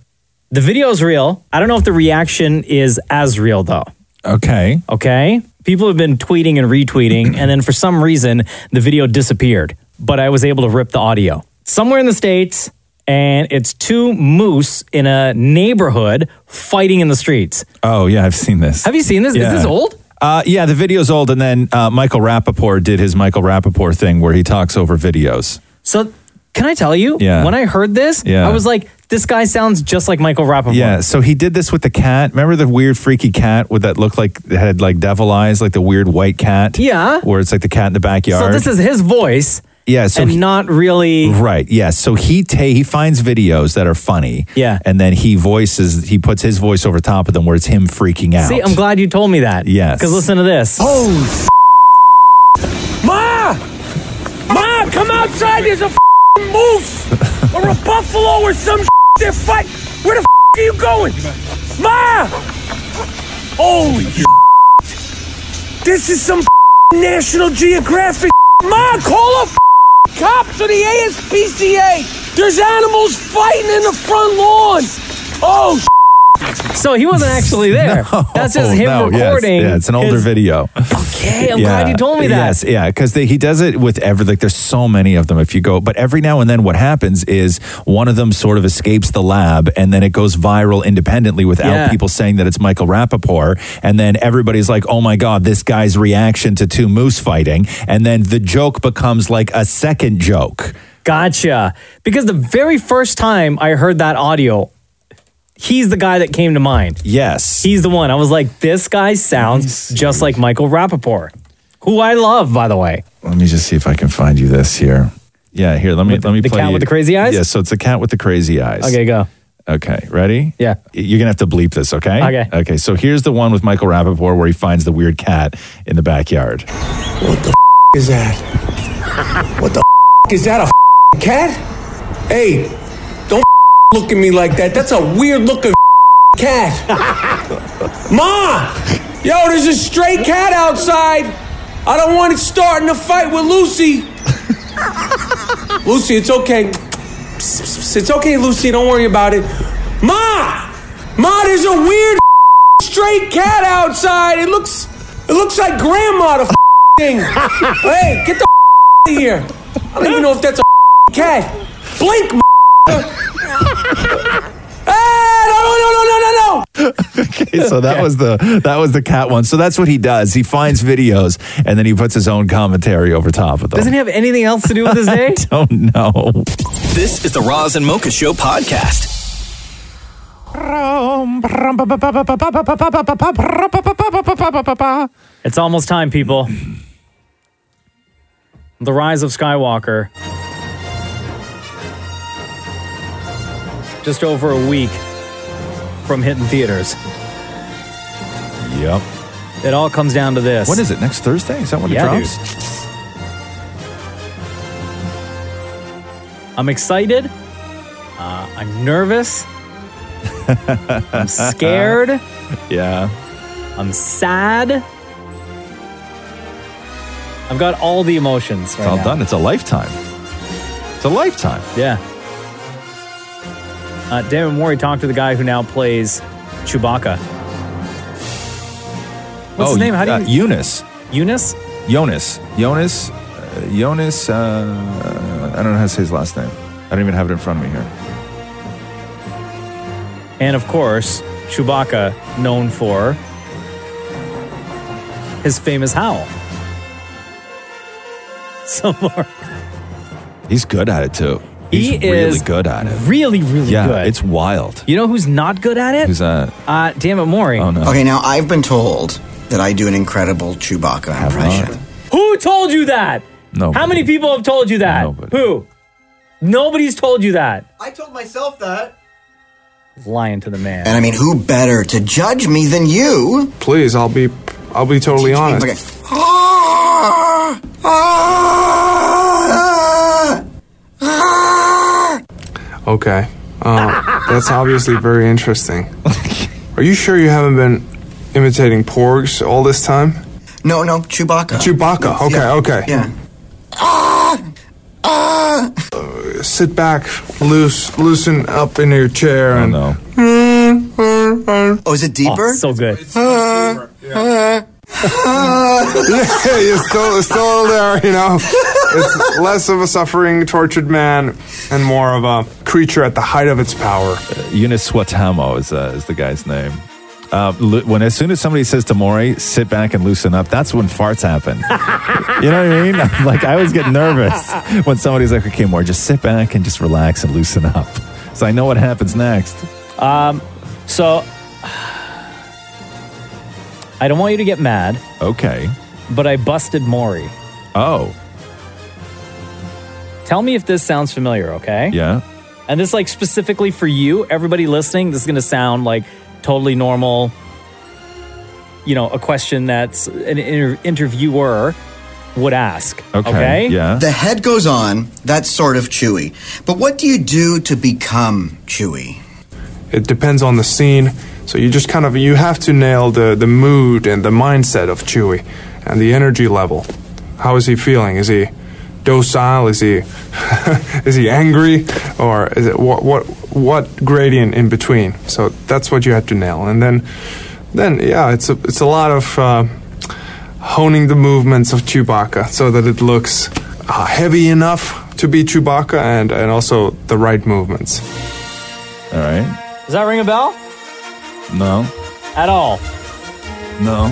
B: The video is real. I don't know if the reaction is as real, though.
D: Okay.
B: Okay. People have been tweeting and retweeting, and then for some reason, the video disappeared, but I was able to rip the audio. Somewhere in the States, and it's two moose in a neighborhood fighting in the streets.
D: Oh, yeah, I've seen this.
B: Have you seen this?
D: Yeah.
B: Is this old?
D: Uh, yeah, the video's old, and then uh, Michael Rappaport did his Michael Rappaport thing where he talks over videos.
B: So, can I tell you?
D: Yeah.
B: When I heard this,
D: Yeah.
B: I was like, this guy sounds just like Michael Rappaport.
D: Yeah, so he did this with the cat. Remember the weird, freaky cat with that looked like had like devil eyes, like the weird white cat.
B: Yeah.
D: where it's like the cat in the backyard.
B: So, this is his voice.
D: Yeah, so
B: and
D: he-
B: not really.
D: right. Yeah, so he ta- he finds videos that are funny.
B: Yeah.
D: and then he voices he puts his voice over top of them where it's him freaking out.
B: See, I'm glad you told me that.
D: Yes.
B: Because listen to this.
D: Oh,
F: Ma! Ma, come outside. There's a f***ing moose or a buffalo or some s***. They're fight. Where the f*** are you going? Ma! Holy s***. This is some f***ing National Geographic s***. Ma, call a f***ing cops or the ASPCA. There's animals fighting in the front lawn. Oh, s***.
B: So he wasn't actually there. That's just him
D: Oh, no, yes,
B: recording.
D: yeah, it's an older
B: his-
D: video.
B: Okay, I'm glad you told me that.
D: Yes, yeah, because he does it with every like. There's so many of them. If you go, but every now and then, what happens is one of them sort of escapes the lab, and then it goes viral independently without
S: Yeah.
D: people saying that it's Michael Rappaport, and then everybody's like, "Oh my god, this guy's reaction to two moose fighting," and then the joke becomes like a second joke.
B: Gotcha. Because the very first time I heard that audio, he's the guy that came to mind.
D: Yes.
B: He's the one. I was like, this guy sounds just like Michael Rappaport, who I love, by the way.
D: Let me just see if I can find you this here. Yeah, here. Let me let me
B: the
D: play
B: cat
D: you-
B: with the crazy eyes?
D: Yeah, so it's the cat with the crazy eyes.
B: Okay, go.
D: Okay, ready?
B: Yeah.
D: You're gonna have to bleep this, okay?
B: Okay.
D: Okay. So here's the one with Michael Rappaport where he finds the weird cat in the backyard.
F: What the f- is that? What the f- is that? A f- cat? Hey, don't f- look at me like that. That's a weird looking f- cat. Ma, yo, there's a stray cat outside. I don't want it starting a fight with Lucy. Lucy, it's okay. Psst, psst, psst. It's okay, Lucy. Don't worry about it. Ma, ma, there's a weird stray cat outside. It looks, it looks like grandma. The thing. hey, get the out of here. I don't even know if that's a cat. Blink, m- Hey, no, no, no, no, no, no.
D: Okay, so that was the that was the cat one. So that's what he does. He finds videos and then he puts his own commentary over top of them.
B: Doesn't he have anything else to do with his day?
D: Oh no.
A: This is the Roz and Mocha Show podcast.
B: It's almost time, people. The Rise of Skywalker. Just over a week from hitting theaters.
D: Yep.
B: It all comes down to this.
D: When is it? Next Thursday? Is that when
B: Yeah,
D: it drops?
B: I'm excited. Uh, I'm nervous. I'm scared.
D: yeah.
B: I'm sad. I've got all the emotions.
D: It's all done. It's a lifetime. It's a lifetime.
B: Yeah. Uh, David Morey talked to the guy who now plays Chewbacca. What's his name? How
D: uh,
B: do you?
D: Eunice.
B: Eunice?
D: Jonas. Jonas. Uh, Jonas. Uh, I don't know how to say his last name. I don't even have it in front of me here.
B: and of course, Chewbacca, known for his famous howl. Some more.
D: He's good at it too. He's
B: He
D: really
B: is
D: good at it.
B: Really, really
D: yeah,
B: good.
D: it's wild.
B: You know who's not good at it?
D: Who's that?
B: Uh, damn it, Maury. Oh,
E: Okay, now I've been told that I do an incredible Chewbacca impression.
B: Who told you that? No. How many people have told you that? Who? Nobody's told you that.
E: I told myself that.
B: Lying to the man.
E: And I mean, who better to judge me than you?
S: Please, I'll be, I'll be totally honest.
E: Okay.
S: Okay. Uh, that's obviously very interesting. Are you sure you haven't been imitating porgs all this time?
E: No, no, Chewbacca.
S: Chewbacca. Okay,
E: Yeah.
S: okay.
E: Yeah. Ah!
S: Uh, sit back, loose, loosen up in your chair, and
E: Oh, is it deeper?
B: so good.
S: yeah, you're still, still there, you know. It's less of a suffering, tortured man and more of a creature at the height of its power.
D: Uh, Eunice Swatamo is, uh, is the guy's name. Uh, lo- when as soon as somebody says to Maury, sit back and loosen up, that's when farts happen. you know what I mean? I'm like I always get nervous when somebody's like, "Okay, Maury, just sit back and just relax and loosen up," so I know what happens next.
B: Um, so I don't want you to get mad.
D: Okay.
B: But I busted Maury.
D: Oh.
B: Tell me if this sounds familiar, okay?
D: Yeah.
B: And this like specifically for you, everybody listening, this is going to sound like totally normal. You know, a question that's an inter- interviewer would ask. Okay.
E: The head goes on. That's sort of Chewy. But what do you do to become Chewy?
S: It depends on the scene, so you just kind of you have to nail the the mood and the mindset of Chewie and the energy level. How is he feeling? Is he docile? Is he is he angry, or is it what what what gradient in between? So that's what you have to nail, and then then yeah, it's a it's a lot of. Uh, honing the movements of Chewbacca so that it looks uh, heavy enough to be Chewbacca and, and also the right movements.
D: All right.
B: Does that ring a bell
D: No.
B: at all?
D: No.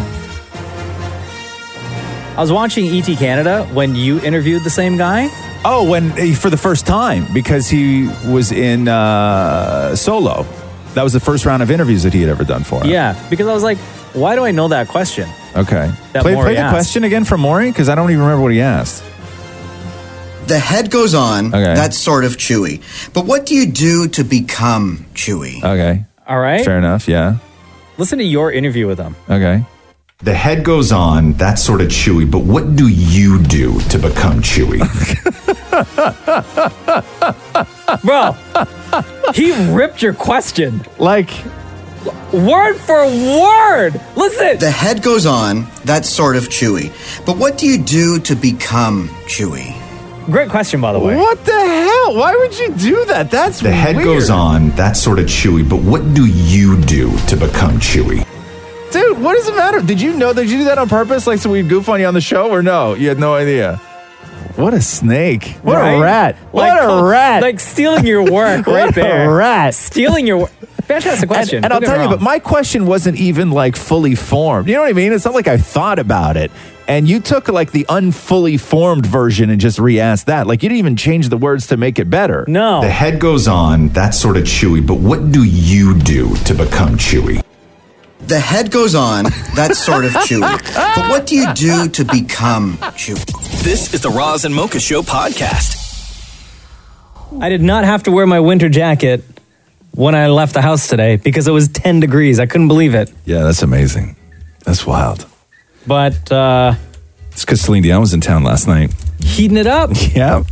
B: I was watching ET Canada when you interviewed the same guy.
D: Oh, when eh, for the first time because he was in uh, Solo. That was the first round of interviews that he had ever done for. Him.
B: Yeah, because I was like, why do I know that question?
D: Okay.
B: That
D: play
B: Maury
D: play the
B: asked.
D: question again for Maury because I don't even remember what he asked.
E: The head goes on.
D: Okay.
E: That's sort of Chewy. But what do you do to become Chewy?
D: Okay.
B: All right.
D: Fair enough. Yeah.
B: Listen to your interview with him.
D: Okay.
T: The head goes on, that's sort of chewy, but what do you do to become chewy?
B: Bro, he ripped your question.
D: Like,
B: word for word. Listen.
E: The head goes on. That's sort of Chewy. But what do you do to become Chewy?
B: Great question, by the way.
D: What the hell? Why would you do that? That's
T: The head goes on, that's sort of chewy, but what do you do to become chewy?
D: Dude, what does it matter? Did you know? Did you do that on purpose? Like, so we'd goof on you on the show, or no? You had no idea. What a snake! What
B: Right?
D: a rat! What
B: Like,
D: a rat!
B: Like stealing your work
D: What
B: right
D: a
B: there.
D: rat.
B: Stealing your work. Fantastic question.
D: And, and I'll
B: Don't get
D: tell
B: me
D: you,
B: wrong.
D: but my question wasn't even like fully formed. You know what I mean? It's not like I thought about it. And you took like the unfully formed version and just re asked that. Like you didn't even change the words to make it better.
B: No.
T: The head goes on, that's sort of chewy, but what do you do to become chewy?
E: The head goes on. That's sort of Chewy. But what do you do to become Chewy?
A: This is the Roz and Mocha Show podcast.
B: I did not have to wear my winter jacket when I left the house today because it was 10 degrees. I couldn't believe it.
D: Yeah, that's amazing. That's wild.
B: But uh,
D: It's because Celine Dion was in town last night.
B: heating it up.
D: Yeah.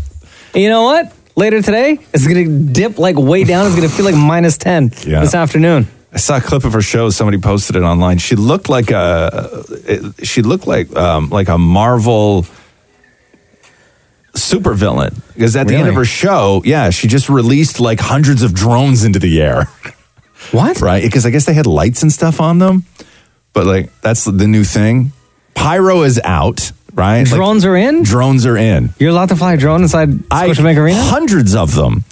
B: And you know what? Later today, it's going to dip like way down. It's going to feel like minus 10
D: Yeah.
B: this afternoon.
D: I saw a clip of her show. Somebody posted it online. She looked like a it- she looked like um, like a Marvel supervillain because at the end of her show, yeah, she just released like hundreds of drones into the air.
B: What?
D: Right? Because I guess they had lights and stuff on them, but like that's the new thing. Pyro is out, right?
B: Drones are in?
D: Drones are in.
B: You're allowed to fly a drone inside Scotiabank Arena?
D: Hundreds of them.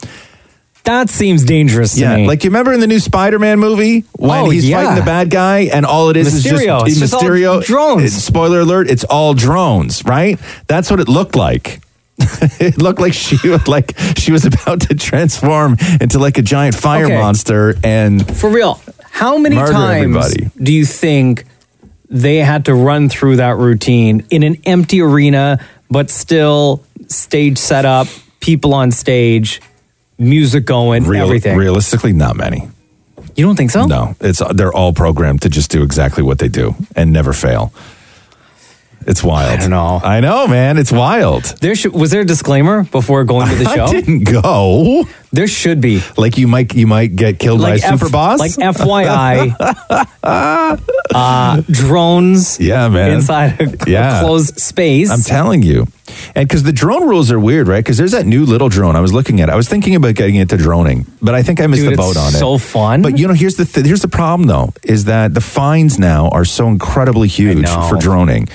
B: That seems dangerous to
D: yeah,
B: me.
D: like you remember in the new Spider-Man movie when
B: Oh,
D: he's
B: yeah.
D: fighting the bad guy, and all it is
B: Mysterio.
D: is
B: It's
D: just
B: just all
D: Mysterio drones. spoiler alert: it's all drones, right? That's what it looked like. it looked like she was like she was about to transform into like a giant fire
B: Okay.
D: monster, and
B: For real, how many
D: Murder
B: times
D: everybody.
B: do you think they had to run through that routine in an empty arena, but still stage set up, people on stage, music going,
D: real-
B: everything?
D: realistically, not many.
B: You don't think so?
D: No, it's they're all programmed to just do exactly what they do and never fail. It's wild. I know. I know, man. It's wild.
B: There should, was there a disclaimer before going to the
D: I
B: show?
D: didn't go.
B: There should be.
D: Like you might you might get killed by a
B: F-
D: super boss.
B: Like FYI, uh, drones.
D: Yeah, man.
B: Inside a
D: Yeah.
B: closed space.
D: I'm telling you. And because the drone rules are weird, right? Because there's that new little drone I was looking at. I was thinking about getting into droning, but I think I missed
B: Dude,
D: the
B: it's
D: boat on it.
B: so fun.
D: But you know, here's the th- here's the problem though, is that the fines now are so incredibly huge
B: know.
D: for droning,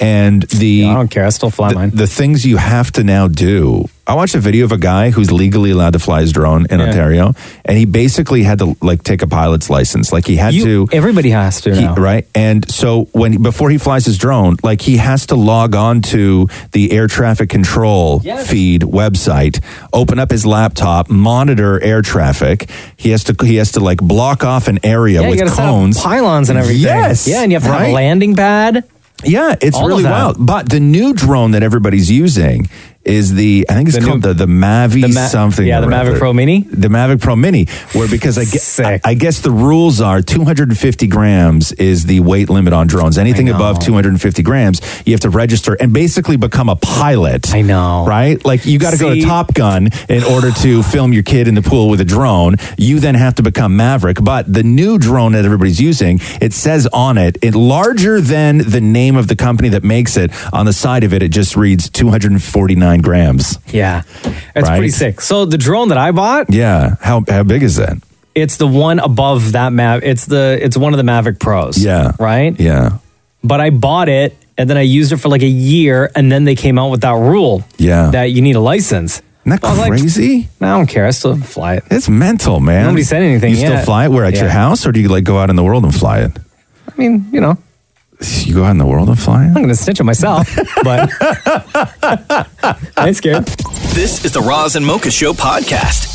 D: and the I don't
B: care. I still fly mine.
D: The things you have to now do. I watched a video of a guy who's legally allowed to fly his drone in
B: Yeah.
D: Ontario, and he basically had to like take a pilot's license. Like he had
B: You-
D: to.
B: Everybody has to
D: He-
B: now.
D: right and so when before he flies his drone like he has to log on to the air traffic control feed website open up his laptop monitor air traffic he has to he has to like block off an area
B: Yeah, you
D: with
B: gotta set up
D: cones
B: pylons and everything.
D: yes
B: Yeah, and you have to have a
D: right?
B: landing pad.
D: yeah it's
B: All of
D: really
B: that.
D: wild but the new drone that everybody's using is the I think it's called the the Mavi
B: the Ma-
D: something
B: yeah,
D: or
B: the Mavic
D: other.
B: Pro Mini?
D: the Mavic Pro Mini where because I guess I, I guess the rules are 250 grams is the weight limit on drones anything above 250 grams you have to register and basically become a pilot I know right like you got to go to
B: See?
D: Top Gun in order to film your kid in the pool with a drone you then have to become Maverick but the new drone that everybody's using it says on it it larger than the name of the company that makes it on the side of it it just reads 249 grams
B: Yeah, that's
D: Right?
B: pretty sick. So the drone that I bought,
D: yeah how how big is that
B: it's the one above that Mav. It's the it's one of the Mavic Pros. Yeah, right.
D: Yeah,
B: but I bought it and then I used it for like a year, and then they came out with that rule.
D: Yeah.
B: that you need a license.
D: Isn't
B: I was
D: that
B: like,
D: crazy?
B: I don't care. I still fly it.
D: It's mental, man.
B: Nobody said anything.
D: You still
B: yet.
D: fly it? Where at your
B: Yeah.
D: house, or do you like go out in the world and fly it?
B: I mean, you know,
D: You go out in the world and fly it. I'm
B: going to snitch on myself, but I ain't scared.
A: This is the Roz and Mocha Show podcast.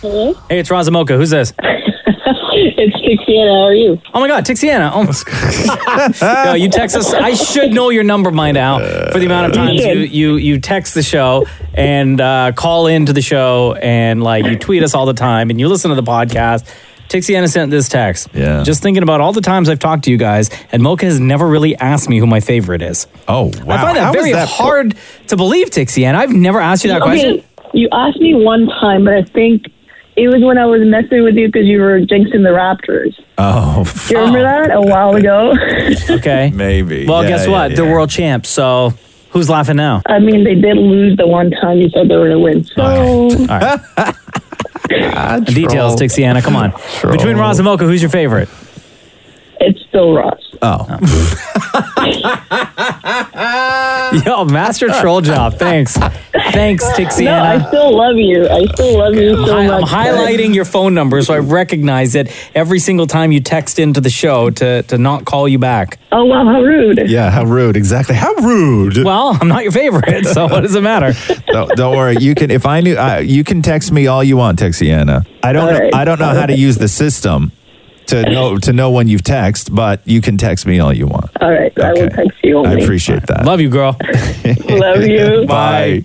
B: Hello? Hey, it's Razamoka. Who's this?
G: it's Tixiana. How are you?
B: Oh my God, Tixiana. Oh, no, you text us. I should know your number by now for the amount of
G: You
B: times you,
G: should.
B: you you text the show and uh, call into the show and like you tweet us all the time and you listen to the podcast. Tixiana sent this text. Yeah. Just thinking about all the times I've talked to you guys, and Mocha has never really asked me who my favorite is.
D: Oh,
B: I find that
G: How is
B: very
G: that po-
B: hard to believe, Tixiana. I've never asked you that question.
G: Okay, you asked me one time, but I think it was when I was messing with you because you were jinxing the Raptors.
D: Oh,
G: Do you remember that a while ago?
B: okay.
D: Maybe.
B: Well,
G: Yeah,
B: guess
G: yeah,
B: what? They're world champs, so who's laughing now?
G: I mean, they did lose the one time you said they were going to win. So
B: All right. Details, Tixiana. Come on. Between Roz and Mocha, who's your favorite?
G: it's still Ross.
D: Oh.
B: Yo, master troll job. Thanks. Thanks,
G: No,
B: Tixiana.
G: I still love you. I still love you so
B: I-
G: much.
B: I'm
G: but-
B: highlighting your phone number so I recognize it every single time you text into the show to, to not call you back.
G: Oh, wow, how rude.
D: Yeah, how rude. Exactly. How rude.
B: Well, I'm not your favorite, so what does it matter?
D: don't, don't worry. You can if I knew I, you can text me all you want, Texiana. I don't know, I don't know how to use the system to know to know when you've text, but you can text me all you want.
G: All right, I will text you.
D: I
G: Only.
D: appreciate that.
B: Love you, girl.
G: Love you.
D: Bye.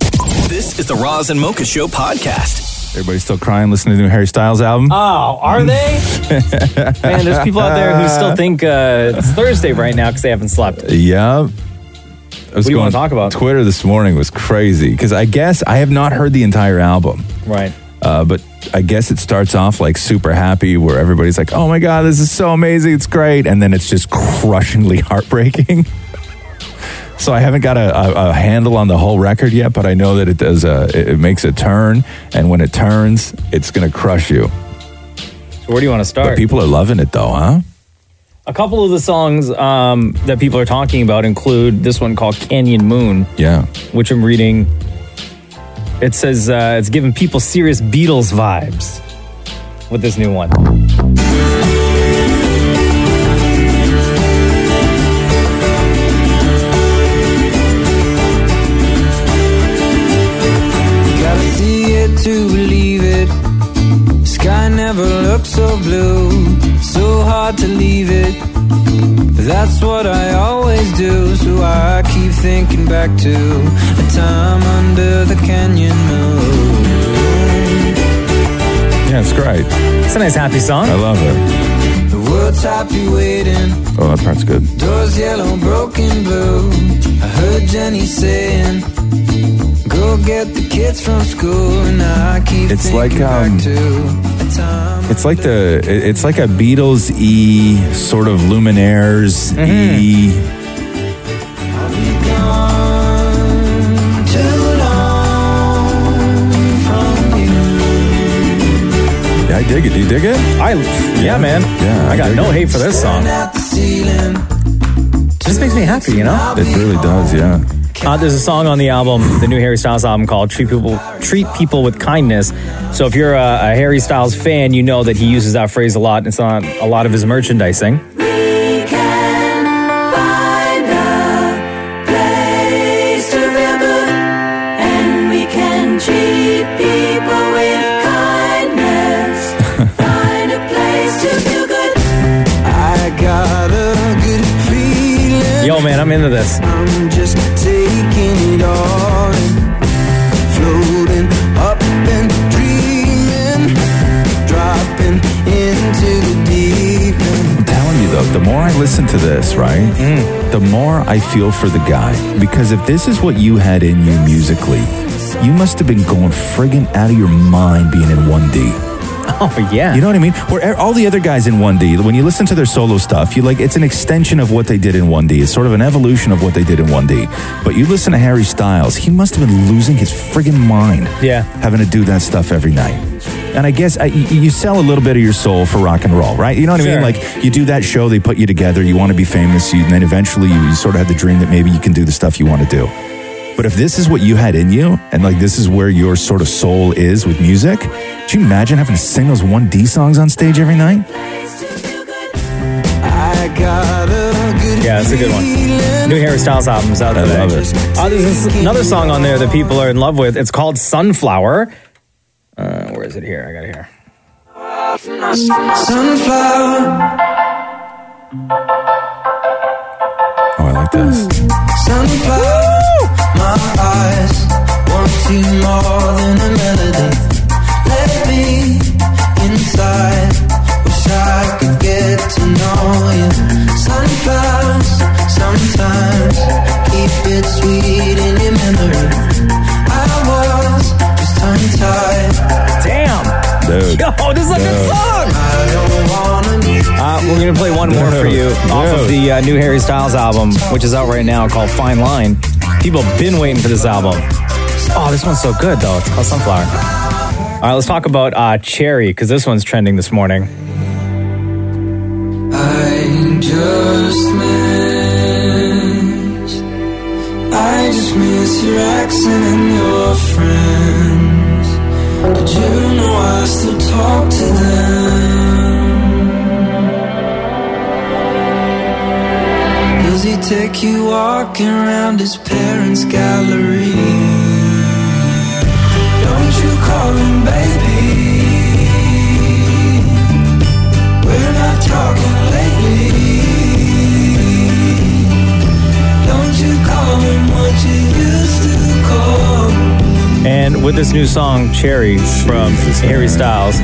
A: This is the Roz and Mocha Show podcast.
D: Everybody's still crying listening to the new Harry Styles album.
B: Oh, are they? Man, there's people out there who still think uh, it's Thursday right now because they haven't slept.
D: Yeah. I
B: What do you wanna talk
D: about? Twitter this morning was crazy because I guess I have not heard the entire album.
B: Right.
D: Uh, but I guess it starts off like super happy where everybody's like, oh my God, this is so amazing. It's great. And then it's just crushingly heartbreaking. so I haven't got a, a, a handle on the whole record yet, but I know that it does, a, it, it makes a turn. And when it turns, it's going to crush you.
B: So where do you want to start?
D: But people are loving it though, huh?
B: A couple of the songs um, that people are talking about include this one called Canyon Moon,
D: Yeah.
B: which I'm reading It says uh, it's giving people serious Beatles vibes with this new one.
H: Gotta see it to believe it. Sky never looked so blue, so hard to leave it. That's what I always do, so I keep thinking back to a time under the canyon moon.
D: Yeah, it's great.
B: It's a nice happy song. I
D: love it.
H: The world's happy waiting,
D: Oh, that part's good.
H: doors yellow, broken blue. I heard Jenny saying, Go get the kids from school, and I keep
D: It's like,
H: thinking
D: um,
H: back to a time.
D: It's like the it- it's like a Beatles e sort of Luminaires e. Yeah, I dig it. Do you dig it?
B: I yeah, man.
D: Yeah,
B: I got
D: dig
B: no
D: it.
B: hate for this song. This makes me happy, you know.
D: It really does, yeah.
B: Uh, there's a song on the album, the new Harry Styles album, called "Treat People Treat People with Kindness." So if you're a, a Harry Styles fan, you know that he uses that phrase a lot. and It's on a lot of his merchandising.
U: Place to remember, and we can treat people with kindness. Find a place to do good.
H: I got a good feeling.
B: Yo, man, I'm into this.
H: I'm just taking it all in. Floating up and dreaming. Dropping into the deep end.
D: I'm telling you though, the more I listen to this, right, the more I feel for the guy. Because if this is what you had in you musically, you must have been going friggin' out of your mind being in 1D.
B: Oh yeah.
D: You know what I mean? Where e-, all the other guys in 1D, when you listen to their solo stuff, you like it's an extension of what they did in 1D. It's sort of an evolution of what they did in 1D. But you listen to Harry Styles, he must have been losing his friggin' mind.
B: Yeah.
D: Having to do that stuff every night. And I guess I, y- you sell a little bit of your soul for rock and roll, right? You know what I
B: Sure.
D: mean? Like you do that show, they put you together, you want to be famous, you, and then eventually you, you sort of have the dream that maybe you can do the stuff you want to do. But if this is what you had in you, and like this is where your sort of soul is with music, could you imagine having to sing those 1D songs on stage every night?
H: I got a good
B: Yeah, it's a good one. New Harry Styles album's out today. Uh, there's this- another song on there that people are in love with. It's called "Sunflower." Uh, where is it here? I got it here.
H: sunflower.
D: Oh, I like this.
H: Sunflower, my eyes want to more than a melody. Let me inside, wish I could get to know you. Sunflowers, sometimes keep it sweet in your memory. I was just tongue tied.
B: Damn,
D: dude.
B: Yo, oh, this is a good song.
H: I don't wanna be
B: Uh, we're gonna play one more for you off of the uh, new Harry Styles album, which is out right now called "Fine Line." People have been waiting for this album. Oh, this one's so good though. It's called "Sunflower." All right, let's talk about uh, "Cherry" because this one's trending this morning.
H: I just miss. I just miss your accent and your friends. Did you know I still talk to them? Does he take you walking around his parents' gallery? Don't you call him baby? We're not talking lately. Don't you call him what you used to call?
B: And with this new song, Cherry, from Harry Styles,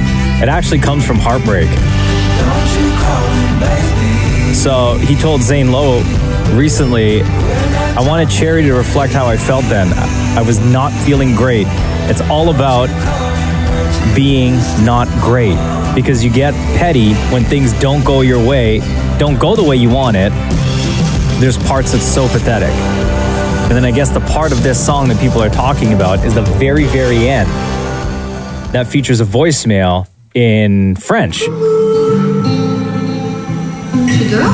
B: it actually comes from heartbreak.
H: Don't you call him baby?
B: So he told Zane Lowe recently, I wanted Cherry to reflect how I felt then. I was not feeling great. It's all about being not great because you get petty when things don't go your way, don't go the way you want it. There's parts that's so pathetic. And then I guess the part of this song that people are talking about is the very, very end that features a voicemail in French.
U: Tu es dehors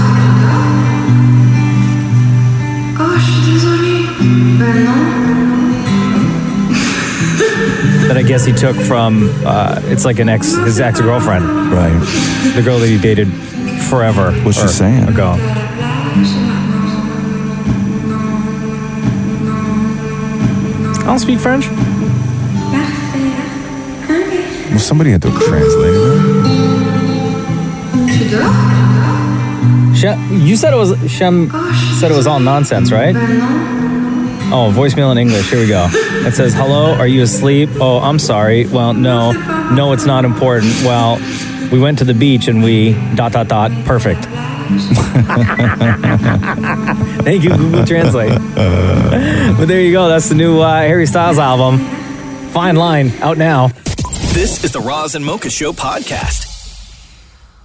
U: Oh, je suis désolée. Ben non.
B: that I guess he took from uh, it's like an ex his ex girlfriend,
D: right?
B: The girl that he dated forever. What's she saying? Ago. I don't speak French.
D: Well, somebody had to translate it.
B: Sha you said it was Shem said it was all nonsense, right? Oh, voicemail in English. Here we go. It says, "Hello, are you asleep? Oh, I'm sorry. Well, no, no, it's not important. Well, we went to the beach and we dot dot dot. Perfect. Thank you, Google Translate. but there you go. That's the new uh, Harry Styles album, Fine Line, out now.
A: This is the Roz and Mocha Show podcast.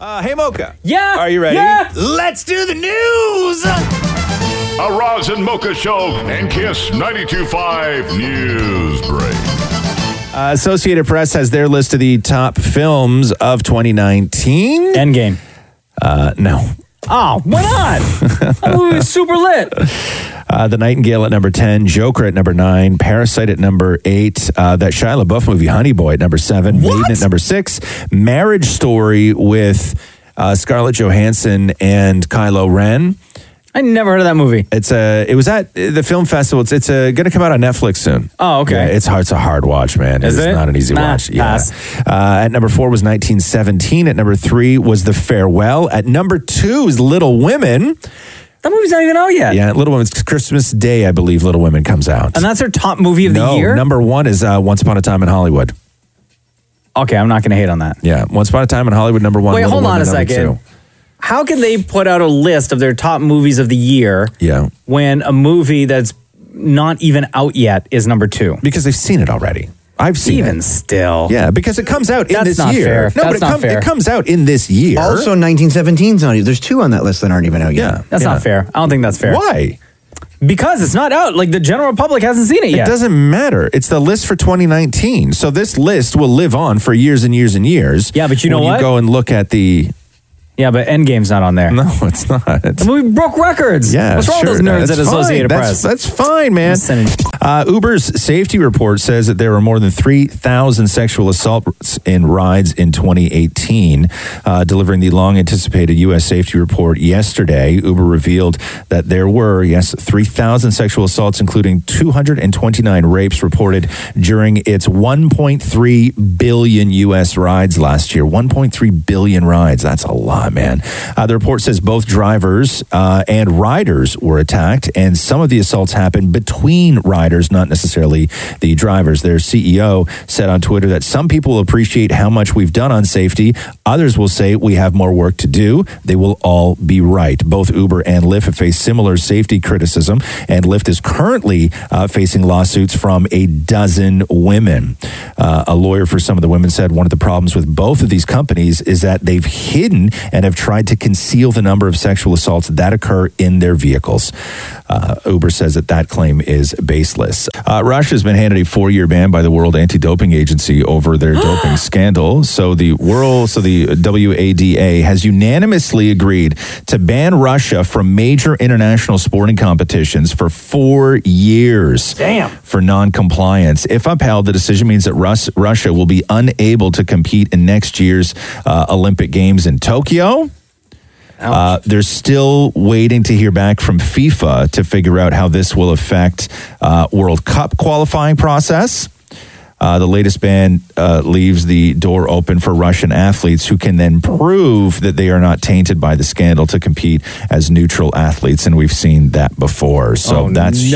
D: Uh, hey, Mocha.
B: Yeah.
D: Are you ready?
A: Let's do the news.
I: A Roz and Mocha Show and Kiss 92.5 News Break.
D: Uh, Associated Press has their list of the top films of 2019.
B: Endgame.
D: Uh, no.
B: Oh, why not? I thought we were super lit.
D: Uh, the Nightingale at number 10, Joker at number 9, Parasite at number 8, uh, that Shia LaBeouf movie, Honey Boy, at number 7, Maiden at number 6, Marriage Story with uh, Scarlett Johansson and Kylo Ren.
B: I never heard of that movie.
D: It's a. It was at the film festival. It's it's going to come out on Netflix soon.
B: Oh, okay.
D: Yeah, it's hard. It's a hard watch, man.
B: Is
D: it's
B: it?
D: not an easy
B: Nah,
D: watch. Yeah.
B: pass.
D: Uh, at number four was 1917. At number three was The Farewell. At number two is Little Women.
B: That movie's not even out yet.
D: Yeah, Little Women. It's Christmas Day, I believe. Little Women comes out.
B: And that's their top movie of the
D: no,
B: year.
D: number one is uh, Once Upon a Time in Hollywood.
B: Okay, I'm not going to hate on that.
D: Yeah, Once Upon a Time in Hollywood, number one.
B: Wait,
D: Little
B: hold on
D: Women,
B: a
D: number
B: second.
D: two.
B: How can they put out a list of their top movies of the year?
D: Yeah.
B: When a movie that's not even out yet is number two.
D: Because they've seen it already. I've seen
B: even still.
D: Yeah, because it comes out in
B: That's
D: this
B: not
D: year.
B: fair.
D: No, but
B: That's
D: it,
B: not
D: come-
B: fair.
D: it comes out in this year.
E: Also, 1917's on you. There's two on that list that aren't even out yet. Yeah,
B: That's not fair. I don't think that's fair.
D: Why?
B: Because it's not out. Like the general public hasn't seen it
D: It
B: yet.
D: doesn't matter. It's the list for 2019. So this list will live on for years and years and years. Yeah, but
B: you know
D: when
B: what?
D: You go and look at the.
B: Yeah, but Endgame's not on there.
D: No, it's not. The
B: movie broke records.
D: Yeah,
B: What's wrong
D: sure,
B: with those nerds
D: that's
B: at Associated
D: fine.
B: Press?
D: That's, that's fine, man. Uh, Uber's safety report says that there were more than 3,000 sexual assaults in rides in 2018. Uh, delivering the long anticipated U.S. safety report yesterday, Uber revealed that there were, yes, 3,000 sexual assaults, including 229 rapes reported during its 1.3 billion U.S. rides last year. 1.3 billion rides. That's a lot, man. Uh, the report says both drivers uh, and riders were attacked, and some of the assaults happened between riders, not necessarily the drivers. Their CEO said on Twitter that some people appreciate how much we've done on safety. Others will say we have more work to do. They will all be right. Both Uber and Lyft have faced similar safety criticism, and Lyft is currently uh, facing lawsuits from a dozen women. Uh, a lawyer for some of the women said one of the problems with both of these companies is that they've hidden and have tried to conceal the number of sexual assaults that occur in their vehicles. Uh, Uber says that that claim is baseless. Uh, Russia's been handed a four-year ban by the World Anti-Doping Agency over their doping scandal. So the world, so the WADA has unanimously agreed to ban Russia from major international sporting competitions for four years. Damn. For non-compliance, if upheld, the decision means that Rus- Russia will be unable to compete in next year's uh, Olympic Games in Tokyo. Uh, they're still waiting to hear back from FIFA to figure out how this will affect uh, World Cup qualifying process. Uh, the latest ban uh, leaves the door open for Russian athletes who can then prove that they are not tainted by the scandal to compete as neutral athletes, and we've seen that before. So
B: Oh,
D: that's huge.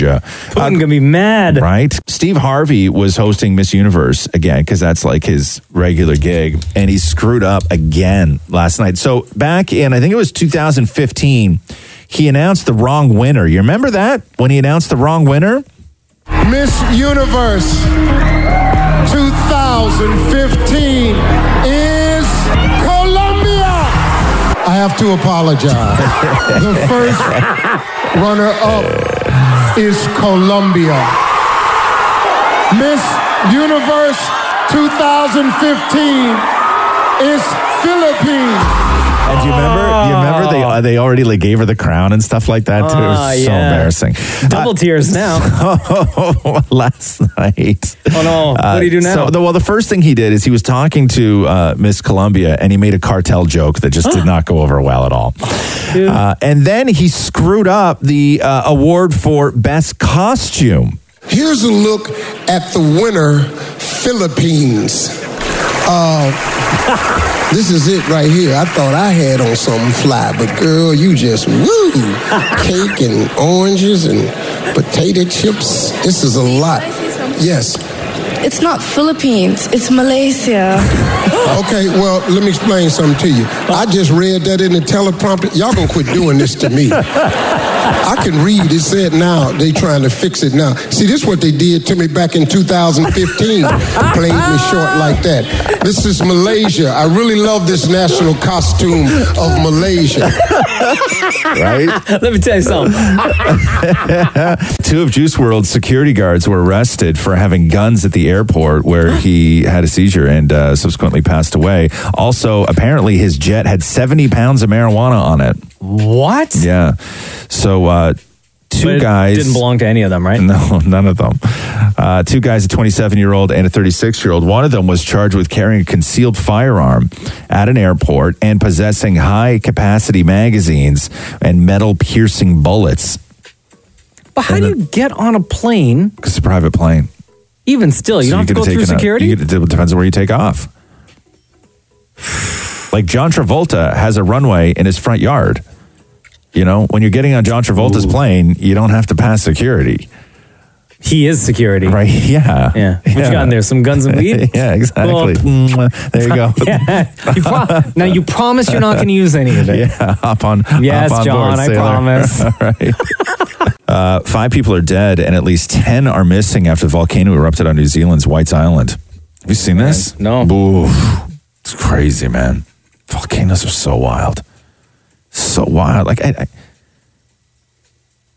D: Putin
B: gonna be mad,
D: right? Steve Harvey was hosting Miss Universe again because that's like his regular gig, and he screwed up again last night. So back in, I think it was 2015, he announced the wrong winner. You remember that when he announced the wrong winner?
K: Miss Universe 2015 is Colombia. I have to apologize. the first runner up is Colombia. Miss Universe 2015 is Philippines.
D: And do you remember? Do you remember they uh, they already like gave her the crown and stuff like that too. it
B: Oh. Ah,
D: was so
B: yeah.
D: embarrassing. Uh,
B: Double tears now.
D: Oh, last night.
B: Oh no! what do you do
D: Uh,
B: now?
D: So, the, well, the first thing he did is he was talking to uh, Miss Columbia, and he made a cartel joke that just did not go over well at all. Uh, and then he screwed up the uh, award for best costume.
K: Here's a look at the winner, Philippines. Uh, this is it right here. I thought I had on something fly, but girl, you just woo! Cake and oranges and potato chips. This is a lot. Yes.
J: It's not Philippines, it's Malaysia.
K: Okay, well, let me explain something to you. I just read that in the teleprompter. Y'all gonna quit doing this to me. I can read. It said now they trying to fix it now. See, this is what they did to me back in 2015. Played me short like that. This is Malaysia. I really love this national costume of Malaysia.
D: Right?
B: Let me tell you something.
D: Two of Juice World's security guards were arrested for having guns at the airport where he had a seizure and uh, subsequently passed away. Also, apparently, his jet had 70 pounds of marijuana on it.
B: What?
D: Yeah. So, uh, two
B: But it
D: guys.
B: didn't belong to any of them, right?
D: No, none of them. Uh, two guys, a 27 year old and a 36 year old. One of them was charged with carrying a concealed firearm at an airport and possessing high capacity magazines and metal piercing bullets.
B: But how do you get on a plane?
D: It's a private plane.
B: Even still, you
D: So
B: don't have to
D: could
B: go
D: have
B: through
D: taken a-
B: security.
D: you could- it depends on where you take off. Like John Travolta has a runway in his front yard. You know, when you're getting on John Travolta's plane, you don't have to pass security.
B: He is security,
D: right? Yeah,
B: yeah. What you got in there? Some guns and weed?
D: yeah,
B: Well,
D: exactly. Mwah. there you go.
B: yeah. You pro- now you promise you're not going to use any of it.
D: Yeah, hop on.
B: Yes,
D: hop on
B: John,
D: board,
B: I
D: sailor.
B: promise.
D: All right. Uh, five people are dead, and at least ten are missing after the volcano erupted on New Zealand's White's Island. Have you seen this?
B: No.
D: it's crazy, man. Volcanoes are so wild, so wild. Like I, I,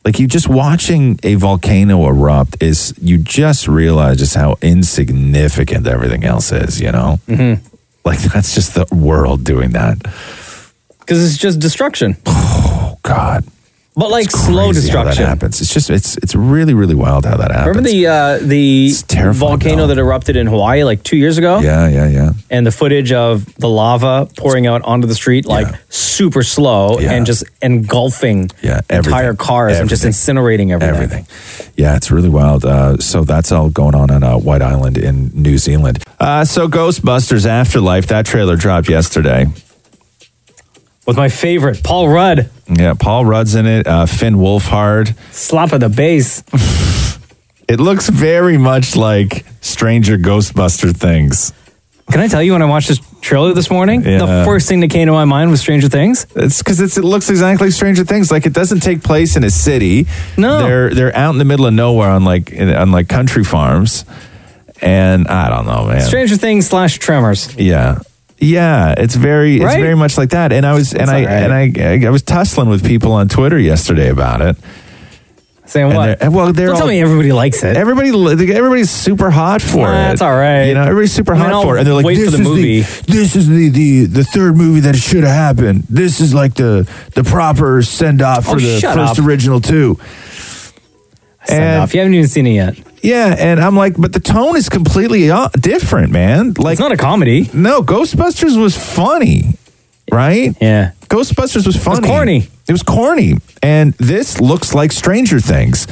D: like you just watching a volcano erupt is you just realize just how insignificant everything else is. You know,
B: Mhm.
D: like that's just the world doing that.
B: Because it's just destruction.
D: Oh God.
B: But like slow
D: Crazy how
B: destruction.
D: that happens. It's just it's it's really really wild how that happens.
B: Remember the uh, the volcano that erupted in Hawaii like two years ago?
D: Yeah, yeah, yeah.
B: And the footage of the lava pouring out onto the street like super slow and just engulfing
D: yeah,
B: entire cars and just incinerating everything.
D: Everything. Yeah, it's really wild. Uh, so that's all going on on uh, White Island in New Zealand. Uh, so Ghostbusters Afterlife that trailer dropped yesterday.
B: With my favorite, Paul Rudd.
D: Yeah, Paul Rudd's in it. Uh, Finn Wolfhard.
B: Slap of the bass.
D: it looks very much like Stranger Ghostbuster things.
B: Can I tell you when I watched this trailer this morning? The
D: Yeah.
B: first thing that came to my mind was Stranger Things.
D: It's because it's, it looks exactly like Stranger Things. Like it doesn't take place in a city. No, they're they're out in the middle of nowhere on like in- on like country farms, and I don't know, man.
B: Stranger Things slash Tremors.
D: yeah, yeah. It's very
B: Right?
D: it's very much like that. And I was and I and I I was tussling with people on Twitter yesterday about it.
B: Saying what?
D: well, they're
B: Don't
D: all,
B: tell me everybody likes it.
D: Everybody, li- everybody's super hot for
B: Nah,
D: it.
B: it's all right.
D: You know, everybody's super
B: I mean,
D: hot
B: I'll
D: for it. And they're like,
B: wait for
D: this
B: the
D: is
B: movie."
D: the this is the the the third movie that should have happened. This is like the the proper send off for
B: Oh,
D: the
B: shut
D: first
B: up.
D: original two.
B: Send off. You haven't even seen it yet.
D: Yeah, and I'm like, but the tone is completely uh, different, man. Like, it's
B: not a comedy.
D: No, Ghostbusters was funny, right?
B: Yeah,
D: Ghostbusters was funny.
B: corny.
D: It was corny, and this looks like Stranger Things.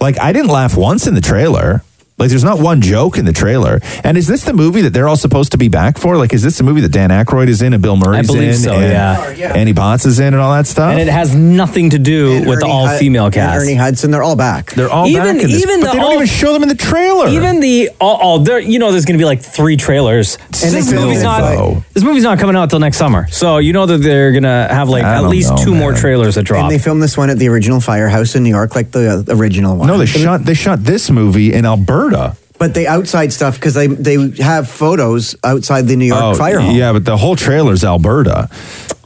D: Like, I didn't laugh once in the trailer. Like, there's not one joke in the trailer. And is this the movie that they're all supposed to be back for? Like, is this the movie that Dan Aykroyd is in and Bill Murray's
B: believe
D: in?
B: so,
D: and
B: yeah.
D: Annie Potts is in and all that stuff.
B: And it has nothing to do with the
D: Ernie
B: all
D: Hud-
B: female
D: and
B: cast.
D: Ernie
B: Hudson, they're all back.
D: They're all back in this, but they don't even show them in the trailer.
B: Even the all, all there, you know, there's going to be like three trailers. And this
D: Still,
B: movie's
D: though.
B: not this movie's not coming out till next summer, so you know that they're going to have like
L: I
B: at
L: don't
B: least
L: know,
B: two more trailers that drop.
L: And they filmed this one at the original firehouse in New York, like the uh, original one.
D: No, they shot they shot this movie in Alberta.
L: But they outside stuff because they they have photos outside the New York
D: Oh,
L: fire hall.
D: Yeah, but the whole trailer's Alberta.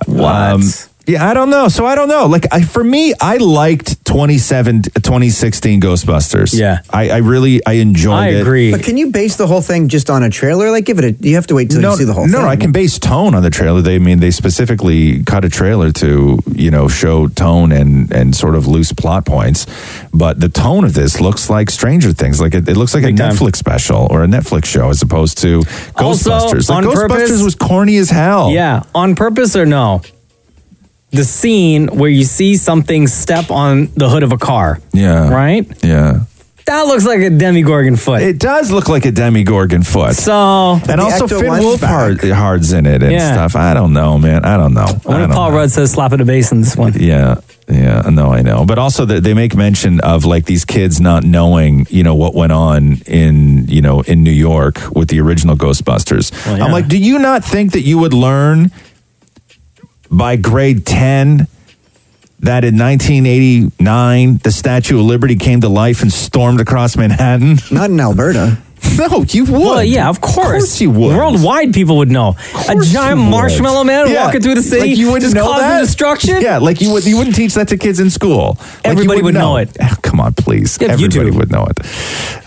D: What? Um, Yeah, I don't know. So I don't know. Like I, for me, I liked 27, 2016 Ghostbusters.
L: Yeah.
D: I, I really I enjoyed it.
L: But can you base the whole thing just on a trailer? Like, give it a. You have to wait till
D: no,
L: you see the whole
D: no,
L: thing.
D: I can base tone on the trailer. They I mean they specifically cut a trailer to you know show tone and and sort of loose plot points, but the tone of this looks like Stranger Things. Like it, it looks like a
B: time.
D: Netflix special or a Netflix show as opposed to
B: Also,
D: Ghostbusters. like
B: on
D: Ghostbusters
B: purpose-
D: was corny as hell.
B: Yeah, on purpose or no? The scene where you see something step on the hood of a car.
D: Yeah.
B: Right?
D: Yeah.
B: That looks like a demigorgon foot.
D: It does look like a demigorgon foot.
B: So
D: and also Finn Wolfhard's in it and
B: Yeah.
D: stuff. I don't know, man. I don't know. I
B: What
D: don't
B: if Paul Rudd says slap at a base in this one?
D: Yeah. Yeah, no, I know. But also, that they make mention of like these kids not knowing, you know, what went on in, you know, in New York with the original Ghostbusters.
B: yeah.
D: I'm like, do you not think that you would learn by grade 10 that in 1989 the Statue of Liberty came to life and stormed across Manhattan?
L: Not in Alberta.
D: No, you would.
B: Well, yeah, of course. you would. Worldwide, people would know. A giant
D: you would.
B: marshmallow man
D: Yeah.
B: walking through the city.
D: Like you wouldn't
B: just
D: know
B: causing
D: that?
B: destruction.
D: Yeah, like you would you wouldn't teach that to kids in school. Like you
B: Everybody would know
D: it. Ah, Come on, please. Everybody would know it.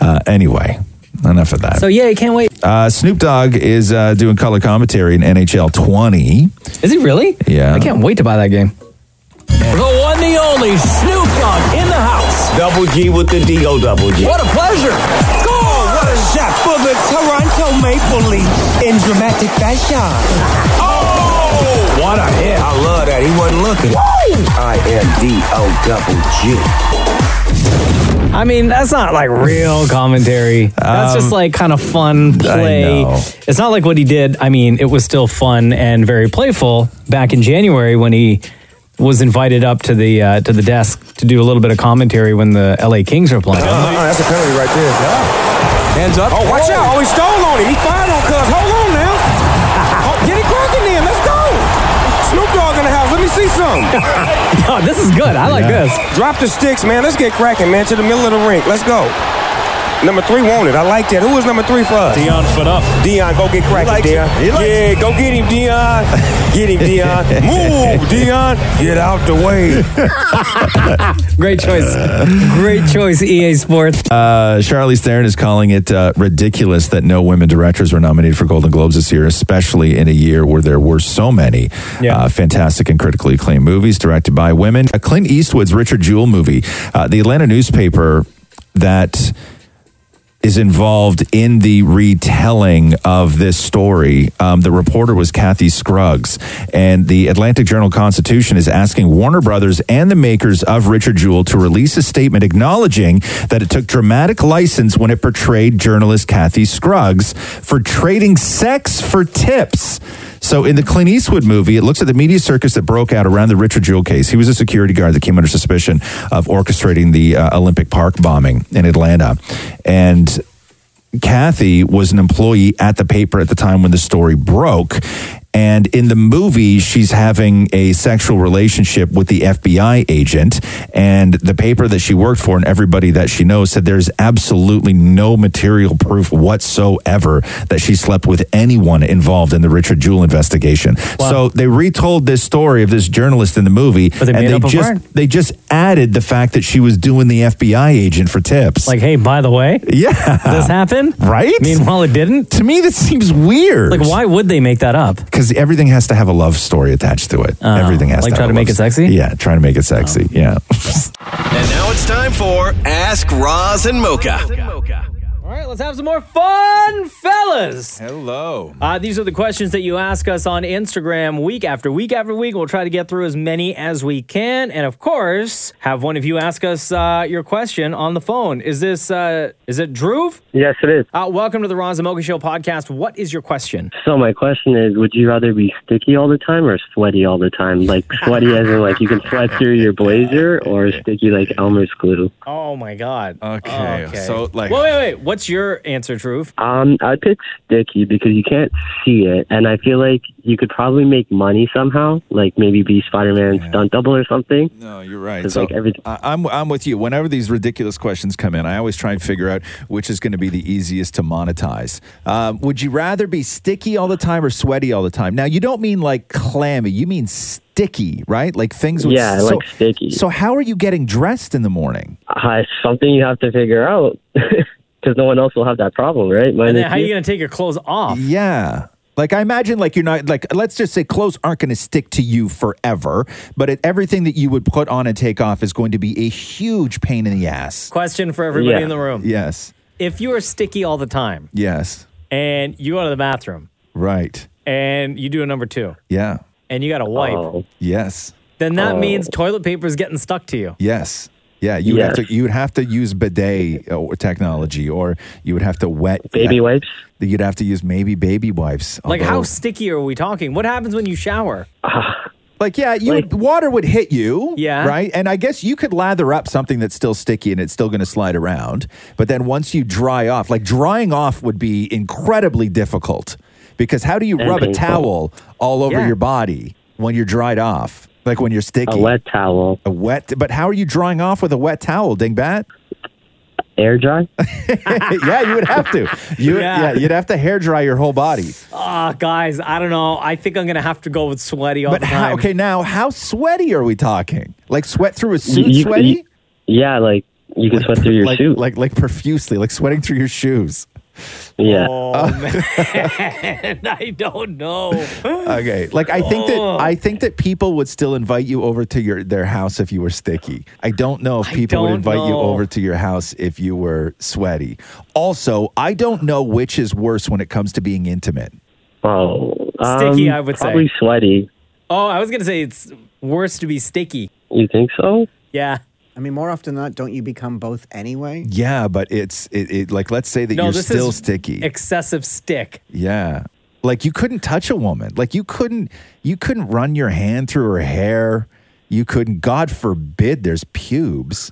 D: Uh, anyway, enough of that.
B: So yeah, you can't wait.
D: uh, Snoop Dogg is uh, doing color commentary in NHL 20.
B: Is he really?
D: Yeah.
B: I can't wait to buy that game.
M: The one, the only Snoop Dogg in the house.
A: Double G with the D O double G.
M: What a pleasure.
N: Score! What a shot for the Toronto Maple Leafs in dramatic fashion. Oh!
M: What a hit. I love that. He wasn't looking. I am D O double G.
B: I mean, that's not like real commentary. That's
M: Um,
B: just like kind of fun play.
M: know.
B: It's not like what he did. I mean, it was still fun and very playful back in January when he was invited up to the uh, to the desk to do a little bit of commentary when the LA Kings were playing.
M: that's a penalty right there. Hands up. Oh, watch out. Oh, he stole on him. He fired on Cubs. Hold on now. oh, get it cracking then. Let's go. Snoop Dogg in the house. Let me see some.
B: no, this is good. I like this.
M: Drop the sticks, man. Let's get cracking, man, to the middle of the rink. Let's go. Number three wanted. I like that. Who is number three for us? Dion foot up. Dion, go get cracking,
F: likes it.
M: Dion.
F: He likes
M: Yeah,
F: it.
M: go get him, Dion. Get him, Dion. Move, Dion. Get out the way.
B: Great choice. Great choice, EA Sports.
D: Uh, Charlize Theron is calling it uh, ridiculous that no women directors were nominated for Golden Globes this year, especially in a year where there were so many uh, fantastic and critically acclaimed movies directed by women. Uh, Clint Eastwood's Richard Jewell movie, uh, the Atlanta newspaper that is involved in the retelling of this story. Um, the reporter was Kathy Scruggs, and the Atlantic Journal Constitution is asking Warner Brothers and the makers of Richard Jewell to release a statement acknowledging that it took dramatic license when it portrayed journalist Kathy Scruggs for trading sex for tips. So in the Clint Eastwood movie, it looks at the media circus that broke out around the Richard Jewell case. He was a security guard that came under suspicion of orchestrating the uh, Olympic Park bombing in Atlanta. And Kathy was an employee at the paper at the time when the story broke. And in the movie, she's having a sexual relationship with the FBI agent. And the paper that she worked for and everybody that she knows said there's absolutely no material proof whatsoever that she slept with anyone involved in the Richard Jewell investigation. So they retold this story of this journalist in the movie.
B: they
D: and
B: made
D: they
B: up a
D: just
B: word.
D: they just added the fact that she was doing the FBI agent for tips.
B: Like, hey, by the way,
D: yeah,
B: this happened,
D: right?
B: Meanwhile, it didn't.
D: To me, this seems weird.
B: Like, why would they make that up? Oh.
D: because everything has to have a love story attached to it. everything has
B: like
D: to
B: try
D: have
B: to
D: a
B: make
D: love
B: it
D: s-
B: sexy? Oh.
D: Yeah, trying to make it sexy. Yeah.
A: And now it's time for Ask Roz and Mocha.
B: All right, let's have some more fun, fellas.
D: Hello.
B: Uh, these are the questions that you ask us on Instagram week after week after week. We'll try to get through as many as we can. And of course, have one of you ask us uh, your question on the phone. Is this, uh, is it Drew?
V: Yes, it is.
B: Uh, welcome to the Ron Zamoka Show podcast. What is your question?
V: So my question is, would you rather be sticky all the time or sweaty all the time? Like sweaty as in like you can sweat through your blazer or sticky like Elmer's glue?
B: Oh my God.
D: Okay.
B: So like, wait, wait, wait. What's your your answer, Truth?
V: Um, I'd pick Sticky because you can't see it, and I feel like you could probably make money somehow, like maybe be Spider-Man stunt double or something.
D: No, you're right.
V: 'Cause,
D: So
V: like, everything.
D: I, I'm I'm with you. Whenever these ridiculous questions come in, I always try and figure out which is going to be the easiest to monetize. Um, would you rather be sticky all the time or sweaty all the time? Now you don't mean like clammy. You mean sticky, right? Like things. Would,
V: Yeah, I
D: so-
V: like sticky.
D: So how are you getting dressed in the morning?
V: Uh, it's something you have to figure out because no one else will have that problem, right?
B: And
V: Minus
B: then how are you
V: you.
B: going to take your clothes off?
D: Yeah. Like I imagine, like you're not like let's just say clothes aren't going to stick to you forever, but it, everything that you would put on and take off is going to be a huge pain in the ass.
B: Question for everybody
D: Yeah.
B: in the room.
D: Yes.
B: If you are sticky all the time
D: Yes.
B: and you go to the bathroom
D: Right.
B: and you do a number two
D: Yeah.
B: and you got to wipe,
D: Yes.
B: then that
D: Oh.
B: means toilet paper is getting stuck to you.
D: Yes. Yeah, you would have
B: Yes.
D: to you would have to use bidet uh, or technology, or you would have to wet
B: Baby
V: wipes.
D: You'd have to use maybe baby wipes.
B: Like, how
D: although-
B: sticky are we talking? What happens when you shower?
D: Like yeah, you water would hit you,
B: Yeah.
D: right? And I guess you could lather up something that's still sticky and it's still going to slide around. But then once you dry off, like drying off would be incredibly difficult because how do you
V: And
D: rub a
V: painful.
D: towel all over
V: Yeah.
D: your body when you're dried off? Like when you're sticky,
V: A wet towel,
D: a wet. But how are you drying off with a wet towel, dingbat?
V: air dry.
D: yeah, you would have to. You, yeah.
B: Yeah.
D: you'd have to hair dry your whole body.
B: Ah, guys, I don't know. I think I'm going to have to go with sweaty all
D: But
B: the
D: how,
B: time.
D: okay, now how sweaty are we talking? Like sweat through a
V: You-
D: suit,
V: you-
D: sweaty?
V: you- yeah, like you can sweat through your
D: like,
V: suit.
D: like like profusely, like sweating through your shoes.
V: Yeah.
B: Oh, man. I don't know.
D: Okay, like I think that I think that people would still invite you over to your their house if you were sticky. I don't know if people would
B: don't
D: invite you
B: know.
D: over to your house if you were sweaty. Also, I don't know which is worse when it comes to being intimate.
V: Oh,
B: Sticky, I would say.
V: probably sweaty.
B: Oh, I was going to say it's worse to be sticky.
V: You think so?
B: Yeah.
L: I mean, more often than not, don't you become both anyway?
D: Yeah, but it's it, it like let's say that
B: No,
D: you're
B: this
D: still
B: is
D: sticky.
B: Excessive stick.
D: Yeah. Like you couldn't touch a woman. Like you couldn't you couldn't run your hand through her hair. You couldn't God forbid there's pubes.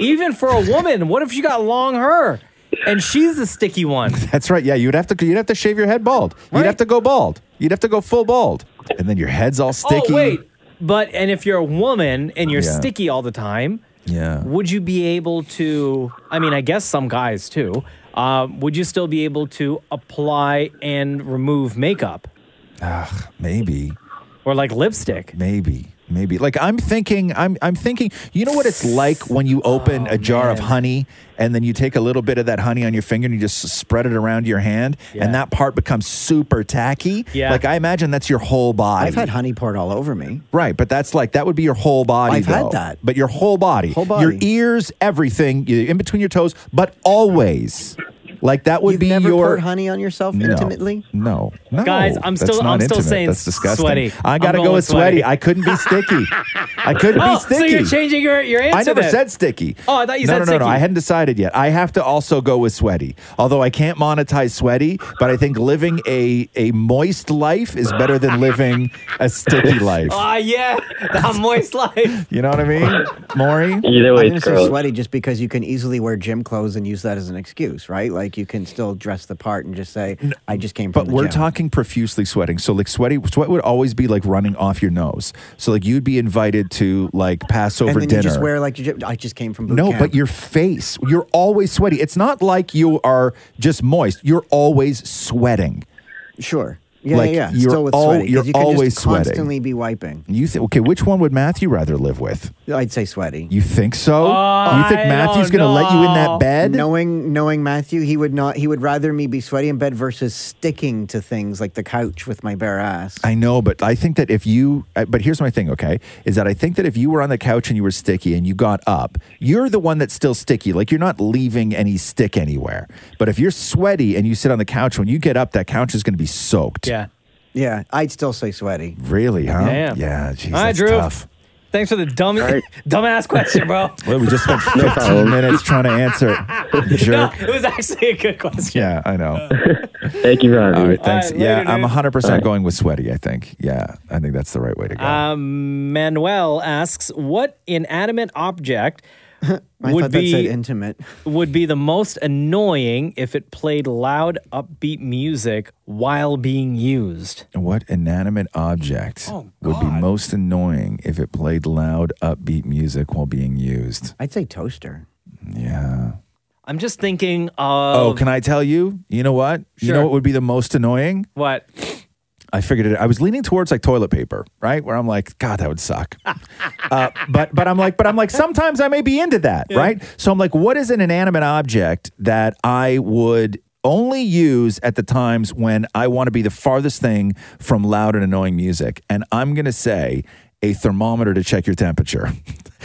B: Even for a woman, what if she got long hair and she's the sticky one?
D: That's right. Yeah, you'd have to you'd have to shave your head bald. You'd have to go bald. You'd have to go full bald. And then your head's all sticky.
B: Oh, wait. But, and if you're a woman and you're
D: Yeah.
B: sticky all the time,
D: Yeah.
B: would you be able to? I mean, I guess some guys too. Um, would you still be able to apply and remove makeup
D: Ugh, maybe.
B: or like lipstick?
D: Maybe. Maybe. Like I'm thinking I'm I'm thinking, you know what it's like when you open
B: Oh,
D: a jar of honey and then you take a little bit of that honey on your finger and you just spread it around your hand
L: Yeah.
D: and that part becomes super tacky?
L: Yeah.
D: Like I imagine that's your whole body.
L: I've had honey poured all over me.
D: Right, but that's like that would be your whole body.
L: I've had
D: though.
L: that.
D: but your whole body, whole body, your ears, everything, you- in between your toes, but always, like that would
L: You've
D: be
L: never
D: your
L: poured honey on yourself
D: No.
L: intimately?
D: No, no,
B: Guys, I'm
D: that's
B: still-
D: not
B: I'm still
D: intimate.
B: saying
D: that's disgusting.
B: sweaty.
D: I
B: I'm
D: gotta
B: going
D: go with sweaty.
B: sweaty.
D: I couldn't be sticky. I couldn't
B: oh,
D: be sticky.
B: so you're changing your, your answer.
D: I never
B: then.
D: said sticky.
B: Oh, I thought you
D: no,
B: said
D: no, no,
B: sticky.
D: no. I hadn't decided yet. I have to also go with sweaty. Although I can't monetize sweaty, but I think living a a moist life is better than living a sticky life.
B: Ah, yeah, that moist life.
D: You know what I mean, Maury?
V: Either
L: I'm gonna say sweaty just because you can easily wear gym clothes and use that as an excuse, right? Like you can still dress the part and just say, "I just came from
D: But
L: the
D: we're
L: gym."
D: talking profusely sweating. So like sweaty sweat would always be like running off your nose. So like you'd be invited to like Passover
L: and then
D: dinner.
L: you just wear like your gym- I just came from boot
D: no,
L: camp.
D: but your face, you're always sweaty. It's not like you are just moist. You're always sweating.
L: sure, yeah,
D: like,
L: yeah, yeah.
D: you're
L: still with
D: al-
L: sweaty. 'cause
D: you're
L: you can
D: always
L: just
D: sweating.
L: Constantly be wiping.
D: You think okay, which one would Matthew rather live with?
L: I'd say sweaty.
D: You think so? you think
L: Uh, I
D: Matthew's
L: don't
D: gonna let you in that
L: know.
D: bed?
L: Knowing knowing Matthew, he would not. He would rather me be sweaty in bed versus sticking to things like the couch with my bare ass.
D: I know, but I think that if you, I- but here's my thing, okay, is that I think that if you were on the couch and you were sticky and you got up, you're the one that's still sticky. Like you're not leaving any stick anywhere. But if you're sweaty and you sit on the couch, when you get up, that couch is going to be soaked.
B: Yeah.
L: Yeah, I'd still say sweaty.
D: Really, huh?
B: Yeah.
D: Yeah. Geez,
B: All right,
D: that's
B: Drew.
D: tough.
B: Thanks for the dumb, dumbass question, bro.
D: Well, we just spent
B: No
D: 15
B: problem.
D: minutes trying to answer it.
B: No,
D: Jerk.
B: it was actually a good question.
D: Yeah, I know.
V: Thank you, Ron.
D: All right, thanks.
B: Uh, All right,
D: yeah,
B: later,
D: I'm
B: dude.
D: 100%
B: All right.
D: going with sweaty, I think. Yeah, I think that's the right way to go.
B: Um, Manuel asks, "What inanimate object
L: I
B: would
L: thought that said
B: be-
L: intimate.
B: would be the most annoying if it played loud, upbeat music while being used.
D: What inanimate object would be most annoying if it played loud, upbeat music while being used?
L: I'd say toaster.
D: Yeah.
B: I'm just thinking of
D: oh, can I tell you? You know what? You know
B: Um, Sure.
D: what would be the most annoying?
B: what?
D: I figured it. I was leaning towards like toilet paper, right? Where I'm like, God, that would suck. uh, but but I'm like, but I'm like, sometimes I may be into that, right? So I'm like, what is an inanimate object that I would only use at the times when I want to be the farthest thing from loud and annoying music? And I'm gonna say a thermometer to check your temperature.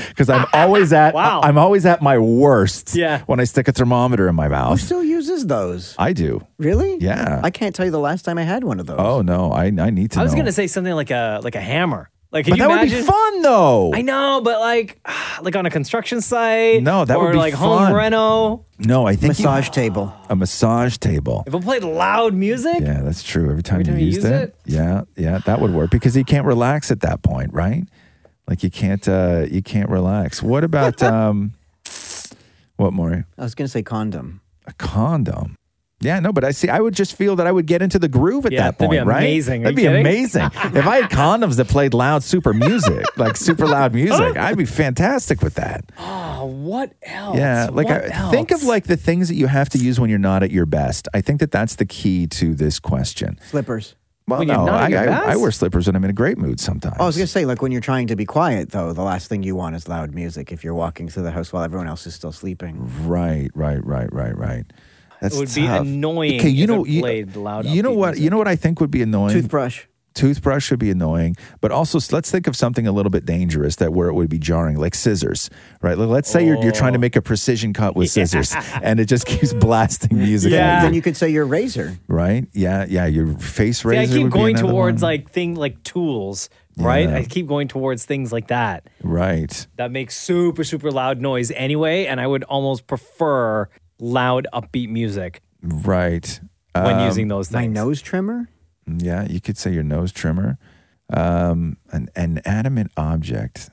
D: Because I'm always at I'm always at my worst
L: Yeah. Oh,
D: when I stick a thermometer in my
L: Who
D: mouth.
L: still uses those?
D: I do.
L: Really?
D: Yeah.
L: I can't tell you the last time I had one of those.
D: Oh no, I I need to
B: I was
D: know.
B: gonna say something like a like a hammer. Like, can
D: But
B: you
D: that would be
B: imagine-
D: fun, though.
B: I know, but like, like on a construction site.
D: No, that
B: or
D: would be
B: like
D: fun.
B: home reno.
D: No, I think
B: Massage
L: table.
D: A massage table.
B: If it played loud music,
D: Yeah, that's true. Every time,
B: time
D: you
B: you
D: used
B: use
D: it,
B: it?
D: yeah, yeah, that would work because you can't relax at that point, right? Like you can't, uh you can't relax. What about um, what more?
L: I was going to say condom.
D: A condom. Yeah, no, but I see. I would just feel that I would get into the groove at
B: Yeah,
D: that
B: that'd
D: point,
B: be
D: right?
B: amazing. Are
D: That'd be
B: you kidding?
D: amazing. if I had condoms that played loud, super music, like super loud music, I'd be fantastic with that.
B: Oh, what else?
D: Yeah, like
B: What
D: I, think of
B: else?
D: like the things that you have to use when you're not at your best. I think that that's the key to this question.
L: Slippers.
D: Well,
L: When you're
D: no,
L: not
D: I,
L: at your
D: I, I
L: best?
D: wear slippers when I'm in a great mood sometimes.
L: I was going to say, like, when you're trying to be quiet, though, the last thing you want is loud music if you're walking through the house while everyone else is still sleeping.
D: Right, right, right, right, right. That's
B: it would
D: tough.
B: be annoying.
D: Okay, you
B: if
D: know,
B: it
D: you,
B: played loud.
D: you know what? You know what I think would be annoying.
L: Toothbrush.
D: Toothbrush should be annoying, but also s- let's think of something a little bit dangerous that where it would be jarring, like scissors, right? Like, let's say you're, you're
B: Oh.
D: trying to make a precision cut with scissors, and it just keeps blasting music. at you.
L: Then you could say your razor.
D: Right? Yeah, yeah. Your face
B: See, I
D: razor.
B: keep
D: would
B: going
D: be another
B: towards
D: one.
B: like thing like tools, right?
D: Yeah.
B: I keep going towards things like that
D: right.
B: that make super super loud noise anyway, and I would almost prefer loud upbeat music.
D: Right. Um,
B: When using those
L: My nose trimmer?
D: Yeah, you could say your nose trimmer. Um, an, an adamant object.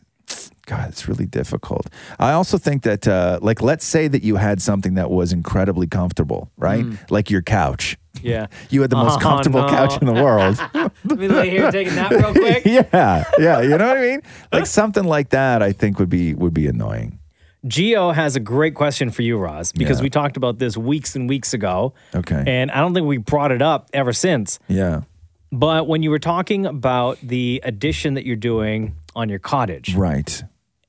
D: God, it's really difficult. I also think that, uh, like, let's say that you had something that was incredibly comfortable, right? Like your couch.
B: Mm. Yeah,
D: You had the most
B: Oh,
D: comfortable
B: no.
D: couch in the world.
B: Let me lay here taking that real quick.
D: yeah, yeah. You know what I mean? Like something like that, I think would be would be annoying.
B: Geo has a great question for you, Roz, because
D: Yeah.
B: we talked about this weeks and weeks ago.
D: Okay.
B: And I don't think we brought it up ever since.
D: Yeah.
B: But when you were talking about the addition that you're doing on your cottage,
D: right?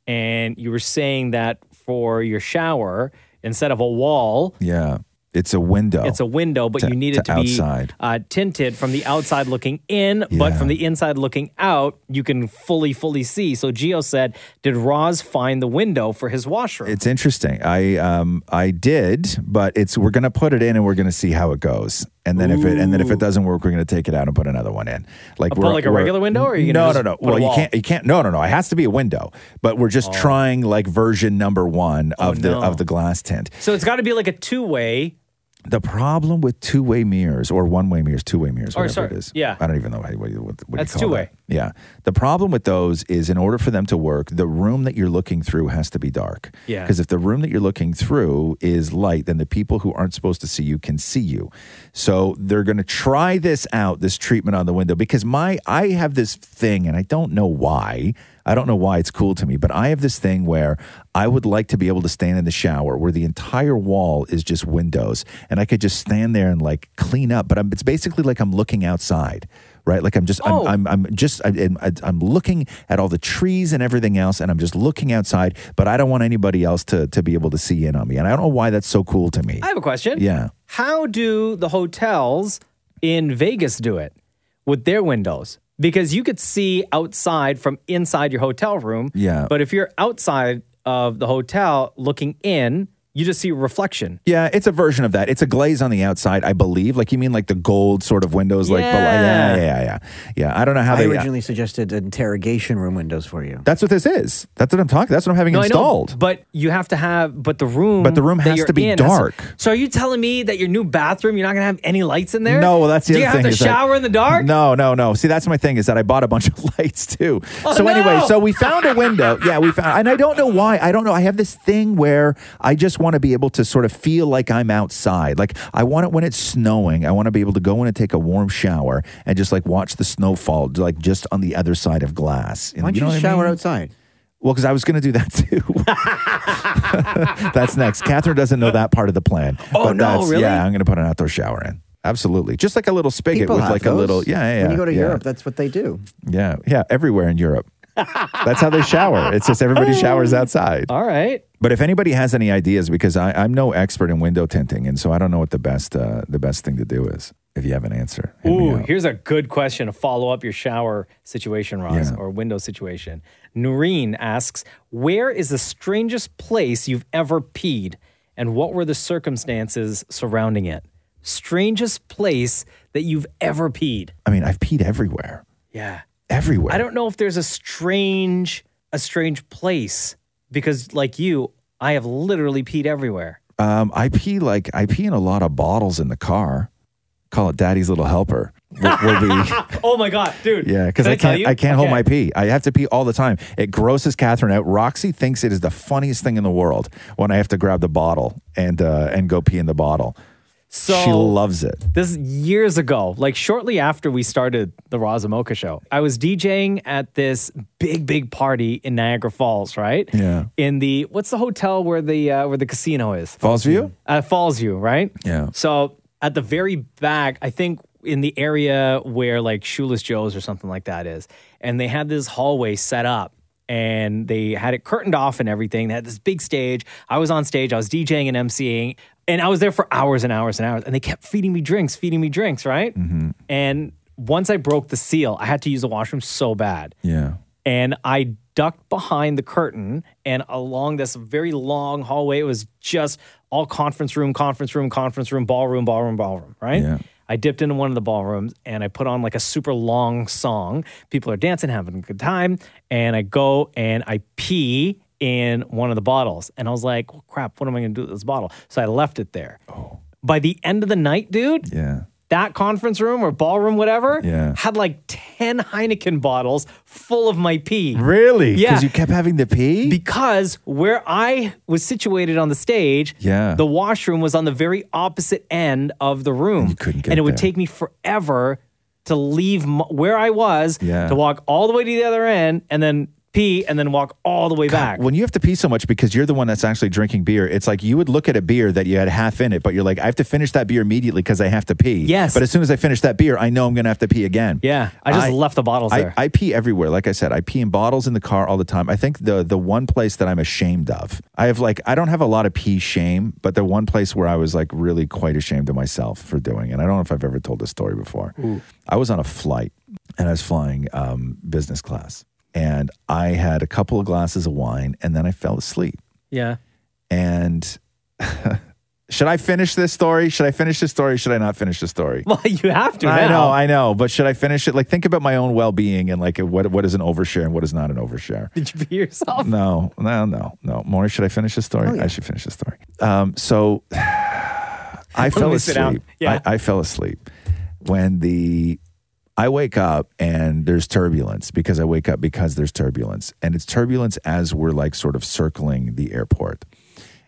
B: And you were saying that for your shower, instead of a wall,
D: Yeah. It's a window.
B: it's a window, but
D: To-
B: you need it
D: to
B: to, be
D: outside.
B: uh, tinted from the outside looking in, but from the inside looking out, you can fully, fully see. So Geo said, "Did Roz find the window for his washroom?"
D: It's interesting. I um I did, but it's we're gonna put it in and we're gonna see how it goes. And then if it and then if it doesn't work, we're gonna take it out and put another one in. Like
B: Uh, put
D: we're,
B: like a
D: we're-
B: regular window, or are you gonna
D: no
B: just
D: no no.
B: put a
D: Well, you
B: wall? Oh.
D: can't you can't no no no. It has to be a window. But we're just trying like version number one of the
B: no.
D: of the glass tint.
B: So it's got to be like a two way.
D: The problem with two way mirrors or one way mirrors, two way mirrors,
B: Or
D: whatever
B: sorry,
D: it is.
B: yeah.
D: I don't even know what, what, what, what
B: That's
D: you call
B: two-way.
D: that. Yeah. The problem with those is in order for them to work, the room that you're looking through has to be dark.
W: Yeah.
D: Because if the room that you're looking through is light, then the people who aren't supposed to see you can see you. So they're going to try this out, this treatment on the window, because my I have this thing, and I don't know why. I don't know why it's cool to me, but I have this thing where I would like to be able to stand in the shower where the entire wall is just windows, and I could just stand there and like clean up. But I'm, it's basically like I'm looking outside. Right, like I'm just,
W: Oh.
D: I'm, I'm, I'm just, I'm, I'm- I'm looking at all the trees and everything else, and I'm just looking outside. But I don't want anybody else to to be able to see in on me, and I don't know why that's so cool to me.
B: I have a question.
D: Yeah.
B: How do the hotels in Vegas do it with their windows? Because you could see outside from inside your hotel room.
D: Yeah.
B: But if you're outside of the hotel looking in, you just see reflection.
D: Yeah, it's a version of that. It's a glaze on the outside, I believe. Like you mean like the gold sort of windows, like but like- yeah,
L: Yeah.
D: yeah, yeah, yeah. I don't know how
L: I
D: they. uh,
L: originally suggested interrogation room windows for you.
D: that's what this is. That's what I'm talking. That's what I'm having
B: No, I know,
D: installed.
B: but you have to have, but the room,
D: But the room
B: that
D: has
B: you're
D: to be
B: in has
D: dark.
B: so are you telling me that your new bathroom, you're not gonna have any lights in there?
D: No, well, that's the
B: Do
D: other
B: you
D: thing.
B: have
D: is
B: to
D: that-
B: shower in the dark?
D: No, no, no. See, that's my thing is that I bought a bunch of lights too.
B: Oh,
D: so anyway,
B: no!
D: so we found a window. Yeah, we found, and I don't know why. I don't know. I have this thing where I just want to be able to sort of feel like I'm outside. Like I want it when it's snowing. I want to be able to go in and take a warm shower and just like watch the snow fall, like just on the other side of glass.
L: Why don't you,
D: know what I mean?
L: shower outside?
D: Well, because I was going to do that too. that's next. Catherine doesn't know that part of the plan. uh,
L: Oh, no, really?
D: Yeah, I'm going to put an outdoor shower in. Absolutely, just like a little spigot
L: People
D: with
L: have
D: like a
L: those.
D: little. Yeah, yeah.
L: When you go to
D: yeah.
L: Europe, that's what they do.
D: Yeah, yeah, everywhere in Europe. That's how they shower. It's just everybody showers outside.
B: All right.
D: But if anybody has any ideas, because I, I'm no expert in window tinting, and so I don't know what the best uh, the best thing to do is. If you have an answer,
B: Ooh, here's a good question to follow up your shower situation, Roz, or window situation. Noreen asks, "Where is the strangest place you've ever peed, and what were the circumstances surrounding it? Strangest place that you've ever peed?
D: I mean, I've peed everywhere,
B: Yeah,
D: everywhere.
B: I don't know if there's a strange, a strange place because, like you, I have literally peed everywhere.
D: Um, I pee like I pee in a lot of bottles in the car. Call it Daddy's Little Helper. Will, will be,
B: oh my god, dude!
D: yeah, because
B: Did
D: I
B: tell
D: can't
B: you?
D: I can't hold
B: Okay.
D: my pee. I have to pee all the time. It grosses Catherine out. Roxy thinks it is the funniest thing in the world when I have to grab the bottle and uh, and go pee in the bottle.
B: So-
D: she loves it.
B: This is years ago, like shortly after we started the Razamoka show, I was DJing at this big, big party in Niagara Falls, right?
D: Yeah.
B: In the what's the hotel where the uh, where the casino is?
D: Falls View.
B: Uh, Falls View, right?
D: Yeah.
B: So at the very back, I think in the area where like Shoeless Joe's or something like that is, and they had this hallway set up and they had it curtained off and everything. They had this big stage. I was on stage, I was DJing and MCing, and I was there for hours and hours and hours. And they kept feeding me drinks, feeding me drinks, right?
D: Mm-hmm.
B: And once I broke the seal, I had to use the washroom so bad
D: Yeah.
B: and I ducked behind the curtain and along this very long hallway. It was just all conference room, conference room, conference room, ballroom, ballroom, ballroom, right?
D: Yeah.
B: I dipped into one of the ballrooms and I put on like a super long song. People are dancing, having a good time. And I go and I pee in one of the bottles. And I was like, well, crap, what am I going to do with this bottle? So I left it there. Oh. By the end of the night, dude,
D: Yeah.
B: that conference room or ballroom, whatever,
D: Yeah.
B: had like 10 Heineken bottles full of my pee.
D: Really?
B: Yeah.
D: Because you kept having to pee.
B: because where I was situated on the stage,
D: Yeah.
B: the washroom was on the very opposite end of the room. And,
D: get
B: it would
D: there.
B: take me forever to leave m- where I was
D: Yeah.
B: to walk all the way to the other end and then pee and then walk all the way back.
D: when you have to pee so much because you're the one that's actually drinking beer, it's like you would look at a beer that you had half in it, but you're like, I have to finish that beer immediately because I have to pee.
B: Yes.
D: But as soon as I finish that beer, I know I'm going to have to pee again.
B: Yeah. I just left the bottles
D: I,
B: there.
D: I pee everywhere. Like I said, I pee in bottles in the car all the time. I think the the one place that I'm ashamed of, I have like I don't have a lot of pee shame, but the one place where I was like really quite ashamed of myself for doing, and I don't know if I've ever told this story before.
W: Ooh.
D: I was on a flight and I was flying um, business class, and I had a couple of glasses of wine, and then I fell asleep.
B: yeah.
D: And should I finish this story? Should I finish this story? Should I not finish this story?
B: Well, you have to.
D: I know,
B: now.
D: I know, but should I finish it? Like, think about my own well-being and like what what is an overshare and what is not an overshare.
B: Did you pee yourself?
D: No, no, no, no. Maury, should I finish the story? I should finish the story. Um, so I
W: Let
D: fell
W: me sit down.
D: asleep.
W: Yeah.
D: I, I fell asleep when the I wake up and there's turbulence because I wake up because there's turbulence, and it's turbulence as we're like sort of circling the airport.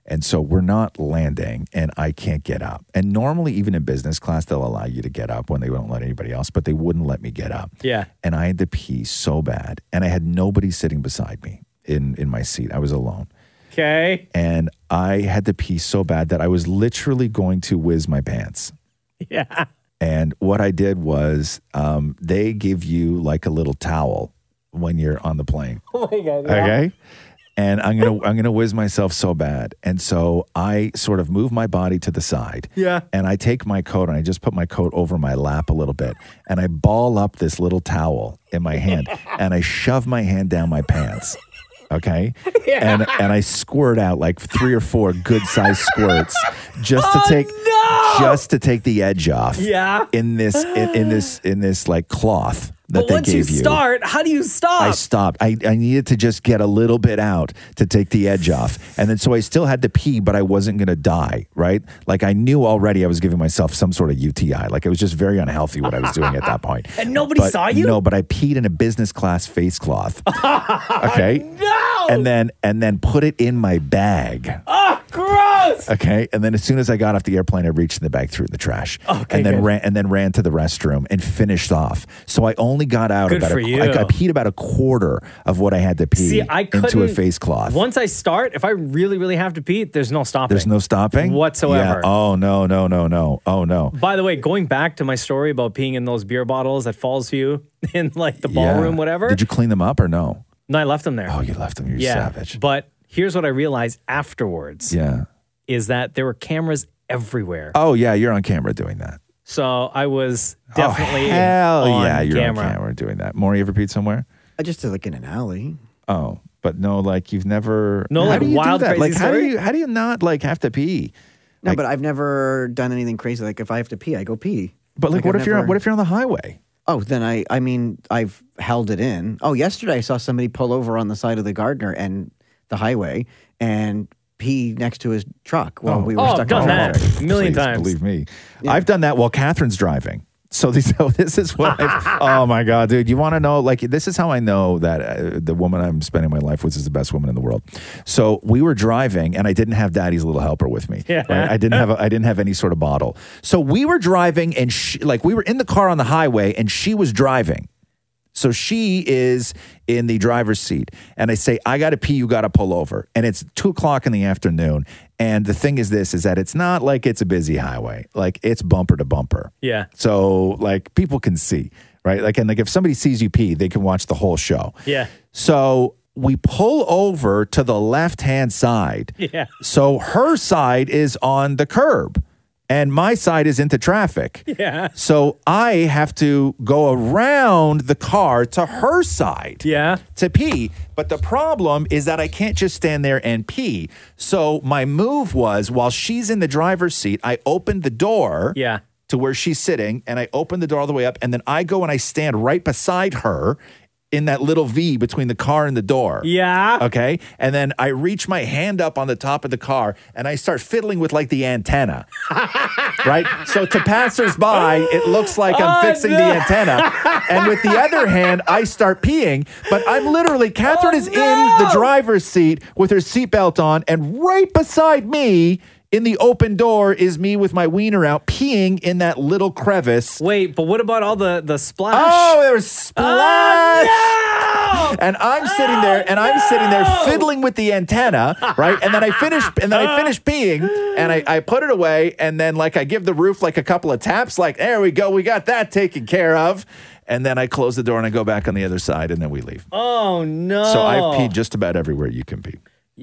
D: And so we're not landing, and I can't get up. And normally, even in business class, they'll allow you to get up when they won't let anybody else, but they wouldn't let me get up
B: Yeah.
D: and I had to pee so bad, and I had nobody sitting beside me in in my seat. I was alone,
B: Okay.
D: and I had to pee so bad that I was literally going to whiz my pants.
B: Yeah.
D: And what I did was, um, they give you like a little towel when you're on the plane.
B: Oh my God.
D: Okay. And I'm gonna I'm gonna whiz myself so bad, and so I sort of move my body to the side,
B: Yeah.
D: and I take my coat and I just put my coat over my lap a little bit and I ball up this little towel in my hand and I shove my hand down my pants. Okay.
U: Yeah.
D: And and I squirt out like three or four good sized squirts just to take just to take the edge off.
B: Oh, Yeah.
D: In this in, in this in this like cloth that
B: but
D: they
B: once
D: gave
B: you
D: you.
B: start, how do you stop?
D: I stopped. I, I needed to just get a little bit out to take the edge off. And then so I still had to pee, but I wasn't going to die, right? Like I knew already I was giving myself some sort of UTI. Like it was just very unhealthy what I was doing at that point.
B: And nobody
D: But-
B: saw you?
D: No, but I peed in a business class face cloth. okay? No. And then and then put it in my bag.
U: Oh, gross!
D: Okay, and then as soon as I got off the airplane, I reached in the bag, threw it in the trash,
U: Okay,
D: and then
U: good.
D: ran and then ran to the restroom and finished off. So I only got out
B: Good
D: about
B: for
D: a,
B: you.
D: I, I peed about a quarter of what I had to pee
B: See, I
D: into a
B: couldn't-
D: face cloth.
B: Once I start, if I really, really have to pee, there's no stopping.
D: There's no stopping
B: Whatsoever.
D: Yeah. Oh no no no no oh no.
B: By the way, going back to my story about peeing in those beer bottles at Falls View in like the ballroom,
D: Yeah.
B: whatever.
D: Did you clean them up or no?
B: No, I left them there. Oh,
D: you left them. You're savage.
B: But here's what I realized afterwards
D: Yeah.
B: is that there were cameras everywhere.
D: Oh yeah, you're on camera doing that.
B: So I was definitely
D: Hell
B: on
D: yeah, you're
B: camera.
D: on camera doing that. Maury, you ever peed somewhere?
L: I just did like in an alley.
D: Oh, but no, like you've never.
L: No,
D: How
L: like,
D: do you do
L: wild
D: that?
L: crazy
D: Like how do
L: story?
D: you how do you not like have to pee?
L: No,
D: Like-
L: but I've never done anything crazy. Like if I have to pee, I go pee.
D: But like, what if you're on- what if you're on the highway?
L: Oh, then I I mean I've held it in. Oh, yesterday I saw somebody pull over on the side of the gardener and the highway and pee next to his truck while we were
B: Oh, I've
L: stuck. in
B: done that
L: traffic.
B: a million times.
D: Believe me, I've done that while Catherine's driving. So, these, so this is what. I've, oh my god, dude! You want to know? Like, this is how I know that uh, the woman I'm spending my life with is the best woman in the world. So we were driving, and I didn't have Daddy's little helper with me.
U: Yeah.
D: right? I didn't have a, I didn't have any sort of bottle. So we were driving, and she, like we were in the car on the highway, and she was driving. So she is in the driver's seat, and I say, "I got to pee. You got to pull over." And it's two o'clock in the afternoon. And the thing is, this is that it's not like it's a busy highway; like it's bumper to bumper.
B: Yeah.
D: So like people can see, right? Like and like if somebody sees you pee, they can watch the whole show.
B: Yeah.
D: So we pull over to the left hand side.
B: Yeah.
D: So her side is on the curb, and my side is into traffic.
B: Yeah.
D: So I have to go around the car to her side.
B: Yeah.
D: To pee. But the problem is that I can't just stand there and pee. So my move was while she's in the driver's seat, I opened the door.
B: Yeah.
D: To where she's sitting, and I open the door all the way up, and then I go and I stand right beside her in that little V between the car and the door.
B: Yeah.
D: Okay. And then I reach my hand up on the top of the car and I start fiddling with like the antenna. right? So to passersby, it looks like I'm
U: Oh,
D: fixing
U: no.
D: the antenna. And with the other hand, I start peeing. But I'm literally,
U: Oh,
D: Catherine is in the driver's seat with her seatbelt on. And right beside me in the open door is me with my wiener out peeing in that little crevice.
B: Wait, but what about all the the splash?
D: Oh, there was splash. And I'm
B: Oh,
D: sitting there, and I'm sitting there fiddling with the antenna, right? And then I finish, and then
B: Uh-huh.
D: I finish peeing, and I, I put it away, and then like I give the roof like a couple of taps, like there we go, we got that taken care of, and then I close the door and I go back on the other side, and then we leave.
B: Oh no.
D: So I've peed just about everywhere you can pee.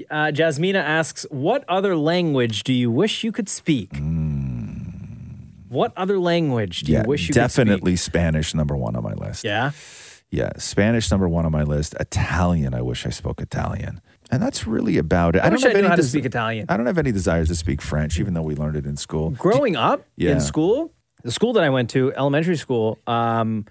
B: Uh, Jasmina asks, "What other language do you wish you could speak?"
D: Hmm.
B: What other language do you wish you
D: definitely Spanish number one on my list.
B: Yeah.
D: Yeah, Spanish number one on my list. Italian, I wish I spoke Italian, and that's really about it.
B: I wish I
D: have
B: knew
D: any
B: how to
D: des-
B: speak Italian.
D: I don't have any desires to speak French, even though we learned it in school.
B: growing up
D: Yeah.
B: in school, the school that I went to, elementary school, um,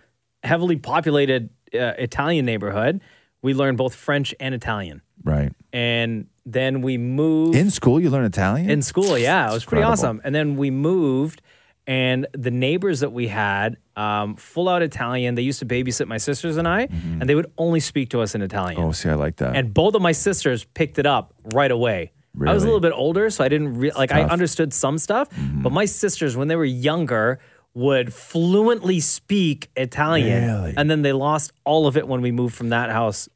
B: heavily populated uh, Italian neighborhood. We learned both French and Italian,
D: Right.
B: and then we moved
D: In school, you learn Italian?
B: in school. Yeah, it was pretty
D: incredible.
B: awesome. And then we moved, and the neighbors that we had, um, full out Italian. They used to babysit my sisters and I, and they would only speak to us in Italian.
D: Mm-hmm. Oh, see, I like that.
B: And both of my sisters picked it up right away. I was
D: Really?
B: a little bit older, so I didn't re- like. I
D: tough. Mm-hmm.
B: understood some stuff, but my sisters, when they were younger, would fluently speak Italian, and then they lost all of it when we moved from that house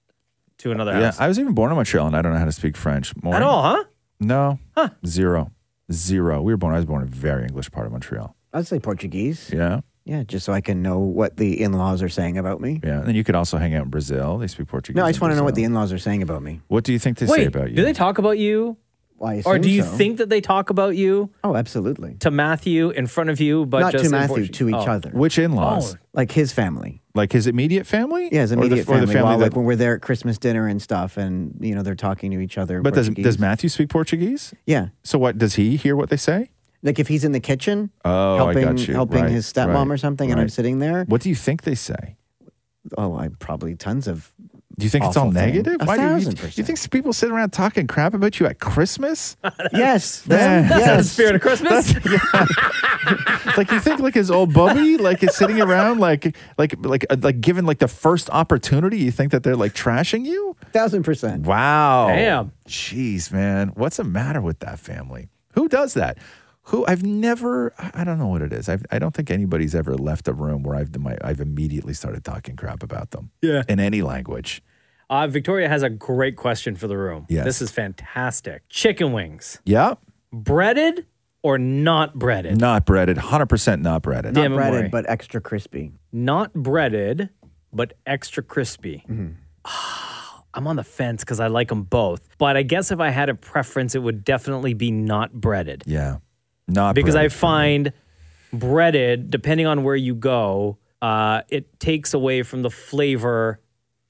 B: to another
D: yeah,
B: house.
D: I was even born in Montreal, and I don't know how to speak French. More
B: At all, huh?
D: No. Zero. Zero. We were born. I was born in a very English part of Montreal.
L: I'd say Portuguese.
D: Yeah.
L: Yeah, just so I can know what the in-laws are saying about me.
D: Yeah. And then you could also hang out in Brazil. They speak Portuguese.
L: No, I
D: in
L: just want to know what the
D: Brazil.
L: in-laws are saying about me.
D: What do you think they say about you?
B: do they talk about you
L: I assume
B: Or do you
L: so.
B: think that they talk about you?
L: Oh, absolutely.
B: To Matthew in front of you, but
L: Not
B: just
L: to
B: in
L: Matthew,
B: Portu-
L: to each
B: Oh.
L: other.
D: Which in-laws?
L: Oh, Like his family.
D: Like his immediate family?
L: Yeah, his
D: Or the-
L: immediate
D: or the
L: family.
D: family
L: while,
D: that-
L: like when we're there at Christmas dinner and stuff, and you know they're talking to each other. in
D: But does,
L: Portuguese.
D: does Matthew speak Portuguese?
L: Yeah.
D: So what does he hear what they say?
L: like if he's in the kitchen,
D: Oh,
L: helping
D: I got you.
L: helping
D: Right,
L: his stepmom
D: right,
L: or something, and I'm
D: right.
L: sitting there.
D: What do you think they say?
L: Oh, I probably tons of.
D: Do you think it's all
L: awful things.
D: negative?
L: A
D: do you,
L: thousand
D: you think people sit around talking crap about you at Christmas?
L: yes,
D: Yeah.
L: that's,
D: That's
L: yes.
D: the spirit of Christmas. like you think like his old bubby like is sitting around like like like uh, like given like the first opportunity you think that they're like trashing you
L: thousand percent
D: wow
B: Damn.
D: jeez man what's the matter with that family who does that who I've never I I don't know what it is I've, I don't think anybody's ever left a room where I've done my, I've immediately started talking crap about them
B: Yeah.
D: in any language
B: Uh, Victoria has a great question for the room.
D: Yes.
B: This is fantastic. Chicken wings,
D: yep
B: breaded or not breaded?
D: not breaded 100% not breaded
B: Damn it, breaded, Maury.
L: but extra crispy
B: Not breaded, but extra crispy.
L: Mm-hmm.
B: Ah, I'm on the fence because I like them both. But I guess if I had a preference, it would definitely be not breaded.
D: yeah not
B: because I
D: breaded.
B: find breaded, depending on where you go, uh, it takes away from the flavor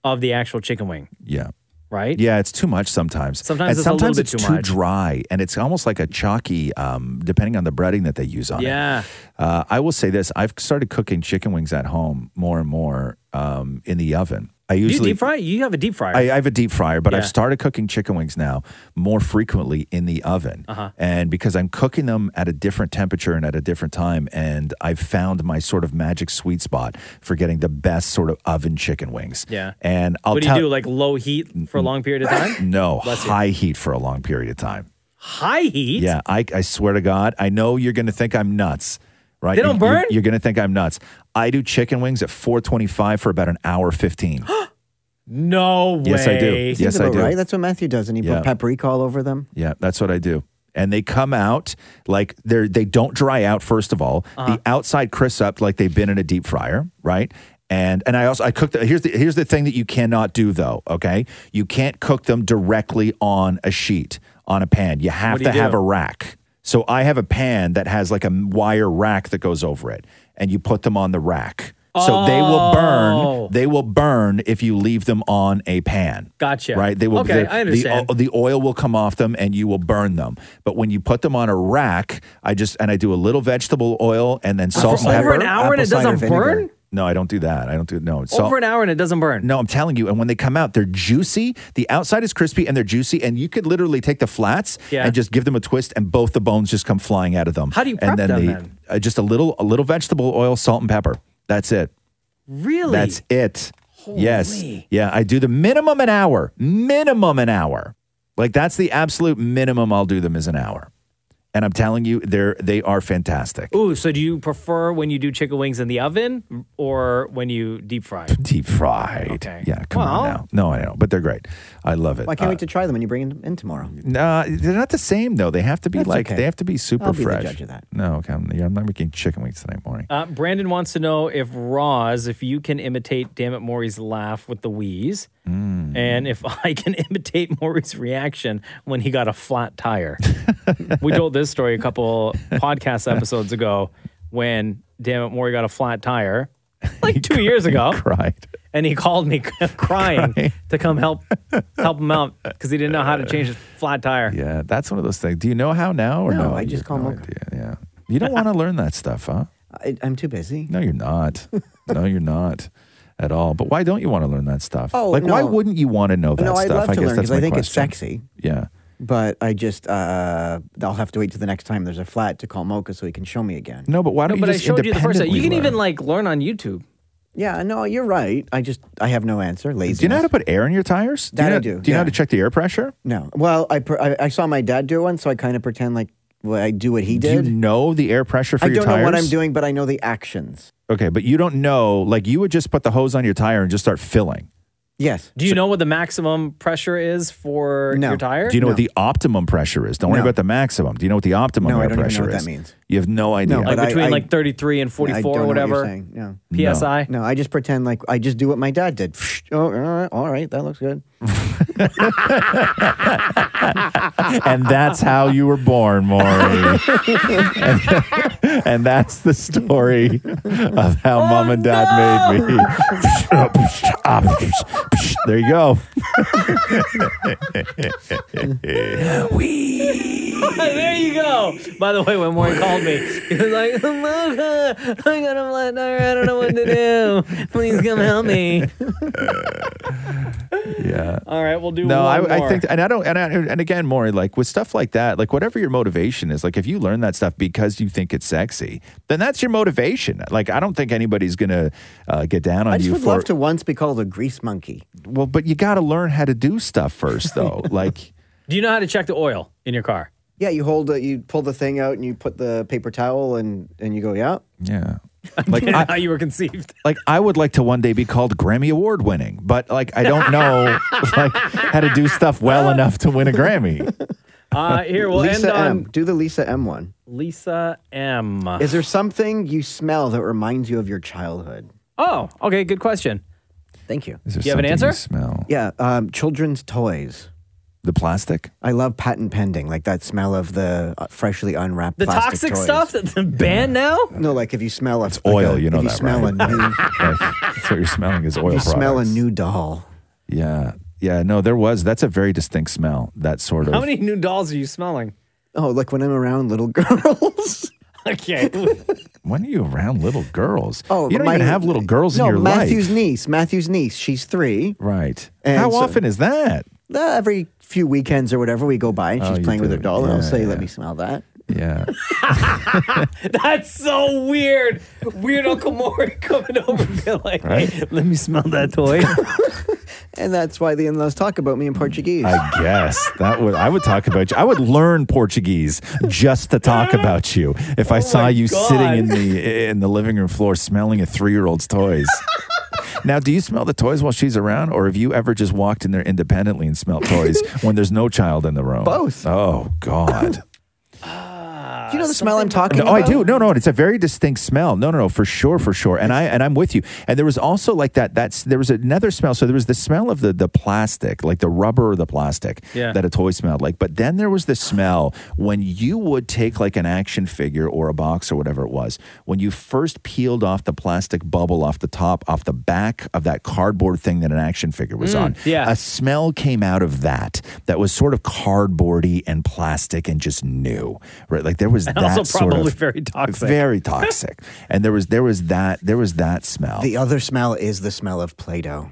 B: of the actual chicken wing,
D: yeah
B: right?
D: Yeah, it's too much sometimes.
B: Sometimes
D: and
B: it's a little
D: sometimes
B: bit
D: it's
B: too
D: too
B: much.
D: dry, and it's almost like a chalky, um, depending on the breading that they use on it.
B: Yeah.
D: Uh, I will say this: I've started cooking chicken wings at home more and more um, in the oven. I
B: Do you
D: usually
B: deep fry? You have a deep fryer.
D: I, I have a deep fryer, but I've
B: Yeah.
D: started cooking chicken wings now more frequently in the oven.
B: Uh-huh.
D: And because I'm cooking them at a different temperature and at a different time, and I've found my sort of magic sweet spot for getting the best sort of oven chicken wings.
B: yeah.
D: And I'll
B: what do
D: tell
B: you do? Like low heat for a long period of time?
D: no,
B: Bless you.
D: high heat for a long period of time.
B: High heat?
D: Yeah, I, I swear to God, I know you're going to think I'm nuts, right?
B: They don't
D: You-
B: burn?
D: You're, you're going to think I'm nuts. I do chicken wings at 425 for about an hour 15.
B: No way.
D: Yes, I do. Yes,
L: Seems
D: I
L: about
D: do.
L: Right? That's what Matthew does, and he
D: Yeah.
L: put paprika all over them.
B: Mm-hmm.
D: yeah, that's what I do. And they come out like they're they don't dry out first of all.
L: Uh-huh.
D: The outside crisps up like they've been in a deep fryer, right? And and I also I cook the here's the here's the thing that you cannot do though, okay? You can't cook them directly on a sheet, on a pan. You have
B: do you
D: to have
B: do?
D: a rack. So I have a pan that has like a wire rack that goes over it, and you put them on the rack. So they will
B: Oh.
D: burn. They will burn if you leave them on a pan.
B: Gotcha.
D: Right? They will.
B: Okay,
D: the-
B: I understand.
D: The, o- the oil will come off them, and you will burn them. But when you put them on a rack, I just and I do a little vegetable oil and then
B: For
D: salt and
B: over
D: pepper.
B: an hour and it
D: apple cider
B: doesn't
D: vinegar.
B: burn?
D: No, I don't do that. I don't do no. It's salt-
B: Over an hour and it doesn't burn.
D: no, I'm telling you. And when they come out, they're juicy. The outside is crispy and they're juicy. And you could literally take the flats
B: Yeah.
D: and just give them a twist, and both the bones just come flying out of them.
B: How do you prep
D: and then
B: them
D: they-
B: then?
D: Uh, just a little, a little vegetable oil, salt, and pepper. That's it.
B: Really?
D: That's it. Yes. Yeah, I do the minimum an hour. Minimum an hour. Like that's the absolute minimum I'll do them is an hour. And I'm telling you, they're they are fantastic.
B: Ooh, so do you prefer when you do chicken wings in the oven or when you deep fry?
D: Deep fried. Yeah, come on
B: Well-
D: now. No, I know, but they're great. I love it.
L: Well, I can't
D: Uh,
L: wait to try them when you bring them in tomorrow.
D: No, they're not the same though. They have to be
L: That's
D: like
L: okay.
D: they have to be super
L: I'll be the
D: fresh.
L: judge of that.
D: No, okay, I'm, I'm not making chicken wings tonight morning.
B: Uh, Brandon wants to know if Roz, if you can imitate Dammit Maury's laugh with the wheeze,
D: Mm.
B: and if I can imitate Maury's reaction when he got a flat tire. we told this story a couple podcast episodes ago when Dammit Maury got a flat tire, like two years ago.
D: cried.
B: And he called me crying to come help help him out because he didn't know how to change his flat tire.
D: Yeah, that's one of those things. Do you know how now or no?
L: No, I just
D: You
L: call
D: have no
L: Mocha.
D: idea. Yeah, you don't want to learn that stuff, huh?
L: I, I'm too busy.
D: No, you're not. no, you're not at all. But why don't you want to learn that stuff?
L: Oh,
D: like why
L: no.
D: wouldn't you want to know that
L: no,
D: stuff?
L: I'd love to
D: guess
L: learn
D: that's
L: because I
D: my
L: think it's
D: question.
L: sexy.
D: Yeah.
L: But I just uh, I'll have to wait till the next time there's a flat to call Mocha so he can show me again.
D: No, but why don't
B: but
D: you
B: I
D: just
B: showed you the first time.
D: independently
B: You can
D: learn?
B: even like learn on YouTube.
L: Yeah, no, you're right. I just I have no answer. Lazy.
D: Do you know how to put air in your tires?
L: That
D: do you know,
L: I do,
D: Do you know how to
L: yeah.
D: check the air pressure?
L: No. Well, I, per- I I saw my dad do one, so I kind of pretend like well, I do what he
D: Do you
L: did.
D: know the air pressure for
L: I
D: your
L: don't
D: tires?
L: know what I'm doing, but I know the actions.
D: Okay, but you don't know. Like you would just put the hose on your tire and just start filling.
L: Yes.
B: Do you know what the maximum pressure is for your tire?
D: Do you know what the optimum pressure is? Don't worry
B: No.
D: about the maximum. Do you know what the optimum
B: No, I
D: air
B: don't even know
D: pressure
B: what that
D: is?
B: means.
D: You have no idea.
B: like between like 33 and 44 or whatever.
L: No.
B: PSI?
L: No, I just pretend like I just do what my dad did. oh, all right, all right, that looks good.
D: and that's how you were born, Maury. and, and that's the story of how
B: Oh,
D: mom and dad made me. there you go.
B: there you go. By the way, when Warren called me, he was like, "Mocha, I got a flat tire. I don't know what to do. Please come help me."
D: yeah.
B: All right, we'll do
D: no,
B: one
D: I, I
B: more.
D: think, and I don't, and, I, and again, Maury, like with stuff like that, like whatever your motivation is, like if you learn that stuff because you think it's sexy, then that's your motivation. Like I don't think anybody's gonna uh, get down on
L: I just
D: you
L: would
D: for.
L: love to once be called a grease monkey.
D: well, but you got to learn how to do stuff first, though. like
B: Do you know how to check the oil in your car?
L: Yeah, you hold it, you pull the thing out, and you put the paper towel, and and you go, yeah.
D: Yeah.
B: Like
D: Like, I-
B: how you were conceived.
D: like I would like to one day be called Grammy Award winning, but like I don't know like how to do stuff well enough to win a Grammy.
B: Uh, here we'll
L: Lisa
B: end on Uh.
L: M. Do the Lisa M one.
B: Lisa M.
L: Is there something you smell that reminds you of your childhood?
B: Oh, okay. Good question.
L: Thank you.
B: Is there You have an something you answer?
D: smell.
L: Yeah, um, children's toys.
D: The plastic.
L: I love patent pending, like that smell of the uh, freshly unwrapped.
B: The
L: plastic
B: toxic
L: toys.
B: stuff that's banned now.
L: No, like if you smell a, it's
D: oil, you know
L: if you
D: that,
L: smell
D: right?
L: a new,
D: Like, that's what you're smelling is
L: if
D: oil.
L: you smell a
D: products.
L: new doll.
D: Yeah. Yeah. No, there was. That's a very distinct smell. That sort of.
B: How many new dolls are you smelling?
L: Oh, like when I'm around little girls.
B: Okay.
D: when are you around little girls?
L: Oh,
D: you don't
L: my-
D: even have little girls
L: no,
D: in your
L: Matthew's
D: life.
L: niece. Matthew's niece. She's three.
D: Right.
L: And
D: How
L: so-
D: often is that? Oh,
L: Uh, every few weekends or whatever, we go by and she's
D: you
L: playing with
D: do.
L: her doll, and I'll
D: Yeah,
L: say, "Let me smell that."
D: Yeah.
B: That's so weird. Weird Uncle Maury coming over and being like, hey, let me smell that toy.
L: and that's why the in-laws talk about me in Portuguese.
D: I guess that would I would talk about you. I would learn Portuguese just to talk about you. If I saw you sitting in the in the living room floor smelling a three year old's toys. now, do you smell the toys while she's around, or have you ever just walked in there independently and smelled toys when there's no child in the room? Both. Oh God.
L: Do you know the smell I'm talking
D: No,
L: about?
D: Oh, I do. No, no, it's a very distinct smell. No, no, no, for sure, for sure. And I and I'm with you. And there was also like that. That's there was another smell. So there was the smell of the the plastic, like the rubber or the plastic
W: Yeah.
D: that a toy smelled like. But then there was the smell when you would take like an action figure or a box or whatever it was. When you first peeled off the plastic bubble off the top, off the back of that cardboard thing that an action figure was
W: Mm,
D: on. Yeah, a smell came out of that that was sort of cardboardy and plastic and just new, right? Like there was
B: And
D: that
B: also
D: sort
B: probably
D: of-
B: very toxic.
D: very toxic. and there was there was that there was that smell.
L: The other smell is the smell of Play-Doh.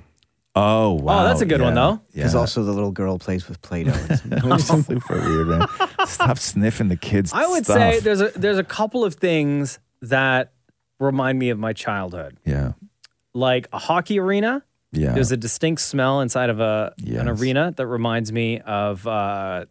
D: oh wow, yeah, Yeah.
L: Because also the little girl plays with Play-Doh. It's
D: super weird, man. Stop sniffing the kids.
B: I would
D: stuff.
B: say there's a there's a couple of things that remind me of my childhood.
D: yeah,
B: Like a hockey arena.
D: Yeah.
B: There's a distinct smell inside of a an arena that reminds me of uh,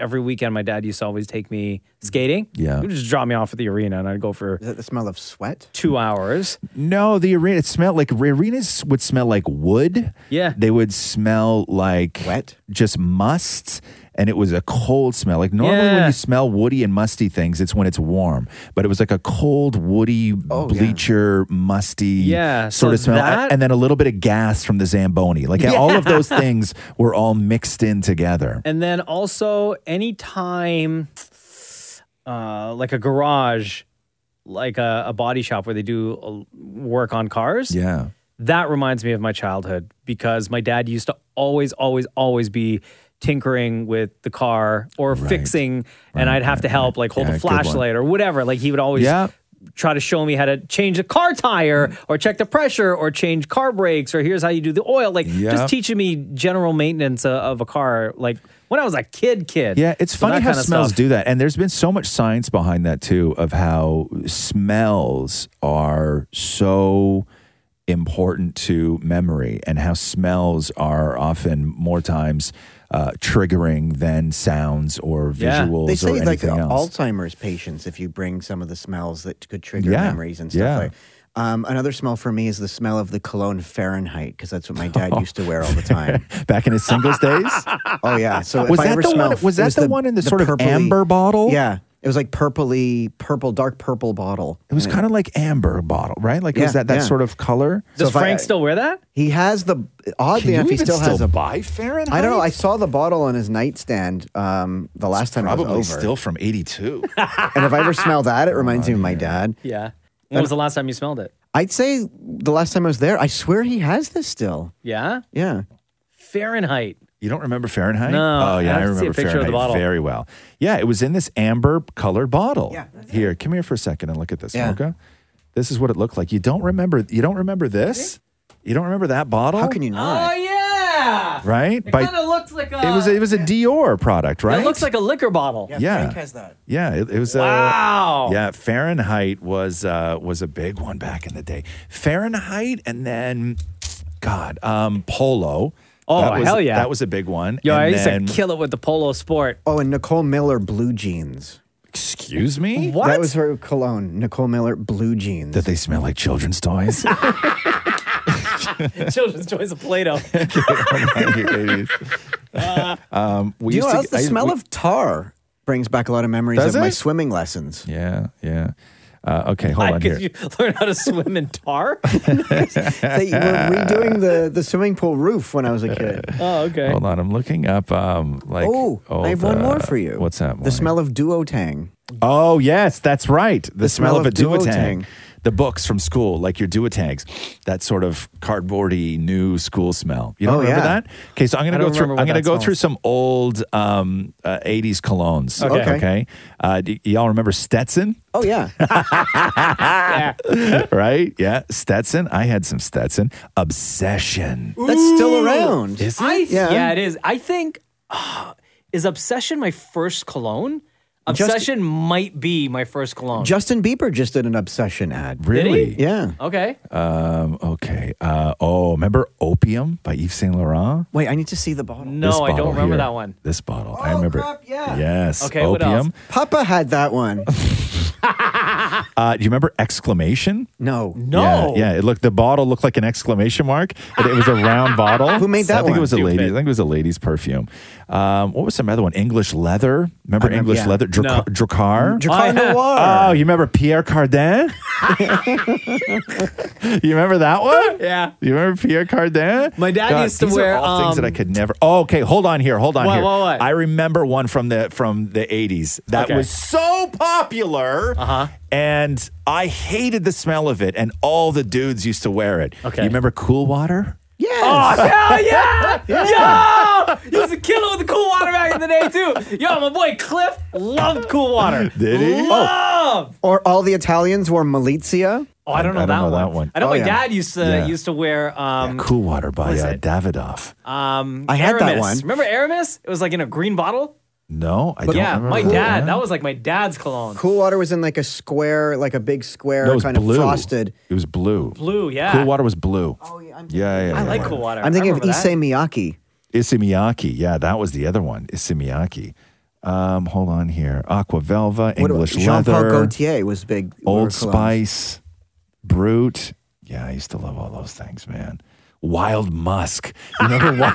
B: every weekend my dad used to always take me skating.
D: Yeah.
B: He would just drop me off at the arena and I'd go for Is
L: that the smell of sweat?
B: Two hours.
D: no. The arena it smelled like arenas would smell like wood.
B: Yeah.
D: they would smell like wet, just must. And it was a cold smell. Like normally when
B: Yeah.
D: you smell woody and musty things, it's when it's warm. But it was like a cold, woody, bleacher, musty
B: Yeah,
D: sort
B: so
D: of smell.
B: that-
D: and then a little bit of gas from the Zamboni. Like all of those
B: Yeah.
D: things were all mixed in together.
B: And then also anytime uh, like a garage, like a, a body shop where they do uh, work on cars.
D: Yeah.
B: That reminds me of my childhood because my dad used to always, always, always be tinkering with the car or fixing, and I'd have to help, like hold
D: Yeah,
B: a
D: good one.
B: flashlight or whatever. Like he would always
D: Yeah. Mm.
B: try to show me how to change a car tire or check the pressure or change car brakes or here's how you do the oil. Like
D: Yeah.
B: just teaching me general maintenance uh, of a car. Like when I was a kid, kid.
D: Yeah, it's
B: So
D: funny
B: that
D: how
B: kinda
D: smells
B: stuff.
D: do that. And there's been so much science behind that too of how smells are so important to memory and how smells are often more times uh, triggering than sounds or visuals
L: They say
D: or
L: like
D: anything
L: uh,
D: else.
L: Alzheimer's patients, if you bring some of the smells that could trigger
D: Yeah.
L: memories and stuff
D: Yeah.
L: like. Um, another smell for me is the smell of the cologne Fahrenheit because that's what my dad used to wear all the time.
D: Oh. Back in his singles days.
L: oh yeah. So if
D: was
L: I
D: that
L: ever
D: the
L: smell,
D: one? Was
L: it
D: that the, one in the, sort of amber bottle?
L: Yeah. It was like purpley, purple, dark purple bottle.
D: It was kind of like amber bottle, right? Like it was that that sort of color.
L: So if I-
B: wear that?
L: He has the
D: Can
L: oddly
D: you
L: enough, he
D: even
L: still, has
D: still
L: a
D: buy Fahrenheit?
L: I don't know. I saw the bottle on his nightstand um, the last time I
D: probably
L: was over.
D: still from Oh, '82.
L: and if I ever smell that, it reminds me of my dad.
B: Yeah. When
L: I
B: was the last time you smelled it?
L: I'd say the last time I was there, I swear he has this still.
B: Yeah.
L: Yeah.
B: Fahrenheit.
D: You don't remember Fahrenheit?
B: No,
D: Oh yeah,
B: I
D: I,
B: have to see a
D: remember
B: picture of
D: Fahrenheit
B: the bottle.
D: very well. Yeah, it was in this amber colored bottle. Yeah. Here, come here for a second and look at this,
L: Yeah.
D: Mocha. This is what it looked like. You don't remember you don't remember this? You don't remember that bottle? How can
L: you
B: Oh, yeah.
D: Right? By-
B: kinda looked like
D: it was a, it was a Dior product, right?
B: It looks like a liquor bottle.
D: Yeah, Yeah. Frank has
L: that.
D: Yeah, it, it was.
B: Wow.
D: Uh, yeah, Fahrenheit was uh, was a big one back in the day. Fahrenheit, and then, God, um, Polo.
B: Oh,
D: That was-
B: hell yeah.
D: that was a big one.
B: Yo,
D: and
B: I used
D: then-
B: to kill it with the polo sport.
L: Oh, and Nicole Miller blue jeans.
D: Excuse me?
B: What?
L: That was her cologne. Nicole Miller blue jeans.
D: That they smell like children's toys.
B: Children's toys of Play-Doh.
D: um,
L: Uh, you know, what else? the smell of tar brings back a lot of memories
D: Does
L: of my
D: it?
L: swimming lessons.
D: Yeah, yeah. Uh, okay, hold
B: Why
D: on here.
B: could you learn how to swim in tar?
L: They were redoing the, the swimming pool roof when I was a kid.
B: oh, okay.
D: Hold on, I'm looking up. Um, like
L: oh,
D: all
L: I have one
D: the-
L: more for you.
D: What's that?
L: The smell of Duotang.
D: Oh yes, that's right. The, smell,
L: smell
D: of, a
L: of
D: duotang.
L: duotang.
D: The books from school, like your duotangs, that sort of cardboardy new school smell. You don't
L: Oh,
D: remember
L: yeah.
D: that? Okay, so I'm
L: I
D: gonna
L: don't
D: go through.
L: remember what
D: I'm gonna
L: that
D: go
L: smells.
D: through some old um, uh, '80s colognes.
L: Okay. Okay.
D: okay? Uh, do y'all remember Stetson?
L: Oh yeah.
D: right? Yeah, Stetson. I had some Stetson. Obsession.
L: That's still around.
D: Is
B: I,
D: it?
B: yeah. it is. I think ah, is obsession my first cologne.
L: Just-
B: Obsession might be my first cologne.
L: Justin Bieber just did an obsession ad.
D: Really? Did he?
L: Yeah.
B: okay.
D: Um, okay. Uh, oh, remember Opium by Yves Saint Laurent?
L: Wait, I need to see the bottle.
B: No,
D: This
B: I don't
D: bottle
B: remember
D: here.
B: that one.
D: This bottle.
L: Oh,
D: I remember. yeah. Yes.
B: Okay, what
D: Opium.
B: else?
L: Papa had that one.
D: Uh, do you remember exclamation?
L: No.
B: No.
D: Yeah, yeah, it looked the bottle looked like an exclamation mark. It, it was a round bottle.
L: Who made that
D: I think
L: one?
D: it was a
L: Stupid.
D: lady. I think it was a lady's perfume. Um, what was some other one? English leather. Remember
L: I remember-
D: English
L: yeah.
D: leather?
L: No.
D: Dracar. Dracar.
L: Drakkar Oh, yeah. Noir.
D: Oh, you remember Pierre Cardin? Uh, you remember that one?
B: Yeah.
D: You remember Pierre Cardin? My
B: dad used to
D: these
B: wear,
D: Are all things that I
B: um,
D: could never. Oh, okay. Hold on here. Hold on
B: What,
D: here.
B: what, what?
D: I remember one from the from the eighties that
B: Okay.
D: was so popular.
B: Uh-huh.
D: Uh huh. And I hated the smell of it, and all the dudes used to wear it. Okay. You remember Cool Water?
B: Oh hell yeah! Yo, he was a killer with the cool water back in the day too. Yo, my boy Cliff loved cool water.
D: Did he?
B: Love.
L: Or all the Italians wore Malizia.
B: Oh, I don't know,
D: I
B: that,
D: don't know
B: one.
D: that one.
B: I know
D: Oh,
B: my
D: yeah.
B: dad used to
D: Yeah.
B: used to wear um
D: Cool Water by
B: was
D: uh,
B: it?
D: Davidoff.
B: um.
L: I had that
B: Aramis.
L: one.
B: Remember Aramis? It was like in a green bottle.
D: No, I don't
B: yeah,
D: remember.
B: my
D: that.
B: dad. That was like my dad's cologne.
L: Cool water was in like a square, like a big square,
D: No, it was
L: kind
D: blue.
L: of frosted.
D: It was blue.
B: Blue, yeah.
D: Cool Water was blue. Oh yeah, I'm yeah, yeah,
B: Ah. I
D: yeah,
B: like
D: yeah.
B: cool water.
L: I'm thinking of
B: I remember
L: Issey
B: that.
L: Miyake.
D: Isimiaki. Yeah, that was the other one. Isimiaki. Um, hold on here. Aqua Velva,
L: What-
D: English
L: Jean-Paul
D: leather,
L: Gaultier was big. wore
D: Old
L: colognes.
D: Spice, Brute. Yeah, I used to love all those things, man. Wild Musk. You Remember what?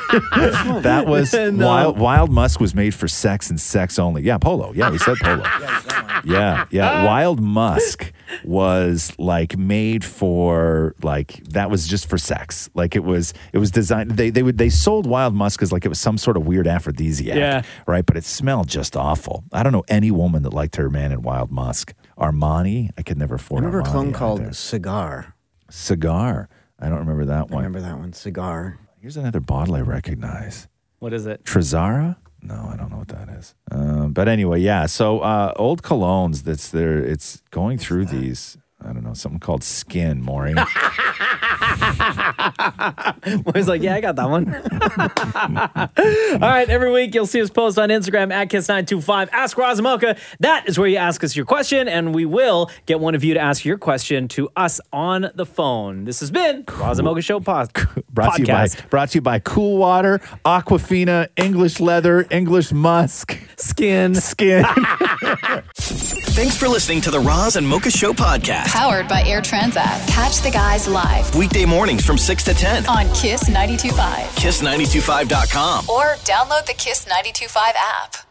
D: that was
B: No.
D: Wild Wild Musk was made for sex and sex only. Yeah, polo. Yeah, we said polo. yeah, yeah. Wild Musk was like made for like that was just for sex. Like it was it was designed they they would they sold Wild Musk as like it was some sort of weird aphrodisiac.
B: Yeah.
D: Right. But it smelled just awful. I don't know any woman that liked her man in Wild Musk. Armani, I could never afford
L: I remember a
D: Armani
L: cologne called
D: either.
L: Cigar.
D: Cigar. I don't remember that
L: I
D: one.
L: remember that one, Cigar.
D: Here's another bottle I recognize.
B: What is it?
D: Trezara? No, I don't know what that is. Um, but anyway, yeah. So uh, old colognes. That's there. It's going through these. I don't know something called skin, Maury.
B: Boy's like, yeah, I got that one. All right, every week you'll see us post on Instagram at Kiss925. Ask Razamoka. That is where you ask us your question, and we will get one of you to ask your question to us on the phone. This has been Razamoka Show Pod-
D: brought to you by
B: Podcast.
D: brought to you by Cool Water, Aquafina, English Leather, English Musk,
B: Skin,
D: Skin.
A: Thanks for listening to the Roz and Mocha Show podcast.
C: Powered by Air Transat. Catch the guys live
A: Weekday mornings from 6 to 10.
C: on Kiss 92.5
A: Kiss925.com.
C: or download the Kiss 92.5 app.